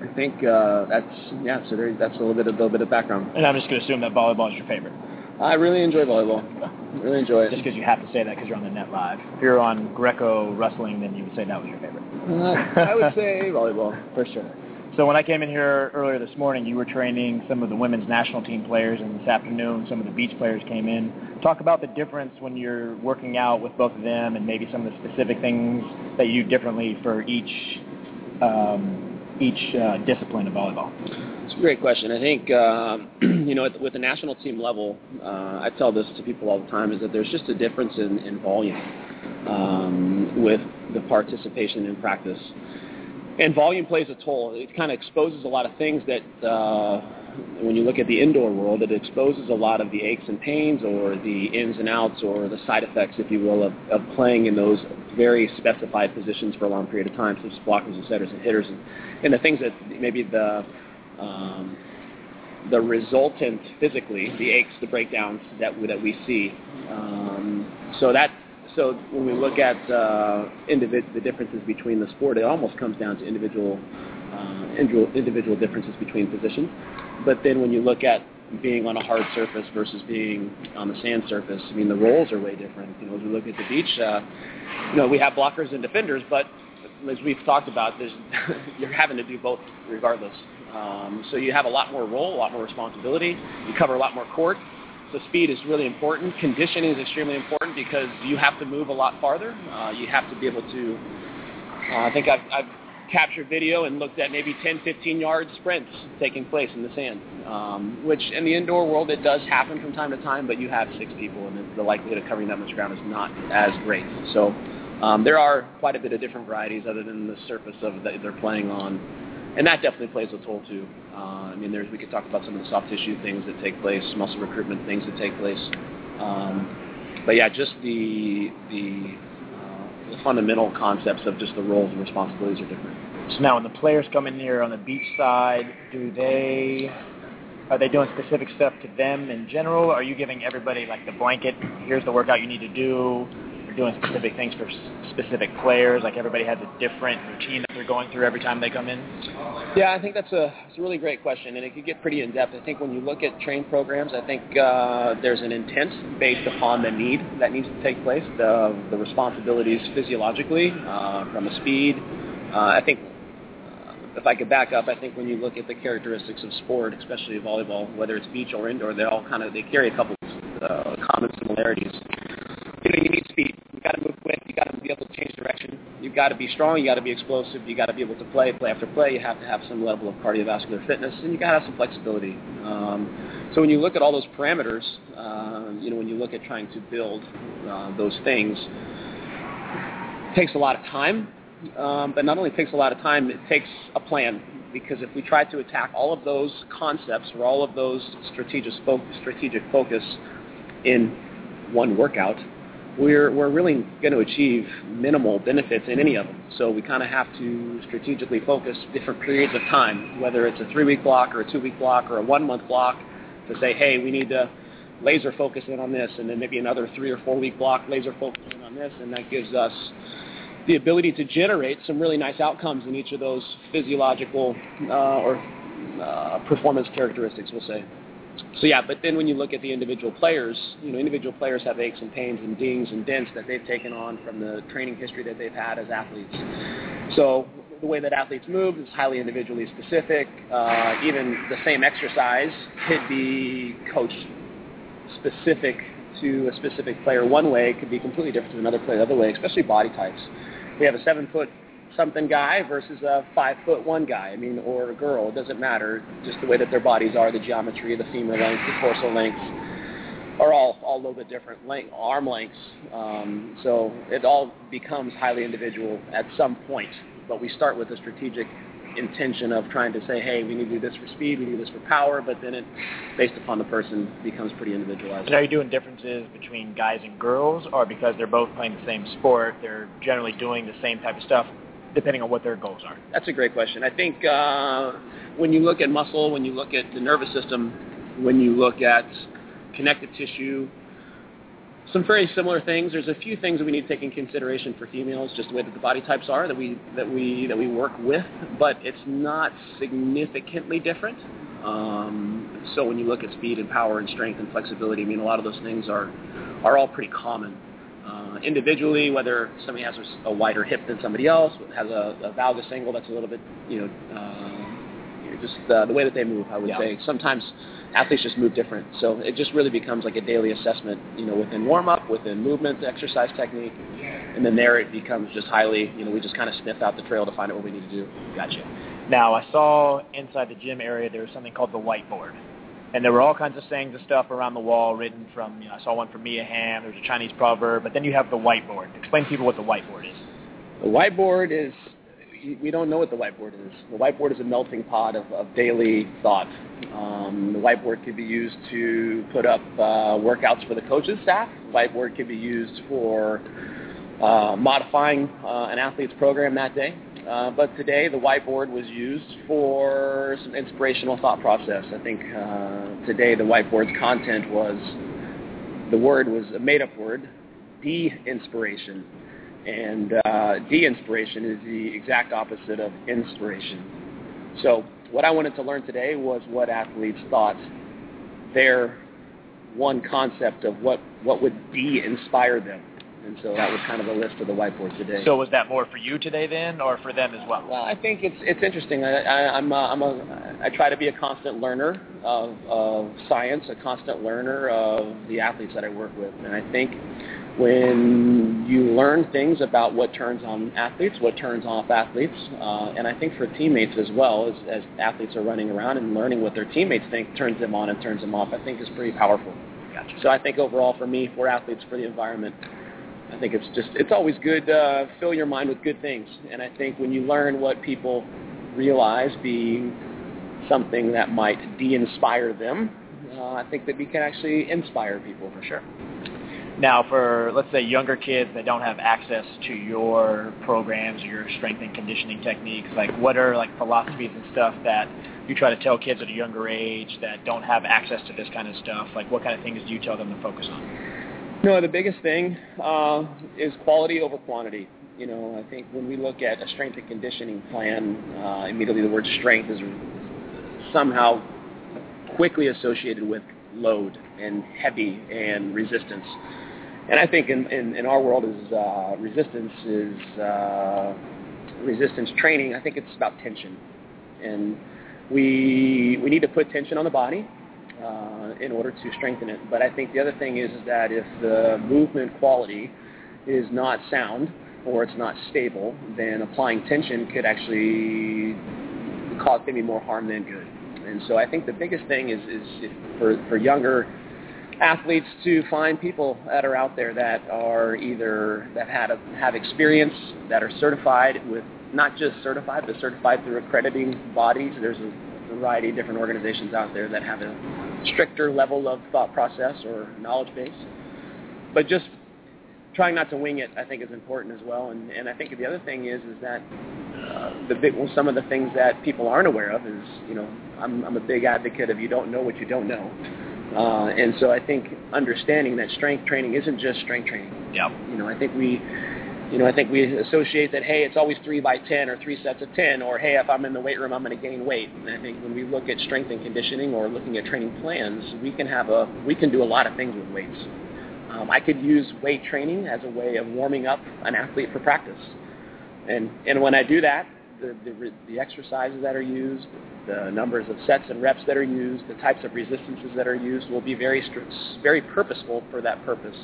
Speaker 9: I think uh, that's yeah. So there, that's a little bit of little bit of background.
Speaker 8: And I'm just going to assume that volleyball is your favorite,
Speaker 9: I really enjoy volleyball. Really enjoy
Speaker 8: just
Speaker 9: it.
Speaker 8: because you have to say that because you're on the net live. If you're on Greco wrestling, then you would say that was your favorite
Speaker 9: Uh, I would say volleyball.
Speaker 8: for sure. So when I came in here earlier this morning, you were training some of the women's national team players, and this afternoon some of the beach players came in. Talk about the difference when you're working out with both of them, and maybe some of the specific things that you do differently for each um, each uh, discipline of volleyball.
Speaker 9: It's a great question. I think um, <clears throat> you know, at, with the national team level, uh, I tell this to people all the time is that there's just a difference in, in volume um, with the participation in practice, and volume plays a toll. It kind of exposes a lot of things that uh, when you look at the indoor world, it exposes a lot of the aches and pains, or the ins and outs, or the side effects, if you will, of, of playing in those very specified positions for a long period of time, such as blockers and setters and hitters, and, and the things that maybe the um, the resultant physically, the aches, the breakdowns that we, that we see. Um, so that so when we look at uh, individ- the differences between the sport, it almost comes down to individual uh, individual individual differences between positions. But then when you look at being on a hard surface versus being on the sand surface, I mean the roles are way different. You know, as we look at the beach, uh, you know we have blockers and defenders, but as we've talked about, there's, <laughs> you're having to do both regardless. Um, so you have a lot more role, a lot more responsibility. You cover a lot more court. So speed is really important. Conditioning is extremely important because you have to move a lot farther. Uh, you have to be able to. Uh, I think I've, I've captured video and looked at maybe 10, 15 yard sprints taking place in the sand, um, which in the indoor world it does happen from time to time. But you have six people, and the likelihood of covering that much ground is not as great. So um, there are quite a bit of different varieties other than the surface of that they're playing on, and that definitely plays a toll too. Uh, I mean, there's we could talk about some of the soft tissue things that take place, muscle recruitment things that take place, um, but yeah, just the the, uh, the fundamental concepts of just the roles and responsibilities are different.
Speaker 8: So now when the players come in here on the beach side, do they are they doing specific stuff to them in general? Are you giving everybody like the blanket, here's the workout you need to do? doing specific things for s- specific players? Like everybody has a different routine that they're going through every time they come in.
Speaker 9: Yeah, I think that's a, it's a really great question, and it could get pretty in depth. I think when you look at train programs, I think uh, there's an intent based upon the need that needs to take place, the, the responsibilities physiologically, uh, from a speed. Uh, I think uh, if I could back up, I think when you look at the characteristics of sport, especially volleyball, whether it's beach or indoor, they all kind of they carry a couple uh, common similarities. You know, you need speed. You got to move quick. You got to be able to change direction. You got to be strong. You got to be explosive. You got to be able to play play after play. You have to have some level of cardiovascular fitness, and you got to have some flexibility. Um, so when you look at all those parameters, uh, you know when you look at trying to build uh, those things, takes a lot of time, um, but not only takes a lot of time, it takes a plan. Because if we try to attack all of those concepts or all of those strategic focus, strategic focus in one workout, we're, we're really going to achieve minimal benefits in any of them. So we kind of have to strategically focus different periods of time, whether it's a three-week block or a two-week block or a one-month block, to say, hey, we need to laser focus in on this, and then maybe another three or four-week block laser focus in on this, and that gives us the ability to generate some really nice outcomes in each of those physiological uh, or uh, performance characteristics, we'll say. So yeah, but then when you look at the individual players, you know, individual players have aches and pains and dings and dents that they've taken on from the training history that they've had as athletes. So the way that athletes move is highly individually specific. Uh, even the same exercise could be coached specific to a specific player one way could be completely different to another player the other way, especially body types. We have a seven foot something guy versus a five foot one guy, I mean, or a girl. It doesn't matter. Just the way that their bodies are, the geometry, the femur length, the dorsal length are all, all a little bit different length, arm lengths. Um, so it all becomes highly individual at some point. But we start with a strategic intention of trying to say, hey, we need to do this for speed, we need this for power, but then it, based upon the person, becomes pretty individualized.
Speaker 8: And are you doing differences between guys and girls, or because they're both playing the same sport, they're generally doing the same type of stuff, depending on what their goals are?
Speaker 9: That's a great question. I think uh, when you look at muscle, when you look at the nervous system, when you look at connective tissue, some very similar things. There's a few things that we need to take in consideration for females, just the way that the body types are that we that we that we work with, but it's not significantly different. Um, so when you look at speed and power and strength and flexibility, I mean a lot of those things are are all pretty common. Uh, individually, whether somebody has a- a wider hip than somebody else, has a, a valgus angle that's a little bit, you know, uh, you know, just uh, the way that they move, I would
Speaker 8: Yeah.
Speaker 9: say. Sometimes athletes just move different. So it just really becomes like a daily assessment, you know, within warm-up, within movement, exercise technique. And then there it becomes just highly, you know, we just kind of sniff out the trail to find out what we need to do.
Speaker 8: Gotcha. Now, I saw inside the gym area there was something called the whiteboard. And there were all kinds of sayings and stuff around the wall written from, you know, I saw one from Mia Hamm, there's a Chinese proverb, but then you have the whiteboard. Explain to people what the whiteboard is.
Speaker 9: The whiteboard is, we don't know what the whiteboard is. The whiteboard is a melting pot of, of daily thought. Um, the whiteboard could be used to put up uh, workouts for the coaches staff. The whiteboard could be used for uh, modifying uh, an athlete's program that day. Uh, but today the whiteboard was used for some inspirational thought process. I think uh, today the whiteboard's content was the word was a made-up word, de-inspiration. And uh, de-inspiration is the exact opposite of inspiration. So what I wanted to learn today was what athletes thought their one concept of what, what would de-inspire them. And so that was kind of the list of the whiteboard today.
Speaker 8: So was that more for you today then, or for them as well?
Speaker 9: Well, I think it's it's interesting. I, I, I'm a, I'm a I try to be a constant learner of, of science, a constant learner of the athletes that I work with, and I think when you learn things about what turns on athletes, what turns off athletes, uh, and I think for teammates as well, as, as athletes are running around and learning what their teammates think turns them on and turns them off, I think is pretty powerful.
Speaker 8: Gotcha.
Speaker 9: So I think overall for me, for athletes, for the environment, I think it's just it's always good uh, fill your mind with good things. And I think when you learn what people realize being something that might de-inspire them, uh, I think that we can actually inspire people for sure.
Speaker 8: Now, for let's say younger kids that don't have access to your programs or your strength and conditioning techniques, like what are like philosophies and stuff that you try to tell kids at a younger age that don't have access to this kind of stuff? Like what kind of things do you tell them to focus on?
Speaker 9: No, the biggest thing uh, is quality over quantity. You know, I think when we look at a strength and conditioning plan, uh, immediately the word strength is somehow quickly associated with load and heavy and resistance. And I think in, in, in our world is uh, resistance is uh, resistance training. I think it's about tension, and we we need to put tension on the body uh, in order to strengthen it. But I think the other thing is that if the movement quality is not sound or it's not stable, then applying tension could actually cause maybe more harm than good. And so I think the biggest thing is, is if- for, for younger athletes to find people that are out there that are either that had a, have experience that are certified with not just certified but certified through accrediting bodies. There's a variety of different organizations out there that have a stricter level of thought process or knowledge base. But just trying not to wing it, I think, is important as well. And, and I think the other thing is is that uh, the big, well, some of the things that people aren't aware of is, you know, I'm, I'm a big advocate of you don't know what you don't know. Uh, and so I think understanding that strength training isn't just strength training. Yeah. You know, I think we, you know, I think we associate that, hey, it's always three by 10 or three sets of 10, or hey, if I'm in the weight room, I'm going to gain weight. And I think when we look at strength and conditioning or looking at training plans, we can have a, we can do a lot of things with weights. Um, I could use weight training as a way of warming up an athlete for practice. And, and when I do that, the, the, re- the exercises that are used, the numbers of sets and reps that are used, the types of resistances that are used will be very, str- very purposeful for that purpose.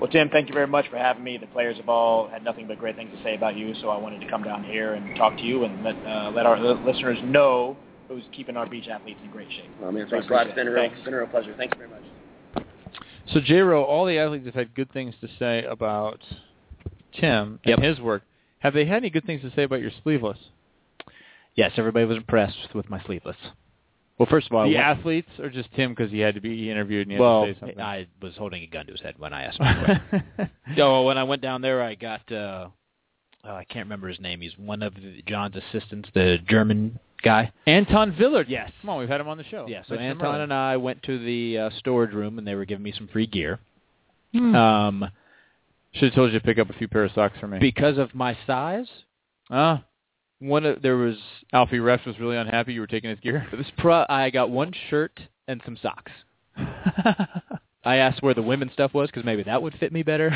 Speaker 8: Well, Tim, thank you very much for having me. The players have all had nothing but great things to say about you, so I wanted to come down here and talk to you and let, uh, let our li- listeners know who's keeping our beach athletes in great shape.
Speaker 9: I mean, thanks a lot. Um, It's been a real,
Speaker 8: Thanks.
Speaker 9: been a real pleasure. Thanks very much.
Speaker 5: So J. Rowe, all the athletes have had good things to say about Tim
Speaker 7: Yep.
Speaker 5: and his work. Have they had any good things to say about your sleeveless?
Speaker 7: Yes, everybody was impressed with my sleeveless. Well, first of all,
Speaker 5: the
Speaker 7: I went-
Speaker 5: athletes, or just Tim because he had to be interviewed and he had
Speaker 7: well,
Speaker 5: to say something?
Speaker 7: I was holding a gun to his head when I <laughs> asked. him.
Speaker 5: <laughs>
Speaker 7: so when I went down there, I got uh, oh, I can't remember his name. He's one of John's assistants, the German guy.
Speaker 5: Anton Villard.
Speaker 7: Yes.
Speaker 5: Come on, we've had him on the show.
Speaker 7: Yeah, so Anton and I went to the uh, storage room and they were giving me some free gear.
Speaker 5: Hmm.
Speaker 7: Um,
Speaker 5: should have told you to pick up a few pair of socks for me.
Speaker 7: because of my size,
Speaker 5: Ah,
Speaker 7: one of, there was
Speaker 5: Alfie Refs was really unhappy you were taking his gear.
Speaker 7: this pro. I got one shirt and some socks.
Speaker 5: <laughs>
Speaker 7: I asked where the women's stuff was because maybe that would fit me better.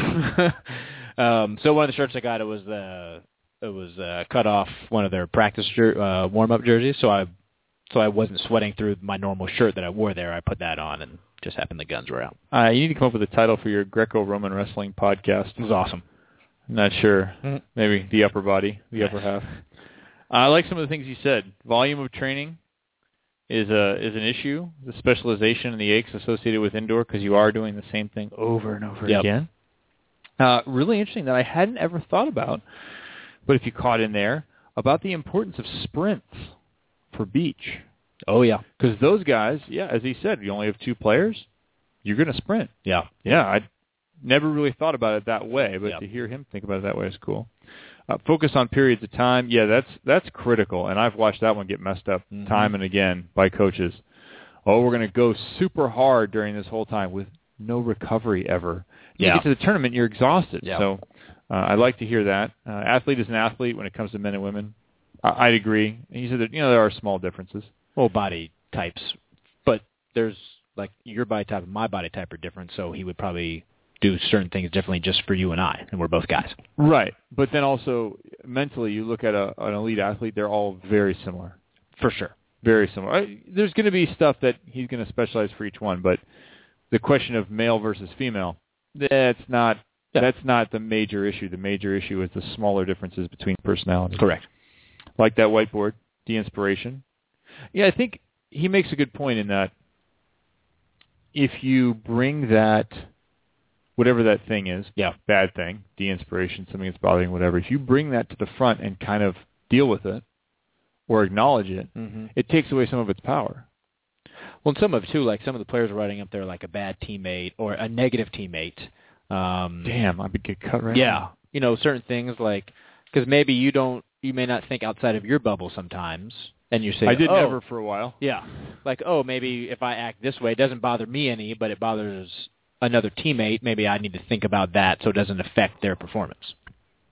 Speaker 7: <laughs> um, so one of the shirts I got it was the it was uh, cut off one of their practice jer- uh, warm up jerseys. So I so I wasn't sweating through my normal shirt that I wore there. I put that on and just happened the guns were out.
Speaker 5: Uh, you need to come up with a title for your Greco-Roman wrestling podcast. Hmm.
Speaker 7: It was awesome.
Speaker 5: Not sure.
Speaker 7: Mm.
Speaker 5: Maybe the upper body, the <laughs> upper half. I like some of the things you said. Volume of training is a is an issue. The specialization and the aches associated with indoor because you are doing the same thing over and over
Speaker 7: Yep.
Speaker 5: again. Uh, really interesting that I hadn't ever thought about, but if you caught in there about the importance of sprints for beach
Speaker 7: Oh yeah,
Speaker 5: because those guys, yeah, as he said, you only have two players. You're going to sprint.
Speaker 7: yeah.
Speaker 5: Yeah, I never really thought about it that way, but
Speaker 7: Yeah.
Speaker 5: to hear him think about it that way is cool. Uh, focus on periods of time. Yeah, that's that's critical, and I've watched that one get messed up
Speaker 7: Mhm.
Speaker 5: time and again by coaches. Oh, we're going to go super hard during this whole time with no recovery ever. You
Speaker 7: Yeah.
Speaker 5: get to the tournament, you're exhausted.
Speaker 7: Yeah.
Speaker 5: So uh, I like to hear that. Uh, athlete is an athlete when it comes to men and women. I, I'd agree. And you said that you know there are small differences.
Speaker 7: well body types, but there's like your body type and my body type are different, so he would probably do certain things differently just for you and I, and we're both guys.
Speaker 5: Right, but then also mentally, you look at a, an elite athlete; they're all very similar.
Speaker 7: For sure.
Speaker 5: very similar. I, there's going to be stuff that he's going to specialize for each one, but the question of male versus female, that's not
Speaker 7: Yeah.
Speaker 5: that's not the major issue. The major issue is the smaller differences between personalities.
Speaker 7: Correct.
Speaker 5: Like that whiteboard, the inspiration. Yeah, I think he makes a good point in that if you bring that whatever that thing is,
Speaker 7: Yeah.
Speaker 5: bad thing, the inspiration, something that's bothering, whatever, if you bring that to the front and kind of deal with it or acknowledge it,
Speaker 7: Mm-hmm.
Speaker 5: it takes away some of its power.
Speaker 7: Well, and some of it, too, like some of the players are writing up there like a bad teammate or a negative teammate. Um,
Speaker 5: Damn, I would get cut right.
Speaker 7: Yeah, you know certain things like because maybe you don't, you may not think outside of your bubble sometimes, and you say,
Speaker 5: now. I did
Speaker 7: oh,
Speaker 5: never for a while.
Speaker 7: Yeah. Like, oh, maybe if I act this way, it doesn't bother me any, but it bothers another teammate, maybe I need to think about that so it doesn't affect their performance.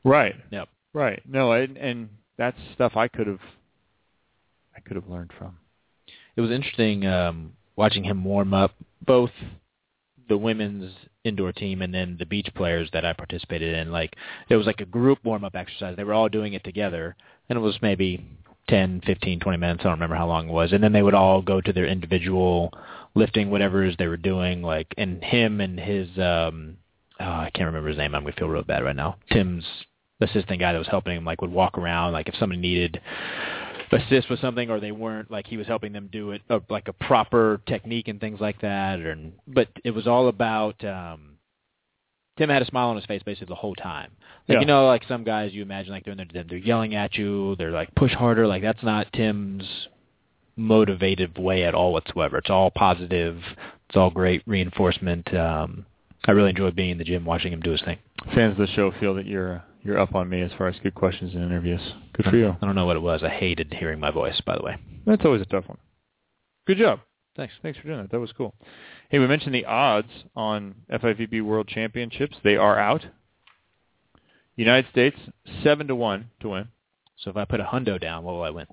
Speaker 5: Right.
Speaker 7: Yep.
Speaker 5: Right. No, and, and that's stuff I could have I could have learned from.
Speaker 7: It was interesting um, watching him warm up both the women's indoor team and then the beach players that I participated in. Like there was like a group warm up exercise. They were all doing it together, and it was maybe 10, 15, 20 minutes. I don't remember how long it was. And then they would all go to their individual lifting whatever it is they were doing. Like and him and his um, oh, I can't remember his name. I'm gonna feel real bad right now. Tim's assistant guy that was helping him like would walk around like if somebody needed assist with something or they weren't like he was helping them do it uh, like a proper technique and things like that or but it was all about um Tim had a smile on his face basically the whole time. Like
Speaker 5: Yeah.
Speaker 7: you know, like some guys you imagine like they're in their they're yelling at you, they're like push harder, like that's not Tim's motivative way at all whatsoever. It's all positive, it's all great reinforcement. Um I really enjoyed being in the gym watching him do his thing.
Speaker 5: Fans of the show feel that you're uh, you're up on me as far as good questions and interviews. Good for
Speaker 7: <laughs>
Speaker 5: you.
Speaker 7: I don't know what it was. I hated hearing my voice, by the way.
Speaker 5: That's always a tough one. Good job. Thanks. Thanks for doing that. That was cool. Hey, we mentioned the odds on FIVB World Championships. They are out. United States seven to one to win.
Speaker 7: So if I put a hundo down, what will I win?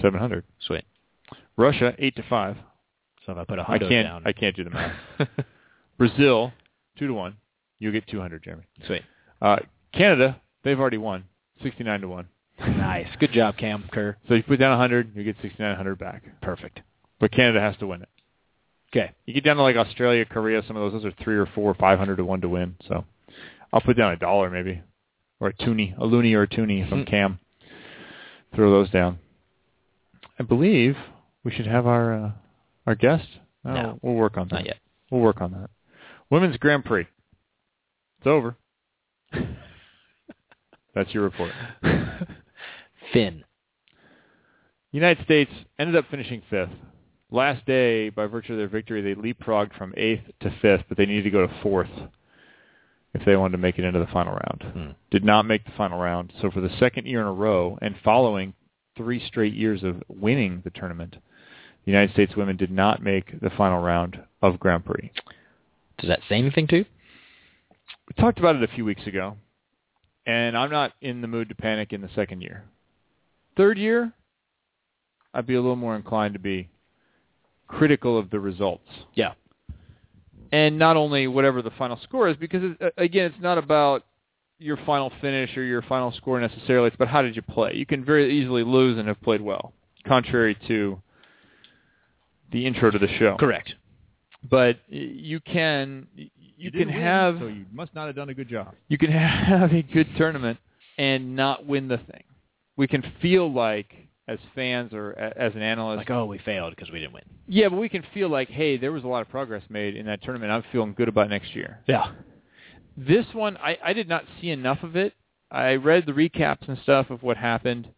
Speaker 5: Seven hundred.
Speaker 7: Sweet.
Speaker 5: Russia eight to five.
Speaker 7: So if I put a
Speaker 5: I
Speaker 7: hundo
Speaker 5: can't.
Speaker 7: down,
Speaker 5: I can't do the math. Brazil two to one. You get two hundred, Jeremy.
Speaker 7: <laughs> sweet.
Speaker 5: Uh, Canada they've already won sixty nine to one.
Speaker 7: Nice. Good job, Cam Kerr.
Speaker 5: So you put down hundred, you get sixty nine hundred back.
Speaker 7: Perfect.
Speaker 5: But Canada has to win it.
Speaker 7: Okay.
Speaker 5: You get down to like Australia, Korea, some of those. Those are three or four, five hundred to one to win. So I'll put down a dollar maybe, or a toonie, a loony or a toonie from
Speaker 7: Hmm.
Speaker 5: Cam. Throw those down. I believe we should have our uh, our guest. Oh,
Speaker 7: No.
Speaker 5: we'll work on that.
Speaker 7: Not yet.
Speaker 5: We'll work on that. Women's Grand Prix. It's
Speaker 7: <laughs>
Speaker 5: over. That's your report.
Speaker 7: <laughs> Finn.
Speaker 5: United States ended up finishing fifth. Last day, by virtue of their victory, they leapfrogged from eighth to fifth, but they needed to go to fourth if they wanted to make it into the final round.
Speaker 7: Hmm.
Speaker 5: Did not make the final round. So for the second year in a row, and following three straight years of winning the tournament, the United States women did not make the final round of Grand Prix.
Speaker 7: Does that say anything to you?
Speaker 5: we talked about it a few weeks ago, and I'm not in the mood to panic in the second year. Third year, I'd be a little more inclined to be critical of the results.
Speaker 7: Yeah.
Speaker 5: And not only whatever the final score is, because it, uh, again, it's not about your final finish or your final score necessarily. It's about how did you play. You can very easily lose and have played well, contrary to the intro to the show.
Speaker 7: Correct.
Speaker 5: But y- you can you, can have
Speaker 10: you must not have done a good job.
Speaker 5: you can <laughs> have a good tournament and not win the thing. We can feel like as fans or a- as an analyst,
Speaker 7: Like, oh, we failed because we didn't win.
Speaker 5: yeah, but we can feel like, hey, there was a lot of progress made in that tournament. I'm feeling good about next year.
Speaker 7: Yeah.
Speaker 5: This one, I, I did not see enough of it. I read the recaps and stuff of what happened.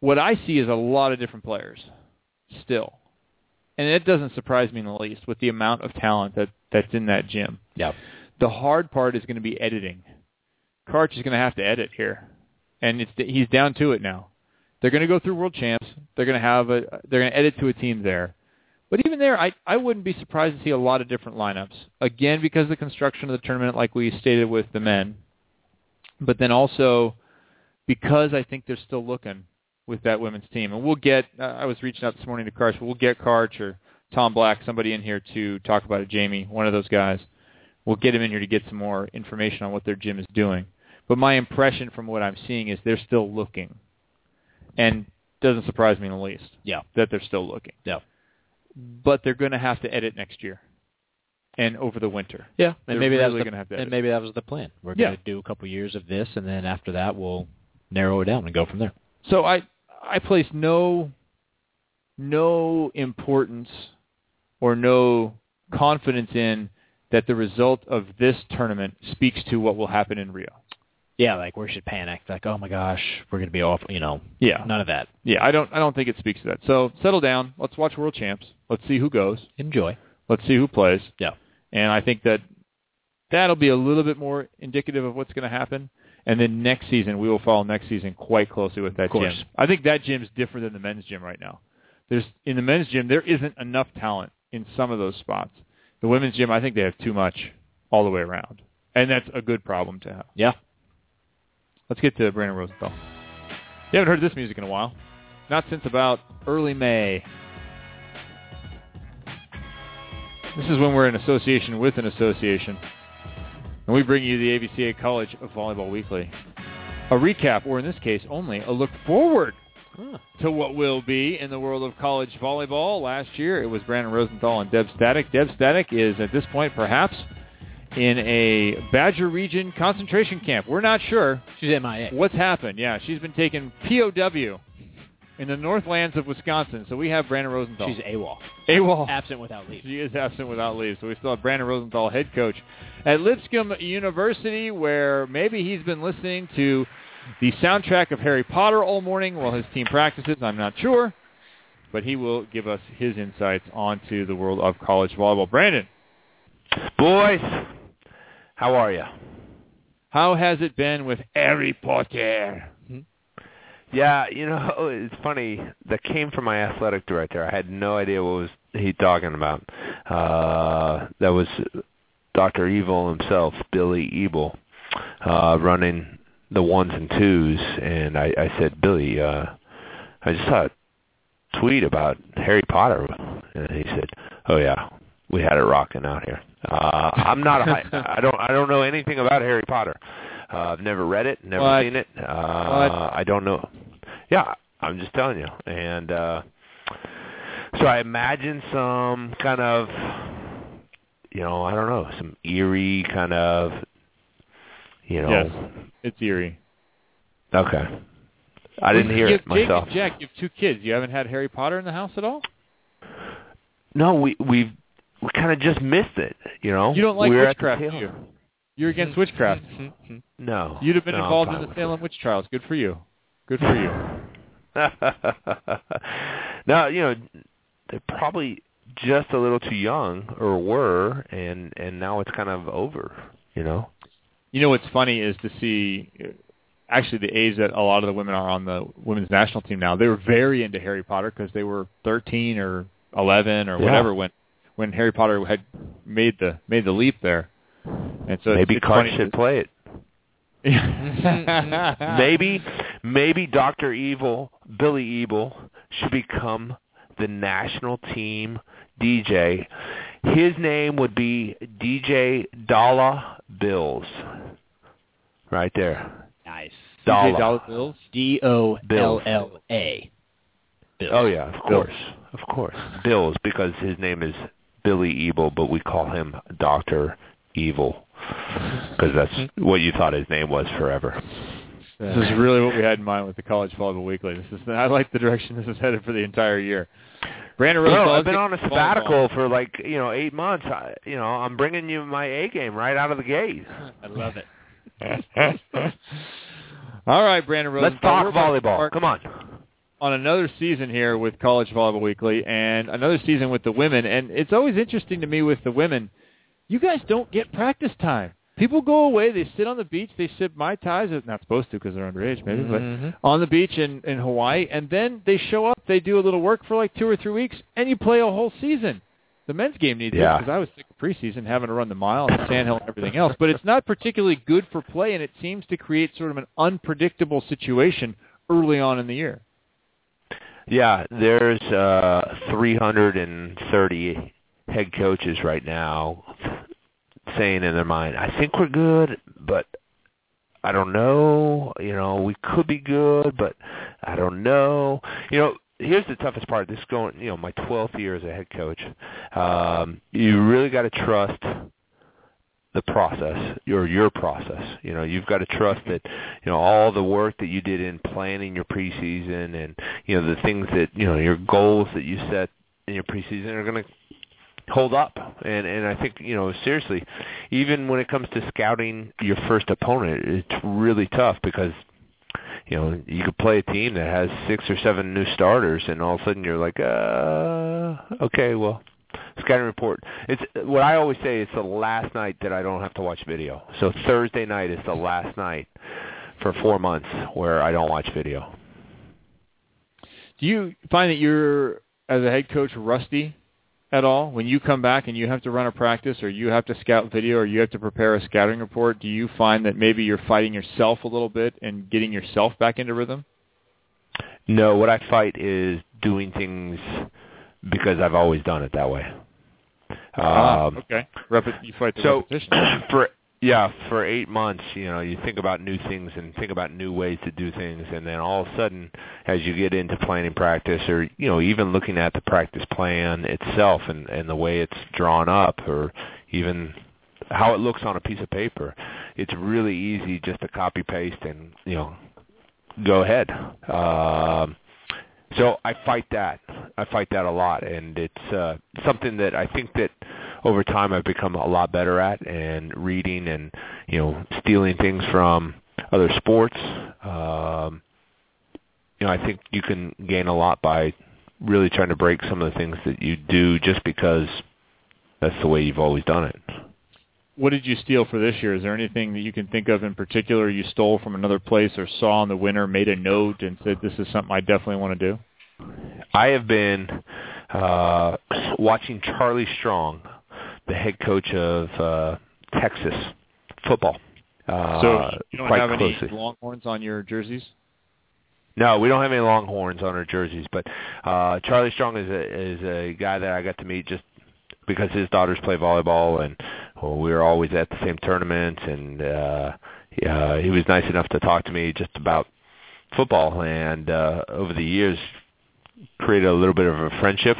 Speaker 5: What I see is a lot of different players still. And it doesn't surprise me in the least with the amount of talent that, that's in that gym.
Speaker 7: Yeah.
Speaker 5: The hard part is going to be editing. Karch is going to have to edit here, and it's he's down to it now. They're going to go through World Champs. They're going to have a they're going to edit to a team there. But even there, I I wouldn't be surprised to see a lot of different lineups again because of the construction of the tournament, like we stated with the men, but then also because I think they're still looking with that women's team. And we'll get uh, I was reaching out this morning to Karch. We'll get Karch or Tom Black, somebody in here to talk about it. Jamie, one of those guys we'll get him in here to get some more information on what their gym is doing. But my impression from what I'm seeing is they're still looking, and doesn't surprise me in the least
Speaker 7: Yeah.
Speaker 5: that they're still looking.
Speaker 7: Yeah.
Speaker 5: But they're going to have to edit next year, and over the winter.
Speaker 7: Yeah.
Speaker 5: They're
Speaker 7: And maybe that's
Speaker 5: really
Speaker 7: the,
Speaker 5: gonna have to
Speaker 7: and
Speaker 5: edit.
Speaker 7: maybe that was the plan. We're
Speaker 5: Yeah.
Speaker 7: going to do a couple years of this, and then after that, we'll narrow it down and go from there.
Speaker 5: So I I place no no importance or no confidence in that the result of this tournament speaks to what will happen in Rio.
Speaker 7: Yeah. Like we should panic. Like, oh my gosh, we're going to be awful. You know.
Speaker 5: Yeah.
Speaker 7: None of that.
Speaker 5: Yeah, I don't I don't think it speaks to that. So settle down. Let's watch World Champs. Let's see who goes.
Speaker 7: Enjoy.
Speaker 5: Let's see who plays.
Speaker 7: Yeah.
Speaker 5: And I think that that'll be a little bit more indicative of what's going to happen. And then next season, we will follow next season quite closely with that
Speaker 7: Of course.
Speaker 5: gym. I think that gym's different than the men's gym right now. There's in the men's gym there isn't enough talent in some of those spots. The women's gym, I think they have too much all the way around, and that's a good problem to have.
Speaker 7: Yeah.
Speaker 5: Let's get to Brandon Rosenthal. You haven't heard this music in a while, not since about early May. This is when we're in association with an association, and we bring you the ABCA College Volleyball Weekly, a recap, or in this case, only a look forward to what will be in the world of college volleyball. Last year, it was Brandon Rosenthal and Deb Static. Deb Static is at this point perhaps in a Badger Region concentration camp. We're not sure
Speaker 7: She's MIA.
Speaker 5: what's happened. Yeah, she's been taken POW in the Northlands of Wisconsin. So we have Brandon Rosenthal.
Speaker 7: She's AWOL.
Speaker 5: AWOL.
Speaker 7: Absent without leave.
Speaker 5: She is absent without leave. So we still have Brandon Rosenthal, head coach at Lipscomb University, where maybe he's been listening to the soundtrack of Harry Potter all morning while his team practices. I'm not sure. But he will give us his insights onto the world of college volleyball. Brandon,
Speaker 10: Boys, how are you?
Speaker 5: how has it been with Harry Potter?
Speaker 10: Yeah, you know, <laughs> it's funny. That came from my athletic director. I had no idea what was he talking about. Uh, that was Dr. Evil himself, Billy Evil, uh, running the ones and twos. And I, I said, Billy, uh, I just saw a tweet about Harry Potter. And he said, oh, yeah, we had it rocking out here. Uh, I'm not. A,
Speaker 5: <laughs>
Speaker 10: I, I don't. I don't know anything about Harry Potter. Uh, I've never read it. Never
Speaker 5: What?
Speaker 10: seen it. Uh,
Speaker 5: What?
Speaker 10: uh, I don't know. Yeah, I'm just telling you. And uh so I imagine some kind of you know, I don't know, some eerie kind of you know.
Speaker 5: Yes, it's eerie.
Speaker 10: Okay. I didn't hear
Speaker 5: You have
Speaker 10: it
Speaker 5: Jake
Speaker 10: myself.
Speaker 5: and Jack, you have two kids. You haven't had Harry Potter in the house at all?
Speaker 10: No, we we've we kind of just missed it, you know.
Speaker 5: You don't like
Speaker 10: we Oh, were at the
Speaker 5: witchcraft, do
Speaker 10: tail-
Speaker 5: you? You're against witchcraft.
Speaker 10: No.
Speaker 5: You'd have been
Speaker 10: no, I'm
Speaker 5: involved
Speaker 10: fine
Speaker 5: in the
Speaker 10: with it.
Speaker 5: Salem witch trials. Good for you. Good for you.
Speaker 10: <laughs> now you know they're probably just a little too young or were and and now it's kind of over you know
Speaker 5: You know what's funny is to see uh, actually the age that a lot of the women are on the women's national team now. They were very into Harry Potter because they were 13 or 11 or
Speaker 10: Yeah.
Speaker 5: whatever when when Harry Potter had made the made the leap there. And so it's-
Speaker 10: maybe
Speaker 5: it's
Speaker 10: Cart
Speaker 5: funny
Speaker 10: should
Speaker 5: to-
Speaker 10: play it
Speaker 5: maybe
Speaker 10: maybe maybe Doctor Evil Billy Evil should become the national team DJ his name would be DJ Dalla Bills right there
Speaker 7: Nice.
Speaker 10: Dalla
Speaker 5: Dollar bills.
Speaker 7: D O L L A.
Speaker 10: Oh yeah, of course, of course. Bills because his name is Billy Evil, but we call him Doctor Evil because that's what you thought his name was forever.
Speaker 5: <laughs> This is really what we had in mind with the College Volleyball Weekly. This is I like the direction this is headed for the entire year. Brandon Rosenthal.
Speaker 10: No, I've
Speaker 5: let's
Speaker 10: been
Speaker 5: get
Speaker 10: on a
Speaker 5: to volleyball.
Speaker 10: sabbatical for like you know eight months. I, you know, I'm bringing you my A game right out of the gate.
Speaker 7: I love it.
Speaker 5: <laughs> All right, Brandon Rosenthal.
Speaker 10: Let's talk
Speaker 5: we're about to
Speaker 10: volleyball.
Speaker 5: start-
Speaker 10: Come on.
Speaker 5: on another season here with College Volleyball Weekly and another season with the women. And it's always interesting to me with the women. You guys don't get practice time. People go away. They sit on the beach. They sip mai tais. They're not supposed to because they're underage, maybe,
Speaker 7: Mhm.
Speaker 5: but on the beach in in Hawaii. And then they show up. They do a little work for like two or three weeks, and you play a whole season. The men's game needs
Speaker 10: Yeah.
Speaker 5: because I was sick of preseason having to run the mile and the sandhill and everything else. But it's not particularly good for play, and it seems to create sort of an unpredictable situation early on in the year.
Speaker 10: Yeah, there's uh 330 head coaches right now saying in their mind, I think we're good, but I don't know, you know, we could be good, but I don't know. You know, here's the toughest part. This is going, you know, my 12th year as a head coach. Um you really got to trust the process or your process. You know, you've got to trust that, you know, all the work that you did in planning your preseason and, you know, the things that, you know, your goals that you set in your preseason are going to hold up. And and I think, you know, seriously, even when it comes to scouting your first opponent, it's really tough because you know, you could play a team that has six or seven new starters, and all of a sudden you're like, uh, okay, well, scouting report. It's what I always say. It's the last night that I don't have to watch video. So Thursday night is the last night for four months where I don't watch video.
Speaker 5: Do you find that you're, as a head coach, rusty at all when you come back and you have to run a practice or you have to scout video or you have to prepare a scouting report? Do you find that maybe you're fighting yourself a little bit and getting yourself back into rhythm?
Speaker 10: No, what I fight is doing things because I've always done it that way.
Speaker 5: Ah,
Speaker 10: Um,
Speaker 5: okay. Repe- you fight the
Speaker 10: so
Speaker 5: repetition.
Speaker 10: <clears throat> for yeah, for eight months, you know, you think about new things and think about new ways to do things, and then all of a sudden, as you get into planning practice, or you know, even looking at the practice plan itself and and the way it's drawn up, or even how it looks on a piece of paper, it's really easy just to copy paste and you know, go ahead. Um, so I fight that. I fight that a lot, and it's uh, something that I think that over time I've become a lot better at, and reading and you know stealing things from other sports. Um, you know, I think you can gain a lot by really trying to break some of the things that you do just because that's the way you've always done it.
Speaker 5: What did you steal for this year? Is there anything that you can think of in particular you stole from another place or saw in the winter, made a note, and said this is something I definitely want to do?
Speaker 10: I have been uh, watching Charlie Strong, the head coach of uh, Texas football. Uh,
Speaker 5: so you don't
Speaker 10: quite
Speaker 5: have any
Speaker 10: closely.
Speaker 5: Longhorns on your jerseys?
Speaker 10: No, we don't have any Longhorns on our jerseys, but uh Charlie Strong is a is a guy that I got to meet just because his daughters play volleyball and well, we were always at the same tournaments and uh he- uh he was nice enough to talk to me just about football and uh over the years created a little bit of a friendship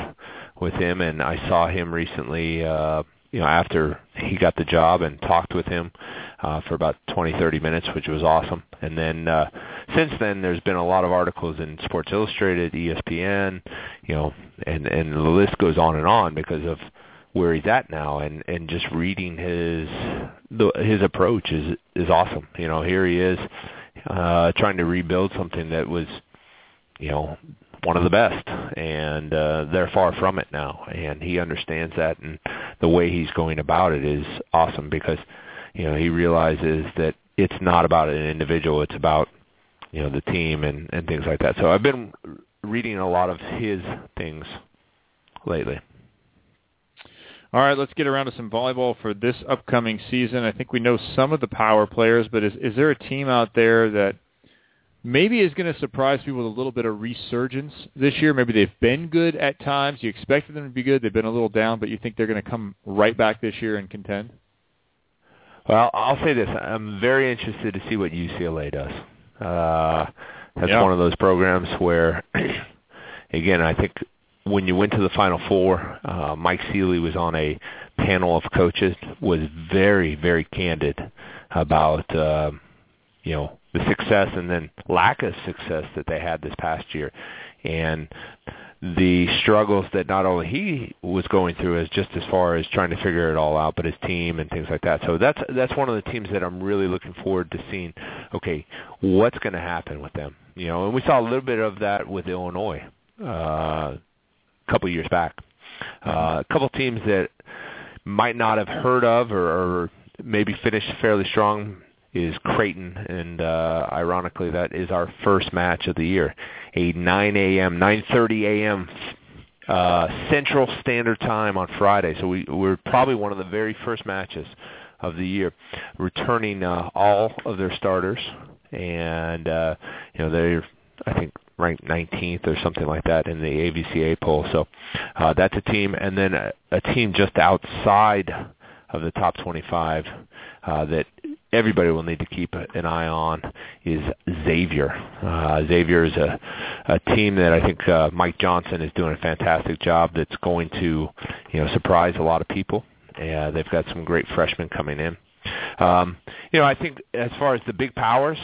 Speaker 10: with him and I saw him recently uh you know after he got the job and talked with him uh for about 20 30 minutes which was awesome and then uh since then there's been a lot of articles in Sports Illustrated, E ESPN, you know, and and the list goes on and on because of where he's at now and and just reading his the, his approach is is awesome. You know, here he is uh trying to rebuild something that was you know one of the best and uh they're far from it now and he understands that and the way he's going about it is awesome because you know he realizes that it's not about an individual it's about you know the team and and things like that. So I've been reading a lot of his things lately.
Speaker 5: All right, let's get around to some volleyball for this upcoming season. I think we know some of the power players, but is is there a team out there that maybe is going to surprise people with a little bit of resurgence this year? Maybe they've been good at times. You expected them to be good. They've been a little down, but you think they're going to come right back this year and contend?
Speaker 10: Well, I'll say this: I'm very interested to see what UCLA does. Uh, that's
Speaker 5: Yeah.
Speaker 10: one of those programs where, <clears throat> again, I think when you went to the Final Four, uh, Mike Seeley was on a panel of coaches, was very, very candid about uh, you know the success and then lack of success that they had this past year, and the struggles that not only he was going through as just as far as trying to figure it all out, but his team and things like that. So that's that's one of the teams that I'm really looking forward to seeing. Okay, what's going to happen with them? You know, and we saw a little bit of that with Illinois uh, a couple years back. Uh, a couple teams that might not have heard of or, or maybe finished fairly strong is Creighton, and uh, ironically, that is our first match of the year, a 9 a.m., 9:30 a.m. Uh, Central Standard Time on Friday. So we we're probably one of the very first matches of the year, returning uh, all of their starters, and uh, you know they're I think ranked 19th or something like that in the AVCA poll. So uh, that's a team, and then a, a team just outside of the top 25 uh, that everybody will need to keep an eye on is Xavier. Uh, Xavier is a, a team that I think uh, Mike Johnson is doing a fantastic job. That's going to, you know, surprise a lot of people. Yeah, they've got some great freshmen coming in. Um, you know, I think as far as the big powers,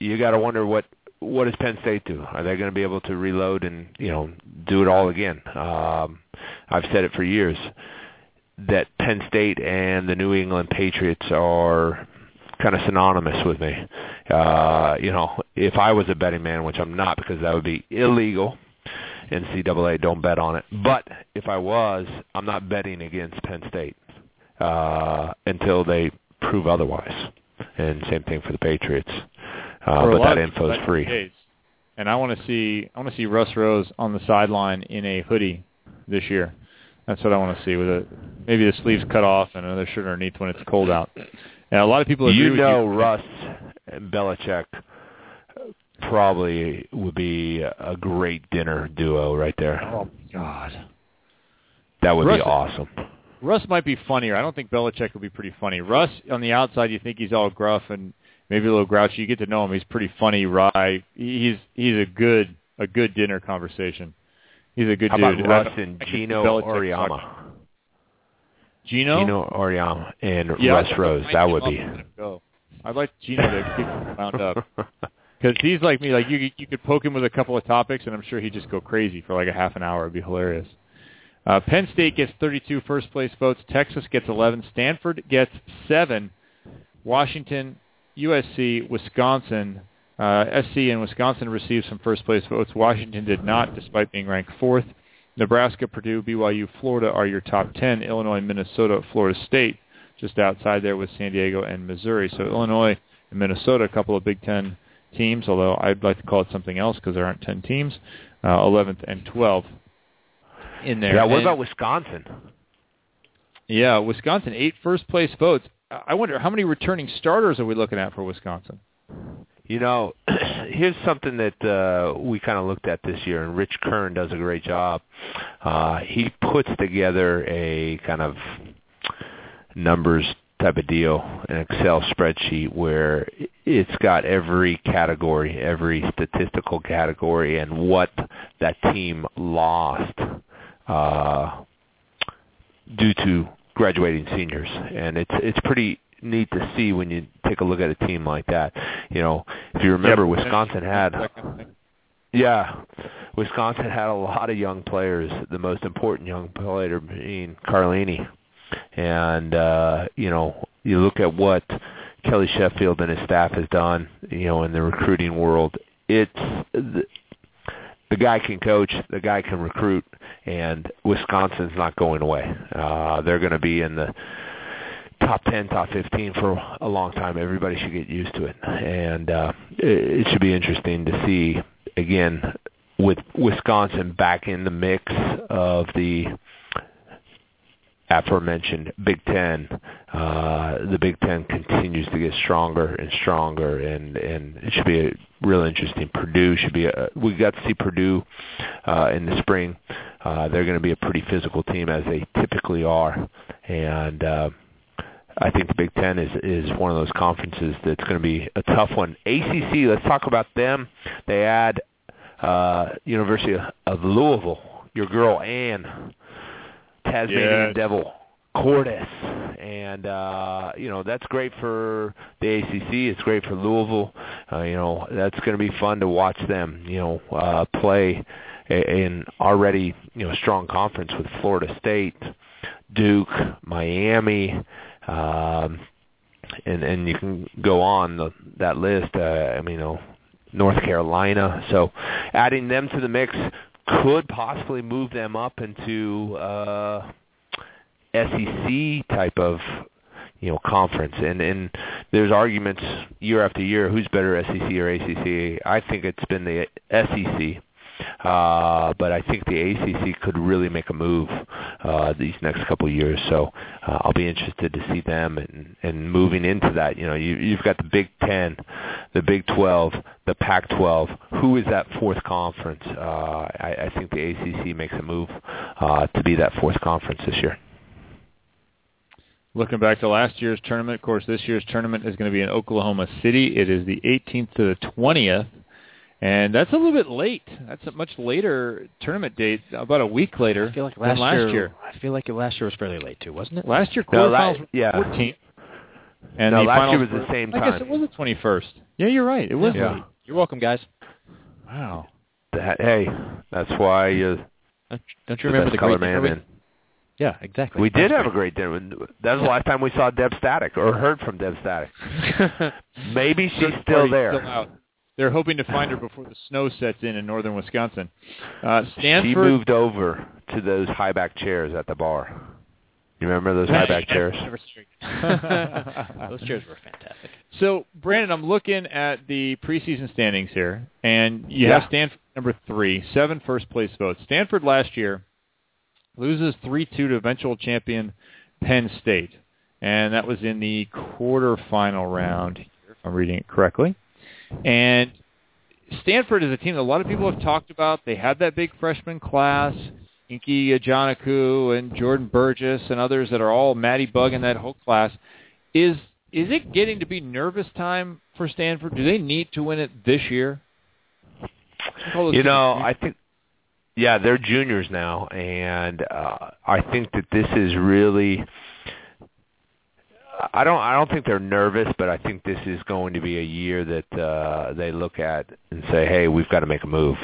Speaker 10: you got to wonder what what does Penn State do? Are they going to be able to reload and you know do it all again? Um, I've said it for years that Penn State and the New England Patriots are kind of synonymous with me. Uh, you know, if I was a betting man, which I'm not because that would be illegal. NCAA don't bet on it. But if I was, I'm not betting against Penn State uh, until they prove otherwise. And same thing for the Patriots. Uh,
Speaker 5: For a
Speaker 10: but
Speaker 5: lot
Speaker 10: that
Speaker 5: of people,
Speaker 10: info is
Speaker 5: that's the
Speaker 10: free.
Speaker 5: case. And I want to see I want to see Russ Rose on the sideline in a hoodie this year. That's what I want to see with it. Maybe the sleeves cut off and another shirt underneath when it's cold out. And a lot of people agree
Speaker 10: you
Speaker 5: with
Speaker 10: know
Speaker 5: you.
Speaker 10: Russ and Belichick probably would be a great dinner duo right there.
Speaker 5: Oh God.
Speaker 10: that would
Speaker 5: Russ-
Speaker 10: be awesome.
Speaker 5: Russ might be funnier. I don't think Belichick will be pretty funny. Russ on the outside, you think he's all gruff and maybe a little grouchy. You get to know him; he's pretty funny, wry. He's he's a good a good dinner conversation. He's a good
Speaker 10: How
Speaker 5: dude.
Speaker 10: about
Speaker 5: And I
Speaker 10: Russ
Speaker 5: don't-
Speaker 10: and
Speaker 5: I could see
Speaker 10: Gino
Speaker 5: Belichick
Speaker 10: Oriama?
Speaker 5: talking. Gino,
Speaker 10: Gino Oriama and
Speaker 5: yeah,
Speaker 10: Russ
Speaker 5: I'd like to
Speaker 10: Rose.
Speaker 5: fight
Speaker 10: That
Speaker 5: him
Speaker 10: would
Speaker 5: up
Speaker 10: be.
Speaker 5: and let him go. I'd like Gino to keep him wound up
Speaker 10: <laughs>
Speaker 5: because he's like me. Like you, could- you could poke him with a couple of topics, and I'm sure he'd just go crazy for like a half an hour. It'd be hilarious. Uh, Penn State gets 32 first place votes. Texas gets 11. Stanford gets seven. Washington, USC, Wisconsin, uh, SC, and Wisconsin received some first place votes. Washington did not, despite being ranked fourth. Nebraska, Purdue, BYU, Florida are your top 10. Illinois, Minnesota, Florida State, just outside there with San Diego and Missouri. So Illinois and Minnesota, a couple of Big Ten teams, although I'd like to call it something else because there aren't 10 teams, uh, 11th and 12th in there.
Speaker 10: Yeah, what
Speaker 5: And-
Speaker 10: about Wisconsin?
Speaker 5: yeah, Wisconsin eight first place votes. I I wonder how many returning starters are we looking at for Wisconsin?
Speaker 10: You know, <clears throat> here's something that uh, we kind of looked at this year, and Rich Kern does a great job. Uh, he puts together a kind of numbers type of deal, an Excel spreadsheet where it's got every category, every statistical category, and what that team lost uh, due to graduating seniors, and it's it's pretty neat to see when you take a look at a team like that. You know, if you remember, Wisconsin had
Speaker 5: That kind of thing.
Speaker 10: yeah, Wisconsin had a lot of young players. The most important young player being Carlini, and uh, you know, you look at what Kelly Sheffield and his staff has done. You know, in the recruiting world, it's the, the guy can coach, the guy can recruit, and Wisconsin's not going away. Uh, they're going to be in the top 10, top 15 for a long time. Everybody should get used to it. And uh, it, it should be interesting to see, again, with Wisconsin back in the mix of the aforementioned Big Ten, uh, the Big Ten continues to get stronger and stronger, and, and it should be a real interesting. Purdue should be a, we got to see Purdue uh, in the spring. Uh, they're going to be a pretty physical team as they typically are, and uh, I think the Big Ten is is one of those conferences that's going to be a tough one. ACC, let's talk about them. They add uh, University of Louisville. Your girl Anne, Tasmanian
Speaker 5: Yes.
Speaker 10: Devil, Cordes, and uh, you know that's great for the ACC. It's great for Louisville. Uh, you know that's going to be fun to watch them. You know uh, play a- an already you know strong conference with Florida State, Duke, Miami. Um, and and you can go on the, that list. Uh, I mean, you know, North Carolina. So adding them to the mix could possibly move them up into uh, SEC E type of you know conference. And and there's arguments year after year who's better SEC or ACC. I think it's been the SEC. Uh, but I think the ACC could really make a move uh, these next couple of years. So uh, I'll be interested to see them and, and moving into that. You know, you, you've got the Big Ten, the Big Twelve, the Pac-12. Who is that fourth conference? Uh, I, I think the ACC makes a move uh, to be that fourth conference this year.
Speaker 5: Looking back to last year's tournament, of course, this year's tournament is going to be in Oklahoma City. It is the 18th to the 20th, and that's a little bit late. That's a much later tournament date, about a week later
Speaker 7: I feel like
Speaker 5: than
Speaker 7: last,
Speaker 5: last
Speaker 7: year, I feel like last year was fairly late too, wasn't it?
Speaker 5: Last year
Speaker 10: No,
Speaker 5: quarterfinals
Speaker 10: la-
Speaker 5: were
Speaker 10: yeah.
Speaker 5: 14th, and
Speaker 10: no,
Speaker 5: the
Speaker 10: last year was
Speaker 5: finals
Speaker 10: the
Speaker 5: were-
Speaker 10: same
Speaker 5: I
Speaker 10: time.
Speaker 5: guess it was the 21st. Yeah, you're right. It was.
Speaker 10: Yeah.
Speaker 5: late.
Speaker 7: You're welcome, guys.
Speaker 5: Wow.
Speaker 10: That- hey, that's why you
Speaker 7: Don't, don't you
Speaker 10: the
Speaker 7: remember
Speaker 10: best
Speaker 7: the
Speaker 10: color
Speaker 7: great
Speaker 10: man.
Speaker 7: dinner we-
Speaker 10: and-
Speaker 7: Yeah, exactly.
Speaker 10: We did have a great dinner. That was the last time we saw Deb Static or heard from Deb Static.
Speaker 7: <laughs> a.
Speaker 10: Maybe she's
Speaker 5: Search
Speaker 10: still
Speaker 5: party's
Speaker 10: there.
Speaker 5: still out. They're hoping to find her before the snow sets in in northern Wisconsin. Uh,
Speaker 10: She
Speaker 5: Stanford,
Speaker 10: moved over to those high back chairs at the bar. You remember those high back
Speaker 7: <laughs>
Speaker 10: chairs?
Speaker 7: Those chairs were fantastic.
Speaker 5: So, Brandon, I'm looking at the preseason standings here, and you
Speaker 10: Yeah.
Speaker 5: have Stanford number three, seven first place votes. Stanford last year loses 3-2 to eventual champion Penn State, and that was in the quarterfinal round, if I'm reading it correctly. And Stanford is a team that a lot of people have talked about. They had that big freshman class, Inky Ajanaku and Jordan Burgess and others that are all Matty Bug in that whole class. Is is it getting to be nervous time for Stanford? Do they need to win it this year?
Speaker 10: You know, I think yeah, they're juniors now, and uh, I think that this is really. I don't. I don't think they're nervous, but I think this is going to be a year that uh, they look at and say, "Hey, we've got to make a move."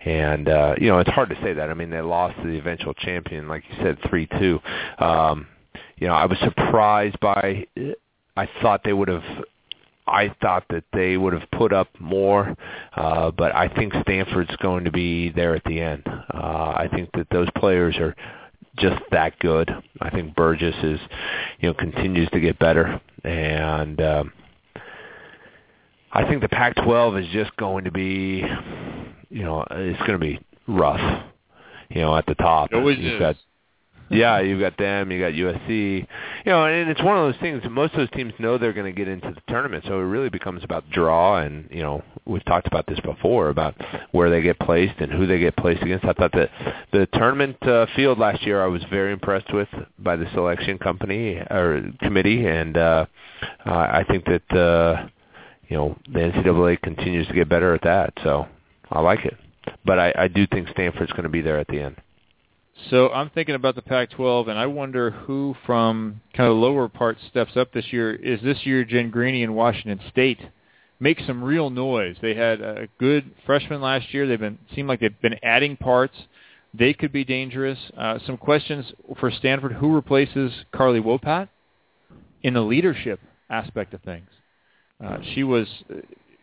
Speaker 10: And uh, you know, it's hard to say that. I mean, they lost to the eventual champion, like you said, three two. Um, you know, I was surprised by. I thought they would have I thought that they would have put up more, uh, but I think Stanford's going to be there at the end. Uh, I think that those players are just that good. I think Burgess is, you know, continues to get better, and um, I think the Pac-12 is just going to be, you know, it's going to be rough. You know, at the top,
Speaker 5: It always
Speaker 10: you've
Speaker 5: is.
Speaker 10: got yeah, you've got them, you got USC. You know, and it's one of those things. Most of those teams know they're going to get into the tournament, so it really becomes about draw. And you know, we've talked about this before about where they get placed and who they get placed against. I thought that the tournament uh, field last year I was very impressed with by the selection company or committee, and uh, I I think that uh, you know the NCAA continues to get better at that. So I like it, but I, I do think Stanford's going to be there at the end.
Speaker 5: So I'm thinking about the Pac-12, and I wonder who from kind of lower part steps up this year. Is this year Jen Greeny in Washington State make some real noise? They had a good freshman last year. They've been seem like they've been adding parts. They could be dangerous. Uh, some questions for Stanford: Who replaces Carly Wopat in the leadership aspect of things? Uh, she was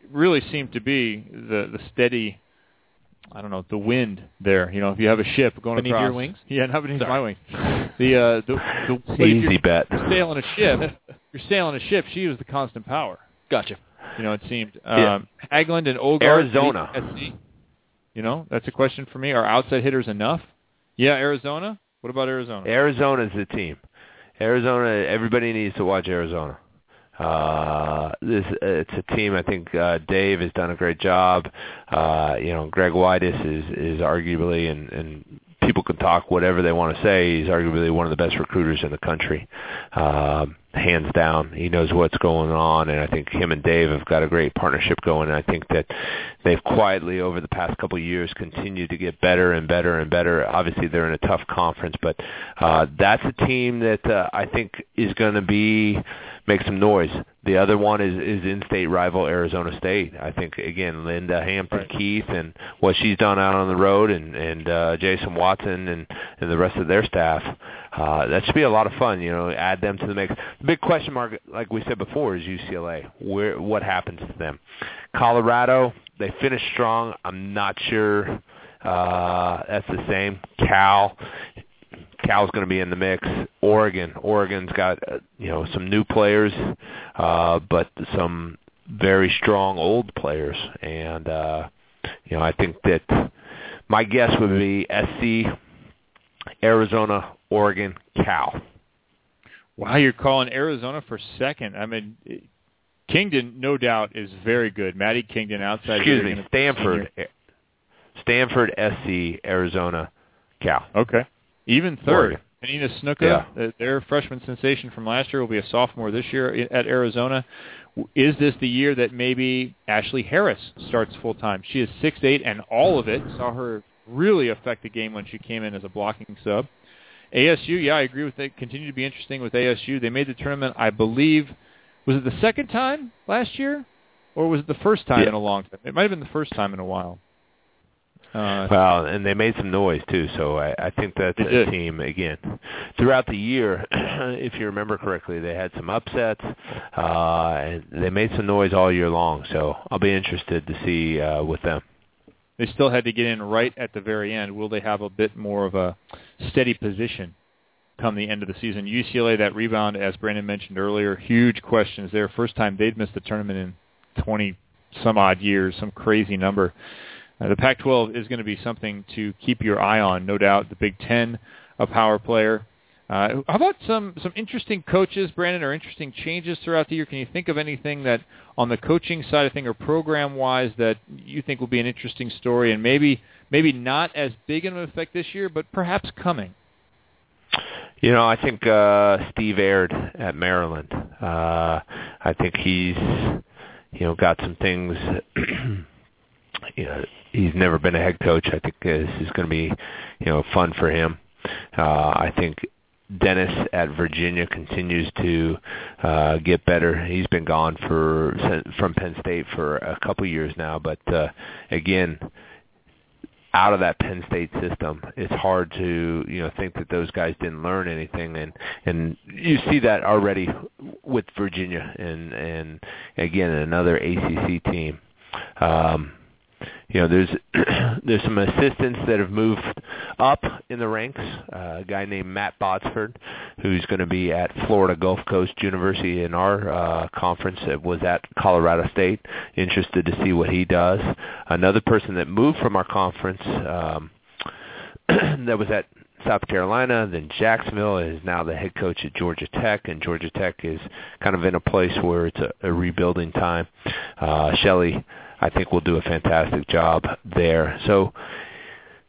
Speaker 5: really seemed to be the the steady. I don't know the wind there. You know, if you have a ship going
Speaker 7: Beneath
Speaker 5: across
Speaker 7: your wings?
Speaker 5: <laughs> yeah, not beneath
Speaker 7: Sorry.
Speaker 5: my wings. The uh, the, the but if
Speaker 10: Easy bet.
Speaker 5: You're sailing a ship. You're sailing a ship. She was the constant power.
Speaker 7: Gotcha.
Speaker 5: You know, it seemed
Speaker 10: Yeah.
Speaker 5: um, Hagland and Olgar.
Speaker 10: Arizona.
Speaker 5: You know, that's a question for me. Are outside hitters enough? Yeah, Arizona. What about Arizona?
Speaker 10: Arizona's the team. Arizona. Everybody needs to watch Arizona. Uh, this it's a team. I think uh, Dave has done a great job. Uh, you know, Greg Whitus is is arguably and and people can talk whatever they want to say. He's arguably one of the best recruiters in the country, um, hands down. He knows what's going on, and I think him and Dave have got a great partnership going. And I think that they've quietly over the past couple of years continued to get better and better and better. Obviously, they're in a tough conference, but uh, that's a team that uh, I think is going to be make some noise. The other one is is in-state rival Arizona State. I think again Linda Hampton Keith and what she's done out on the road and and uh, Jason Watson and and the rest of their staff. Uh, that should be a lot of fun. You know, add them to the mix. The big question mark, like we said before, is UCLA. Where what happens to them? Colorado they finished strong. I'm not sure. Uh, that's the same. Cal, Cal's going to be in the mix. Oregon, Oregon's got uh, you know some new players, uh, but some very strong old players, and uh, you know I think that my guess would be SC, Arizona, Oregon, Cal.
Speaker 5: Wow, you're calling Arizona for second. I mean, Kingdon, no doubt, is very good. Maddie Kingdon outside.
Speaker 10: Excuse
Speaker 5: hitter,
Speaker 10: me,
Speaker 5: gonna be a senior.
Speaker 10: Stanford, Stanford, SC, Arizona, Cal.
Speaker 5: Okay. Even
Speaker 10: Oregon.
Speaker 5: third. Anina Snuka, uh, their freshman sensation from last year, will be a sophomore this year i- at Arizona. W- Is this the year that maybe Ashley Harris starts full time? She is six eight, and all of it. Saw her really affect the game when she came in as a blocking sub. ASU, yeah, I agree with that. Continue to be interesting with ASU. They made the tournament, I believe. Was it the second time last year, or was it the first time
Speaker 10: Yeah.
Speaker 5: in a long time? It might have been the first time in a while. Uh,
Speaker 10: Well, and they made some noise too, so I, I think that's
Speaker 5: They
Speaker 10: a
Speaker 5: did.
Speaker 10: team again. Throughout the year, <clears throat> if you remember correctly, they had some upsets, uh, and they made some noise all year long. So I'll be interested to see uh, with them.
Speaker 5: they still had to get in right at the very end. Will they have a bit more of a steady position come the end of the season? UCLA, that rebound, as Brandon mentioned earlier, huge questions there. First time they'd missed the tournament in 20 some odd years, some crazy number. Uh, the Pac-12 is going to be something to keep your eye on, no doubt. The Big Ten, a power player. Uh, how about some some interesting coaches, Brandon, or interesting changes throughout the year? Can you think of anything that on the coaching side of thing or program wise that you think will be an interesting story and maybe maybe not as big of an effect this year, but perhaps coming?
Speaker 10: You know, I think uh Steve Aird at Maryland. Uh I think he's you know got some things <clears throat> you know he's never been a head coach. I think this is going to be you know fun for him. Uh I think Dennis at Virginia continues to uh get better. He's been gone for from Penn State for a couple years now, but uh again, out of that Penn State system, it's hard to you know think that those guys didn't learn anything, and and you see that already with Virginia, and and again another ACC team. Um, you know, there's <clears throat> there's some assistants that have moved up in the ranks. Uh, a guy named Matt Botsford, who's going to be at Florida Gulf Coast University in our uh, conference, that was at Colorado State. Interested to see what he does. Another person that moved from our conference um, <clears throat> that was at South Carolina, then Jacksonville is now the head coach at Georgia Tech, and Georgia Tech is kind of in a place where it's a, a rebuilding time. Uh, Shelley. I think will do a fantastic job there. So,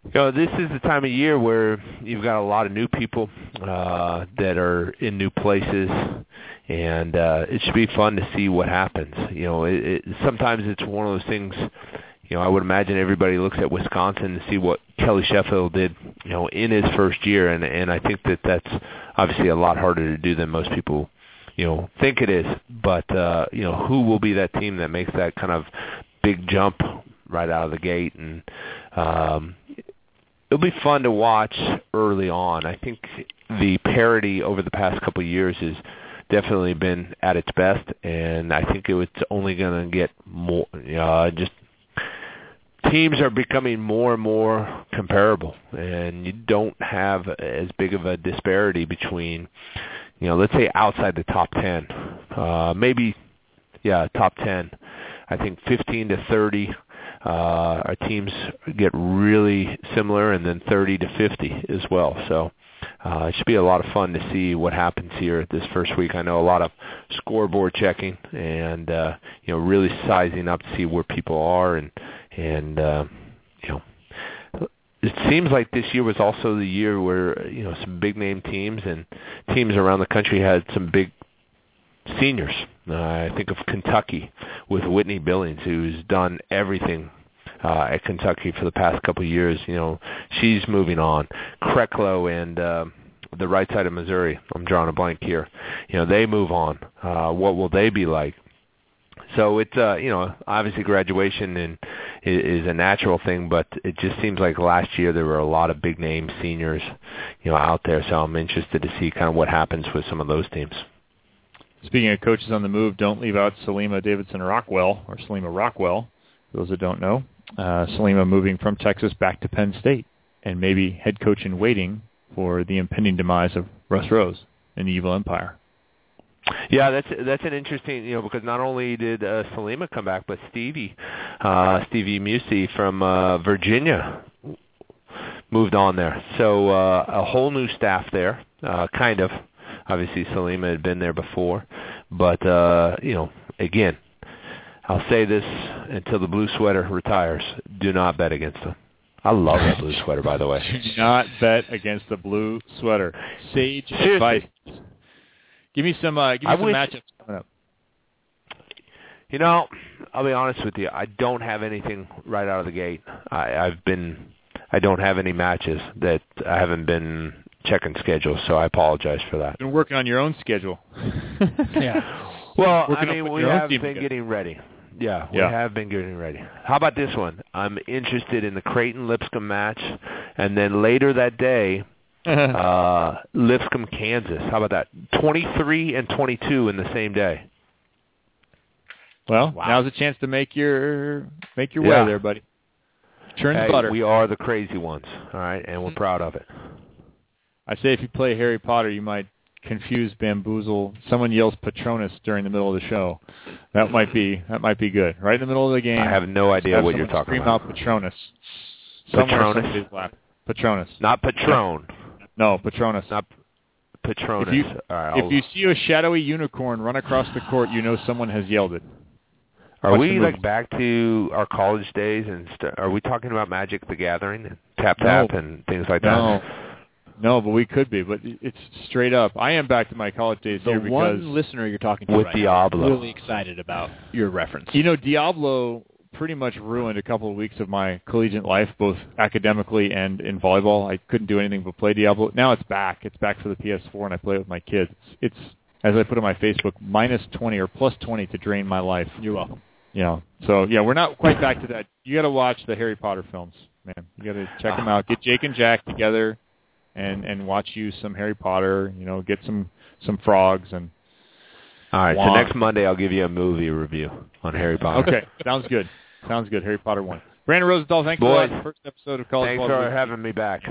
Speaker 10: you know, this is the time of year where you've got a lot of new people uh, that are in new places, and uh, it should be fun to see what happens. You know, it, it, sometimes it's one of those things. You know, I would imagine everybody looks at Wisconsin to see what Kelly Sheffield did, you know, in his first year, and and I think that that's obviously a lot harder to do than most people, you know, think it is. But uh, you know, who will be that team that makes that kind of big jump right out of the gate and um it'll be fun to watch early on. I think the parity over the past couple of years has definitely been at its best and I think it's only going to get more uh just teams are becoming more and more comparable and you don't have as big of a disparity between you know let's say outside the top 10 uh maybe yeah top 10 I think 15 to 30, uh, our teams get really similar, and then 30 to 50 as well. So uh, it should be a lot of fun to see what happens here this first week. I know a lot of scoreboard checking and uh, you know really sizing up to see where people are, and and uh, you know. It seems like this year was also the year where you know some big name teams and teams around the country had some big seniors. Uh, I think of Kentucky with Whitney Billings, who's done everything uh, at Kentucky for the past couple of years. You know, she's moving on. Krecklow and uh, the right side of Missouri. I'm drawing a blank here. You know, they move on. Uh, what will they be like? So it's uh, you know obviously graduation and is, is a natural thing, but it just seems like last year there were a lot of big name seniors, you know, out there. So I'm interested to see kind of what happens with some of those teams.
Speaker 5: Speaking of coaches on the move, don't leave out Salima Davidson Rockwell or Salima Rockwell. For those that don't know, uh, Salima moving from Texas back to Penn State and maybe head coach in waiting for the impending demise of Russ Rose and the Evil Empire.
Speaker 10: Yeah, that's that's an interesting you know because not only did uh, Salima come back, but Stevie uh, Stevie Musi from uh, Virginia moved on there. So uh, a whole new staff there, uh, kind of obviously Salima had been there before, but uh, you know, again, I'll say this until the blue sweater retires: do not bet against them. I love that blue sweater, by the way.
Speaker 5: <laughs> Do not bet against the blue sweater. Sage
Speaker 10: Seriously.
Speaker 5: advice. Give me some. Uh, give me
Speaker 10: I
Speaker 5: some
Speaker 10: wish-
Speaker 5: matchups coming up.
Speaker 10: You know, I'll be honest with you. I don't have anything right out of the gate. I, I've been, I don't have any matches that I haven't been checking schedules, so I apologize for that.
Speaker 5: Been working on your own schedule.
Speaker 10: <laughs>
Speaker 7: Yeah.
Speaker 10: Well,
Speaker 5: Working
Speaker 10: I
Speaker 5: up
Speaker 10: mean,
Speaker 5: with
Speaker 10: we
Speaker 5: your own
Speaker 10: have
Speaker 5: team
Speaker 10: been
Speaker 5: again.
Speaker 10: getting ready. Yeah, we
Speaker 5: Yeah.
Speaker 10: have been getting ready. How about this one? I'm interested in the Creighton Lipscomb match, and then later that day, uh, Lipscomb, Kansas. How about that? 23 and 22 in the same day.
Speaker 5: <laughs> well,
Speaker 10: wow.
Speaker 5: now's a chance to make your make your
Speaker 10: Yeah.
Speaker 5: way there, buddy. Churn
Speaker 10: Hey,
Speaker 5: the butter. Mm-hmm.
Speaker 10: we are the crazy ones, all right, and we're proud of it.
Speaker 5: I say if you play Harry Potter, you might confuse bamboozle. Someone yells Patronus during the middle of the show. That might be that might be good. Right in the middle of the game.
Speaker 10: I have no idea
Speaker 5: have
Speaker 10: what you're
Speaker 5: someone
Speaker 10: talking
Speaker 5: scream
Speaker 10: about.
Speaker 5: out Patronus. Somewhere
Speaker 10: Patronus?
Speaker 5: somebody's laughing. Patronus.
Speaker 10: Not Patron.
Speaker 5: No, Patronus.
Speaker 10: Not Patronus.
Speaker 5: If you-
Speaker 10: All right,
Speaker 5: if
Speaker 10: I'll-
Speaker 5: you see a shadowy unicorn run across the court, you know someone has yelled it.
Speaker 10: are
Speaker 5: watch
Speaker 10: we
Speaker 5: the
Speaker 10: like
Speaker 5: movie.
Speaker 10: back to our college days and st- are we talking about Magic the Gathering, and tap tap,
Speaker 5: No.
Speaker 10: and things like
Speaker 5: No.
Speaker 10: that?
Speaker 5: No, but we could be. But it's straight up. I am back to my college days
Speaker 7: The
Speaker 5: here because
Speaker 7: one listener you're talking to
Speaker 10: With
Speaker 7: right now is
Speaker 10: Diablo.
Speaker 7: really excited about your reference.
Speaker 5: you know Diablo pretty much ruined a couple of weeks of my collegiate life, both academically and in volleyball. I couldn't do anything but play Diablo. Now it's back. It's back for the PS4, and I play it with my kids. It's as I put on my Facebook, minus 20 or plus 20 to drain my life.
Speaker 7: You're welcome.
Speaker 5: You know, so yeah, we're not quite back to that. You got to watch the Harry Potter films, man. You got to check them out. Get Jake and Jack together, and and watch you some Harry Potter. You know, get some some frogs and
Speaker 10: All right, so
Speaker 5: Wong.
Speaker 10: next Monday I'll give you a movie review on Harry Potter.
Speaker 5: Okay, sounds
Speaker 10: <laughs>
Speaker 5: good. Sounds good. Harry Potter one. Brandon Rosenthal, thanks for
Speaker 10: Boys.
Speaker 5: that first episode of College
Speaker 10: Thanks
Speaker 5: Football.
Speaker 10: for having me back.
Speaker 5: All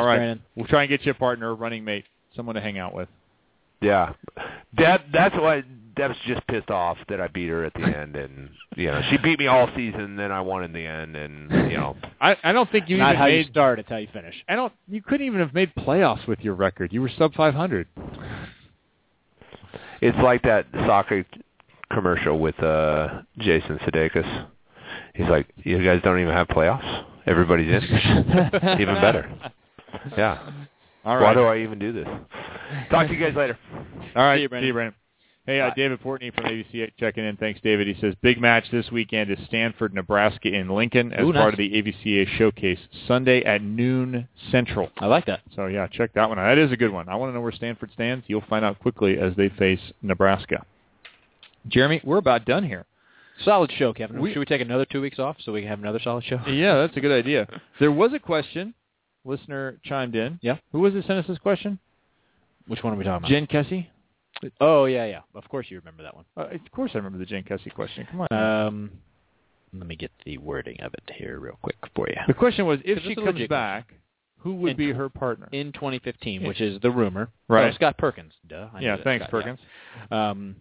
Speaker 7: Thanks,
Speaker 5: right,
Speaker 7: Brandon.
Speaker 5: we'll try and get you a partner, a running mate, someone to hang out with.
Speaker 10: Yeah, Deb. That's why Deb's just pissed off that I beat her at the end, and you know she beat me all season. Then I won in the end, and you know
Speaker 5: I, I don't think you
Speaker 7: Not
Speaker 5: even
Speaker 7: how
Speaker 5: made.
Speaker 7: you start, it's how you finish.
Speaker 5: I don't. You couldn't even have made playoffs with your record. You were sub 500.
Speaker 10: it's like that soccer commercial with uh Jason Sudeikis. He's like, you guys don't even have playoffs. Everybody's in. even better. Yeah.
Speaker 5: All
Speaker 10: Why
Speaker 5: right.
Speaker 10: do I even do this? Talk to you guys later.
Speaker 5: All right.
Speaker 7: See you, Brandon.
Speaker 5: Hey, uh,
Speaker 7: Bye.
Speaker 5: David Fortney from ABC checking in. Thanks, David. He says big match this weekend is Stanford, Nebraska in Lincoln as
Speaker 7: Ooh, nice.
Speaker 5: part of the ABCA showcase Sunday at noon Central.
Speaker 7: I like that.
Speaker 5: So yeah, check that one out. That is a good one. I want to know where Stanford stands. You'll find out quickly as they face Nebraska. Jeremy, we're about done here.
Speaker 7: Solid show, Kevin.
Speaker 5: We-
Speaker 7: Should we take another two weeks off so we can have another solid show?
Speaker 5: Yeah, that's a good idea. There was a question. Listener chimed in.
Speaker 7: Yeah.
Speaker 5: Who was it sent us this question?
Speaker 7: Which one are we talking about?
Speaker 5: Jen Kessie?
Speaker 7: oh yeah, yeah. Of course you remember that one.
Speaker 5: Uh, of course I remember the Jen Kessie question. Come on.
Speaker 7: Um, let me get the wording of it here real quick for
Speaker 5: the
Speaker 7: you.
Speaker 5: question was, if
Speaker 7: Because
Speaker 5: she
Speaker 7: it's a
Speaker 5: comes
Speaker 7: legit
Speaker 5: back, who would
Speaker 7: In-
Speaker 5: be her partner?
Speaker 7: In 2015, which is the rumor.
Speaker 5: Right.
Speaker 7: Oh, Scott Perkins. Duh. I knew
Speaker 5: yeah,
Speaker 7: that,
Speaker 5: thanks,
Speaker 7: Scott, yeah.
Speaker 5: Perkins.
Speaker 7: um,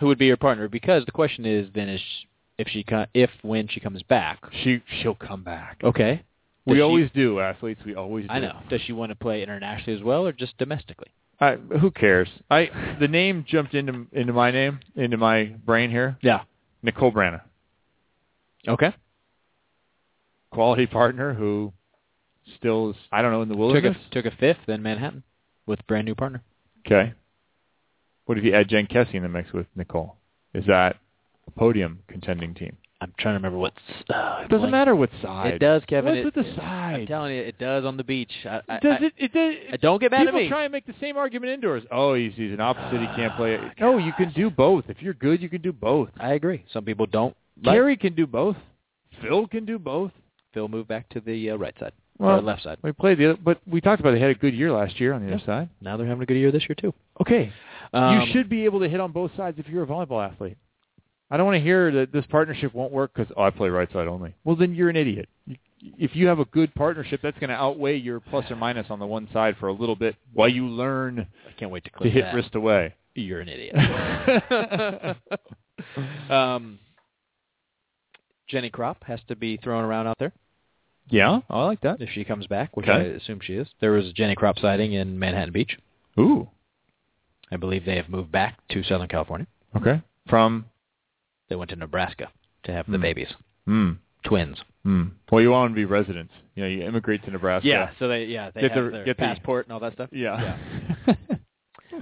Speaker 7: who would be your partner? Because the question is then is sh- if she co- if when she comes back.
Speaker 5: She she'll come back.
Speaker 7: Okay.
Speaker 5: We
Speaker 7: Does she-
Speaker 5: always do, athletes. We always do.
Speaker 7: I know. Does she want to play internationally as well or just domestically?
Speaker 5: I, who <laughs> cares? I the name jumped into into my name into my brain here.
Speaker 7: Yeah.
Speaker 5: Nicole Branna.
Speaker 7: Okay.
Speaker 5: quality partner who still is, I don't know, in the
Speaker 7: Took a
Speaker 5: wilderness.
Speaker 7: took a fifth in Manhattan with brand new partner.
Speaker 5: okay. What if you add Jen Kessie in the mix with Nicole? Is that a podium contending team?
Speaker 7: I'm trying to remember what's. Uh,
Speaker 5: It doesn't matter what side.
Speaker 7: It does, Kevin.
Speaker 5: What's
Speaker 7: It-
Speaker 5: with the
Speaker 7: I'm
Speaker 5: side?
Speaker 7: telling you, it does on the beach. I, I,
Speaker 5: does
Speaker 7: I-
Speaker 5: it, it does,
Speaker 7: I- don't get mad at
Speaker 5: people
Speaker 7: me.
Speaker 5: try and make the same argument indoors. Oh, he's, he's an opposite. He can't
Speaker 7: <sighs>
Speaker 5: play. it. No, you can do both. If you're good, you can do both.
Speaker 7: I agree. Some people don't. Like
Speaker 5: Terry can do both. Phil can do both.
Speaker 7: Phil moved back to the uh, right side
Speaker 5: Well-
Speaker 7: or left side.
Speaker 5: We played the other, but we talked about they had a good year last year on the other side.
Speaker 7: Now they're having a good year this year too.
Speaker 5: Okay,
Speaker 7: Um,
Speaker 5: you should be able to hit on both sides if you're a volleyball athlete. I don't want to hear that this partnership won't work because oh, I play right side only. Well, then you're an idiot. You- If you have a good partnership, that's going to outweigh your plus or minus on the one side for a little bit while you learn
Speaker 7: I can't wait to clip
Speaker 5: to hit
Speaker 7: that.
Speaker 5: wrist
Speaker 7: <laughs>
Speaker 5: away.
Speaker 7: You're an idiot. um, Jenny Crop has to be thrown around out there
Speaker 5: Yeah, I like that.
Speaker 7: if she comes back, which
Speaker 5: Okay.
Speaker 7: I assume she is. There was a Jenny Crop sighting in Manhattan Beach.
Speaker 5: Ooh,
Speaker 7: I believe they have moved back to Southern California.
Speaker 5: okay. From
Speaker 7: They went to Nebraska to have the
Speaker 5: Hmm.
Speaker 7: babies,
Speaker 5: hmm,
Speaker 7: twins.
Speaker 5: hmm. Well, you want to be residents. You know, you immigrate to Nebraska.
Speaker 7: so they yeah they
Speaker 5: Get
Speaker 7: have
Speaker 5: the-
Speaker 7: their
Speaker 5: get the-
Speaker 7: passport and all that stuff.
Speaker 5: yeah.
Speaker 7: <laughs>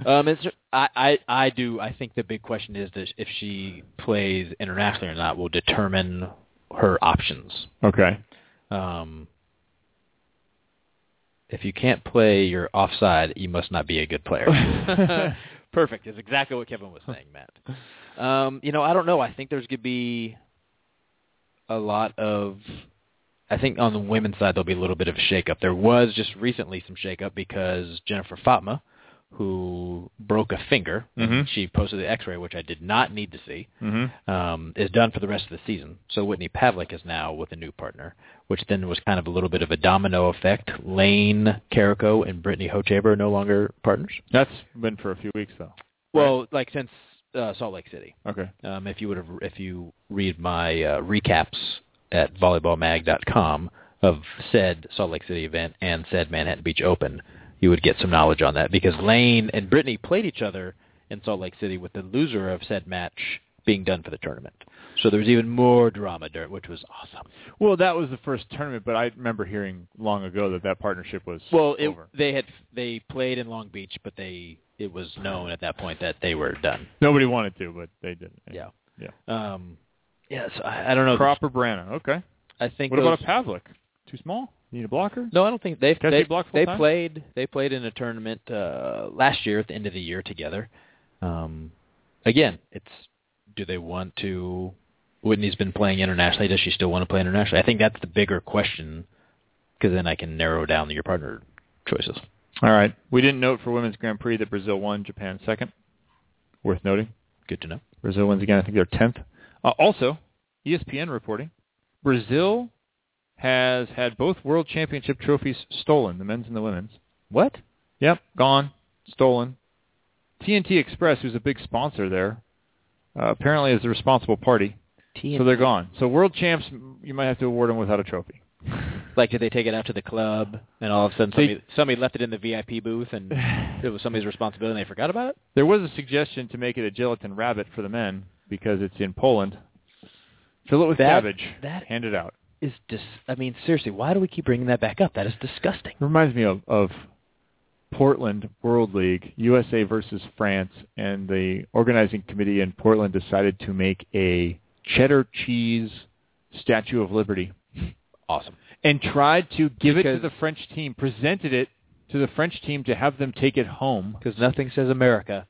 Speaker 7: Um, it's I, I I do I think the big question is that if she plays internationally or not will determine her options.
Speaker 5: <laughs> okay.
Speaker 7: Um, if you can't play your offside, you must not be a good player. <laughs> Perfect. Is exactly what Kevin was saying, Matt. Um, you know, I don't know. I think there's going to be a lot of. I think on the women's side there'll be a little bit of a shakeup. There was just recently some shakeup because Jennifer Fatma, who broke a finger,
Speaker 5: Mhm.
Speaker 7: she posted the X-ray, which I did not need to see
Speaker 5: Mm-hmm.
Speaker 7: um, is done for the rest of the season. So Whitney Pavlik is now with a new partner, which then was kind of a little bit of a domino effect. Lane Carico and Brittany Hochaber are no longer partners.
Speaker 5: That's been for a few weeks though.
Speaker 7: Well, like since uh, Salt Lake City.
Speaker 5: Okay.
Speaker 7: Um, if you would have, if you read my uh, recaps at volleyballmag.com of said Salt Lake City event and said Manhattan Beach Open, you would get some knowledge on that because Lane and Brittany played each other in Salt Lake City with the loser of said match being done for the tournament. So there was even more drama, during, which was awesome.
Speaker 5: Well, that was the first tournament, but I remember hearing long ago that that partnership was
Speaker 7: Well, it,
Speaker 5: over.
Speaker 7: they had they played in Long Beach, but they it was known at that point that they were done.
Speaker 5: Nobody wanted to, but they did.
Speaker 7: Yeah.
Speaker 5: Yeah.
Speaker 7: Um, yes, I, I don't know.
Speaker 5: Cropper Brana. Okay.
Speaker 7: I think
Speaker 5: What about a
Speaker 7: those-
Speaker 5: Pavlik? Too small? Need a blocker?
Speaker 7: No, I don't think they've
Speaker 5: Can I
Speaker 7: they,
Speaker 5: see block full
Speaker 7: they
Speaker 5: time?
Speaker 7: played they played in a tournament uh, last year at the end of the year together. Um, again, it's do they want to? Whitney's been playing internationally. Does she still want to play internationally? I think that's the bigger question because then I can narrow down your partner choices.
Speaker 5: All right. We didn't note for Women's Grand Prix that Brazil won, Japan second. Worth noting.
Speaker 7: Good to know.
Speaker 5: Brazil wins again. I think they're 10th. Uh, also, ESPN reporting, Brazil has had both World Championship trophies stolen, the men's and the women's.
Speaker 7: What?
Speaker 5: Yep, gone, stolen. TNT Express, who's a big sponsor there, uh, apparently is the responsible party, so they're gone. So world champs, you might have to award them without a trophy.
Speaker 7: <laughs> Like, did they take it out to the club and all of a sudden
Speaker 5: They-
Speaker 7: somebody, somebody left it in the VIP booth <sighs> and it was somebody's responsibility and they forgot about it?
Speaker 5: There was a suggestion to make it a gelatin rabbit for the men because it's in Poland. Fill it with
Speaker 7: That-
Speaker 5: cabbage.
Speaker 7: that-
Speaker 5: hand it out.
Speaker 7: Is dis- I mean, seriously, why do we keep bringing that back up? That is disgusting.
Speaker 5: reminds me of, of Portland World League, USA versus France, and the organizing committee in Portland decided to make a cheddar cheese Statue of Liberty
Speaker 7: Awesome.
Speaker 5: and tried to give it to
Speaker 7: Because-
Speaker 5: the French team, presented it to the French team to have them take it home.
Speaker 7: Because nothing says America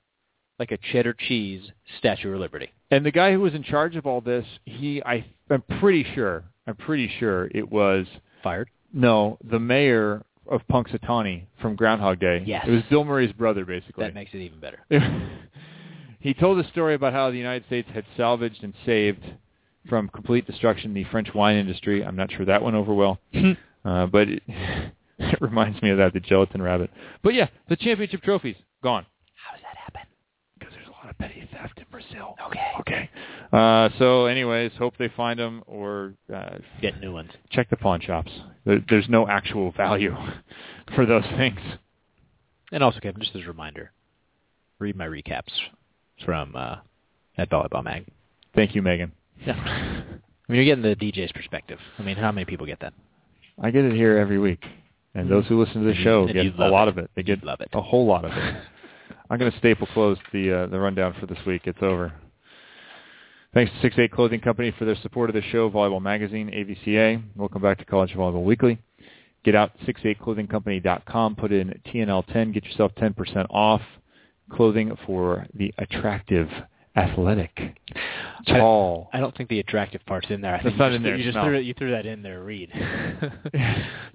Speaker 7: like a cheddar cheese Statue of Liberty.
Speaker 5: And the guy who was in charge of all this, he, I, I'm pretty sure, I'm pretty sure it was
Speaker 7: Fired.
Speaker 5: no, the mayor of Punxsutawney from Groundhog Day.
Speaker 7: Yes.
Speaker 5: it was Bill Murray's brother, basically.
Speaker 7: That makes it even better.
Speaker 5: <laughs> he told a story about how the United States had salvaged and saved from complete destruction the French wine industry. I'm not sure that went over <clears throat> well, uh, but it, <laughs> it reminds me of that, the gelatin rabbit. But yeah, the championship trophies gone
Speaker 7: How does that happen?
Speaker 5: because there's a lot of petty theft in Brazil.
Speaker 7: Okay.
Speaker 5: Okay. Uh, so, anyways, hope they find them or uh,
Speaker 7: Get new ones.
Speaker 5: check the pawn shops. There, there's no actual value <laughs> for those things.
Speaker 7: And also, Kevin, just as a reminder, read my recaps from uh, at Volleyball Mag.
Speaker 5: Thank you, <laughs> Megan.
Speaker 7: <laughs> I mean, you're getting the DJ's perspective. I mean, how many people get that?
Speaker 5: I get it here every week, and those who listen to the
Speaker 7: And you-
Speaker 5: show
Speaker 7: and
Speaker 5: get
Speaker 7: you
Speaker 5: a
Speaker 7: love
Speaker 5: lot
Speaker 7: it.
Speaker 5: of it. They
Speaker 7: You
Speaker 5: get
Speaker 7: love it.
Speaker 5: a whole lot of
Speaker 7: <laughs>
Speaker 5: it. I'm going to staple close the uh, the rundown for this week. It's over. Thanks to Six Eight Clothing Company for their support of the show, Volleyball Magazine, AVCA. Welcome back to College Volleyball Weekly. Get out sixeightclothingcompany.com. Put in TNL10. Get yourself 10% off clothing for the attractive, athletic, tall.
Speaker 7: I don't think the attractive part's in there. I
Speaker 5: That's
Speaker 7: think you
Speaker 5: not in
Speaker 7: just threw-
Speaker 5: there.
Speaker 7: You just
Speaker 5: No.
Speaker 7: threw, you threw that in there, Reed.
Speaker 5: <laughs>
Speaker 7: <laughs>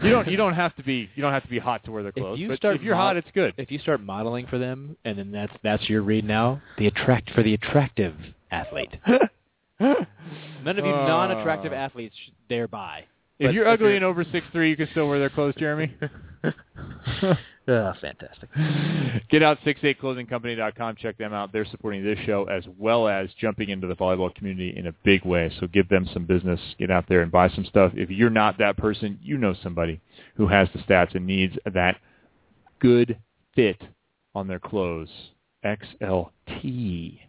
Speaker 5: you don't you don't have to be you don't have to be hot to wear the clothes.
Speaker 7: If you
Speaker 5: but
Speaker 7: start
Speaker 5: if you're hot,
Speaker 7: mod-
Speaker 5: it's good.
Speaker 7: If you start modeling for them, and then that's that's your read now. The attract for the attractive
Speaker 5: <laughs>
Speaker 7: athlete. None of you
Speaker 5: Uh,
Speaker 7: non-attractive athletes sh- thereby.
Speaker 5: If
Speaker 7: But
Speaker 5: you're ugly
Speaker 7: you're-
Speaker 5: and over six three, you can still wear their clothes, Jeremy.
Speaker 7: Ah, fantastic.
Speaker 5: <laughs> Get out 68clothingcompany.com. Check them out. They're supporting this show as well as jumping into the volleyball community in a big way. So give them some business. Get out there and buy some stuff. If you're not that person, you know somebody who has the stats and needs that good fit on their clothes. XLT.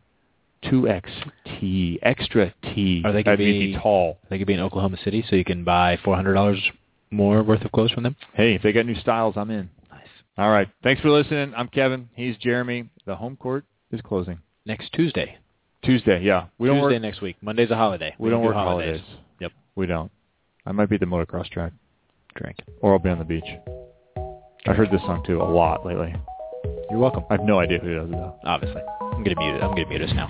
Speaker 5: 2XT. Extra T.
Speaker 7: Are they gonna
Speaker 5: That means
Speaker 7: be-
Speaker 5: tall.
Speaker 7: They could be in Oklahoma City, so you can buy four hundred dollars more worth of clothes from them.
Speaker 5: Hey, if they got new styles, I'm in.
Speaker 7: Nice.
Speaker 5: All right. Thanks for listening. I'm Kevin. He's Jeremy. The home court is closing.
Speaker 7: Next Tuesday.
Speaker 5: Tuesday, yeah. We don't
Speaker 7: Tuesday
Speaker 5: work.
Speaker 7: next week. Monday's a holiday.
Speaker 5: We don't
Speaker 7: do
Speaker 5: work holidays.
Speaker 7: Yep.
Speaker 5: We don't. I might be at the motocross track,
Speaker 7: Drink.
Speaker 5: or I'll be on the beach. I've heard this song too a lot lately.
Speaker 7: You're welcome.
Speaker 5: I have no idea who does it though.
Speaker 7: Obviously, I'm gonna mute it. I'm gonna mute us now.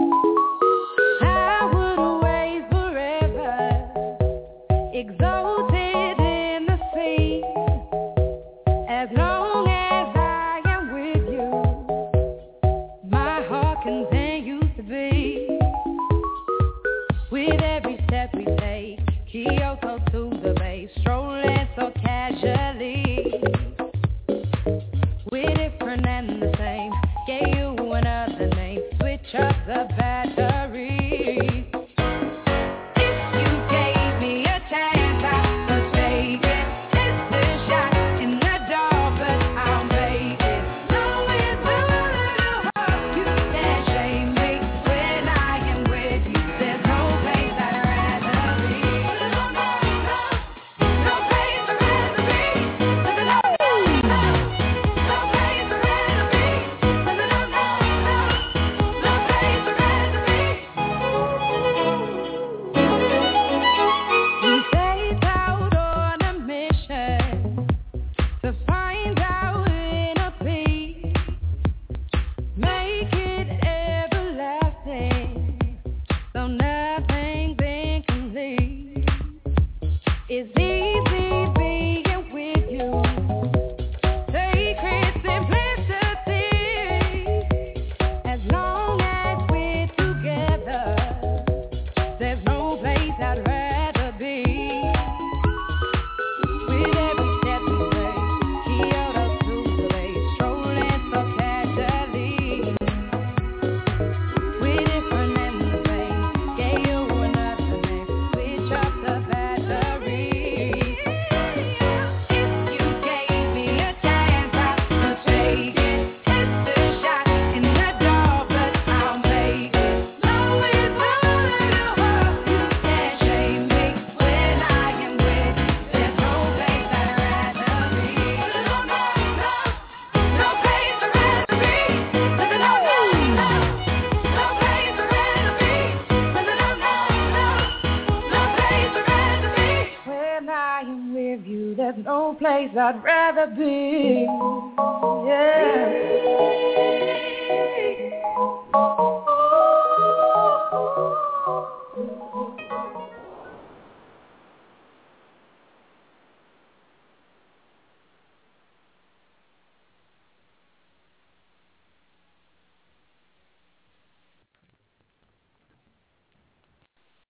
Speaker 1: I would always forever, exalted in the sea. As long as I am with you, my heart continues to be. with you, there's no place I'd rather be. Yeah.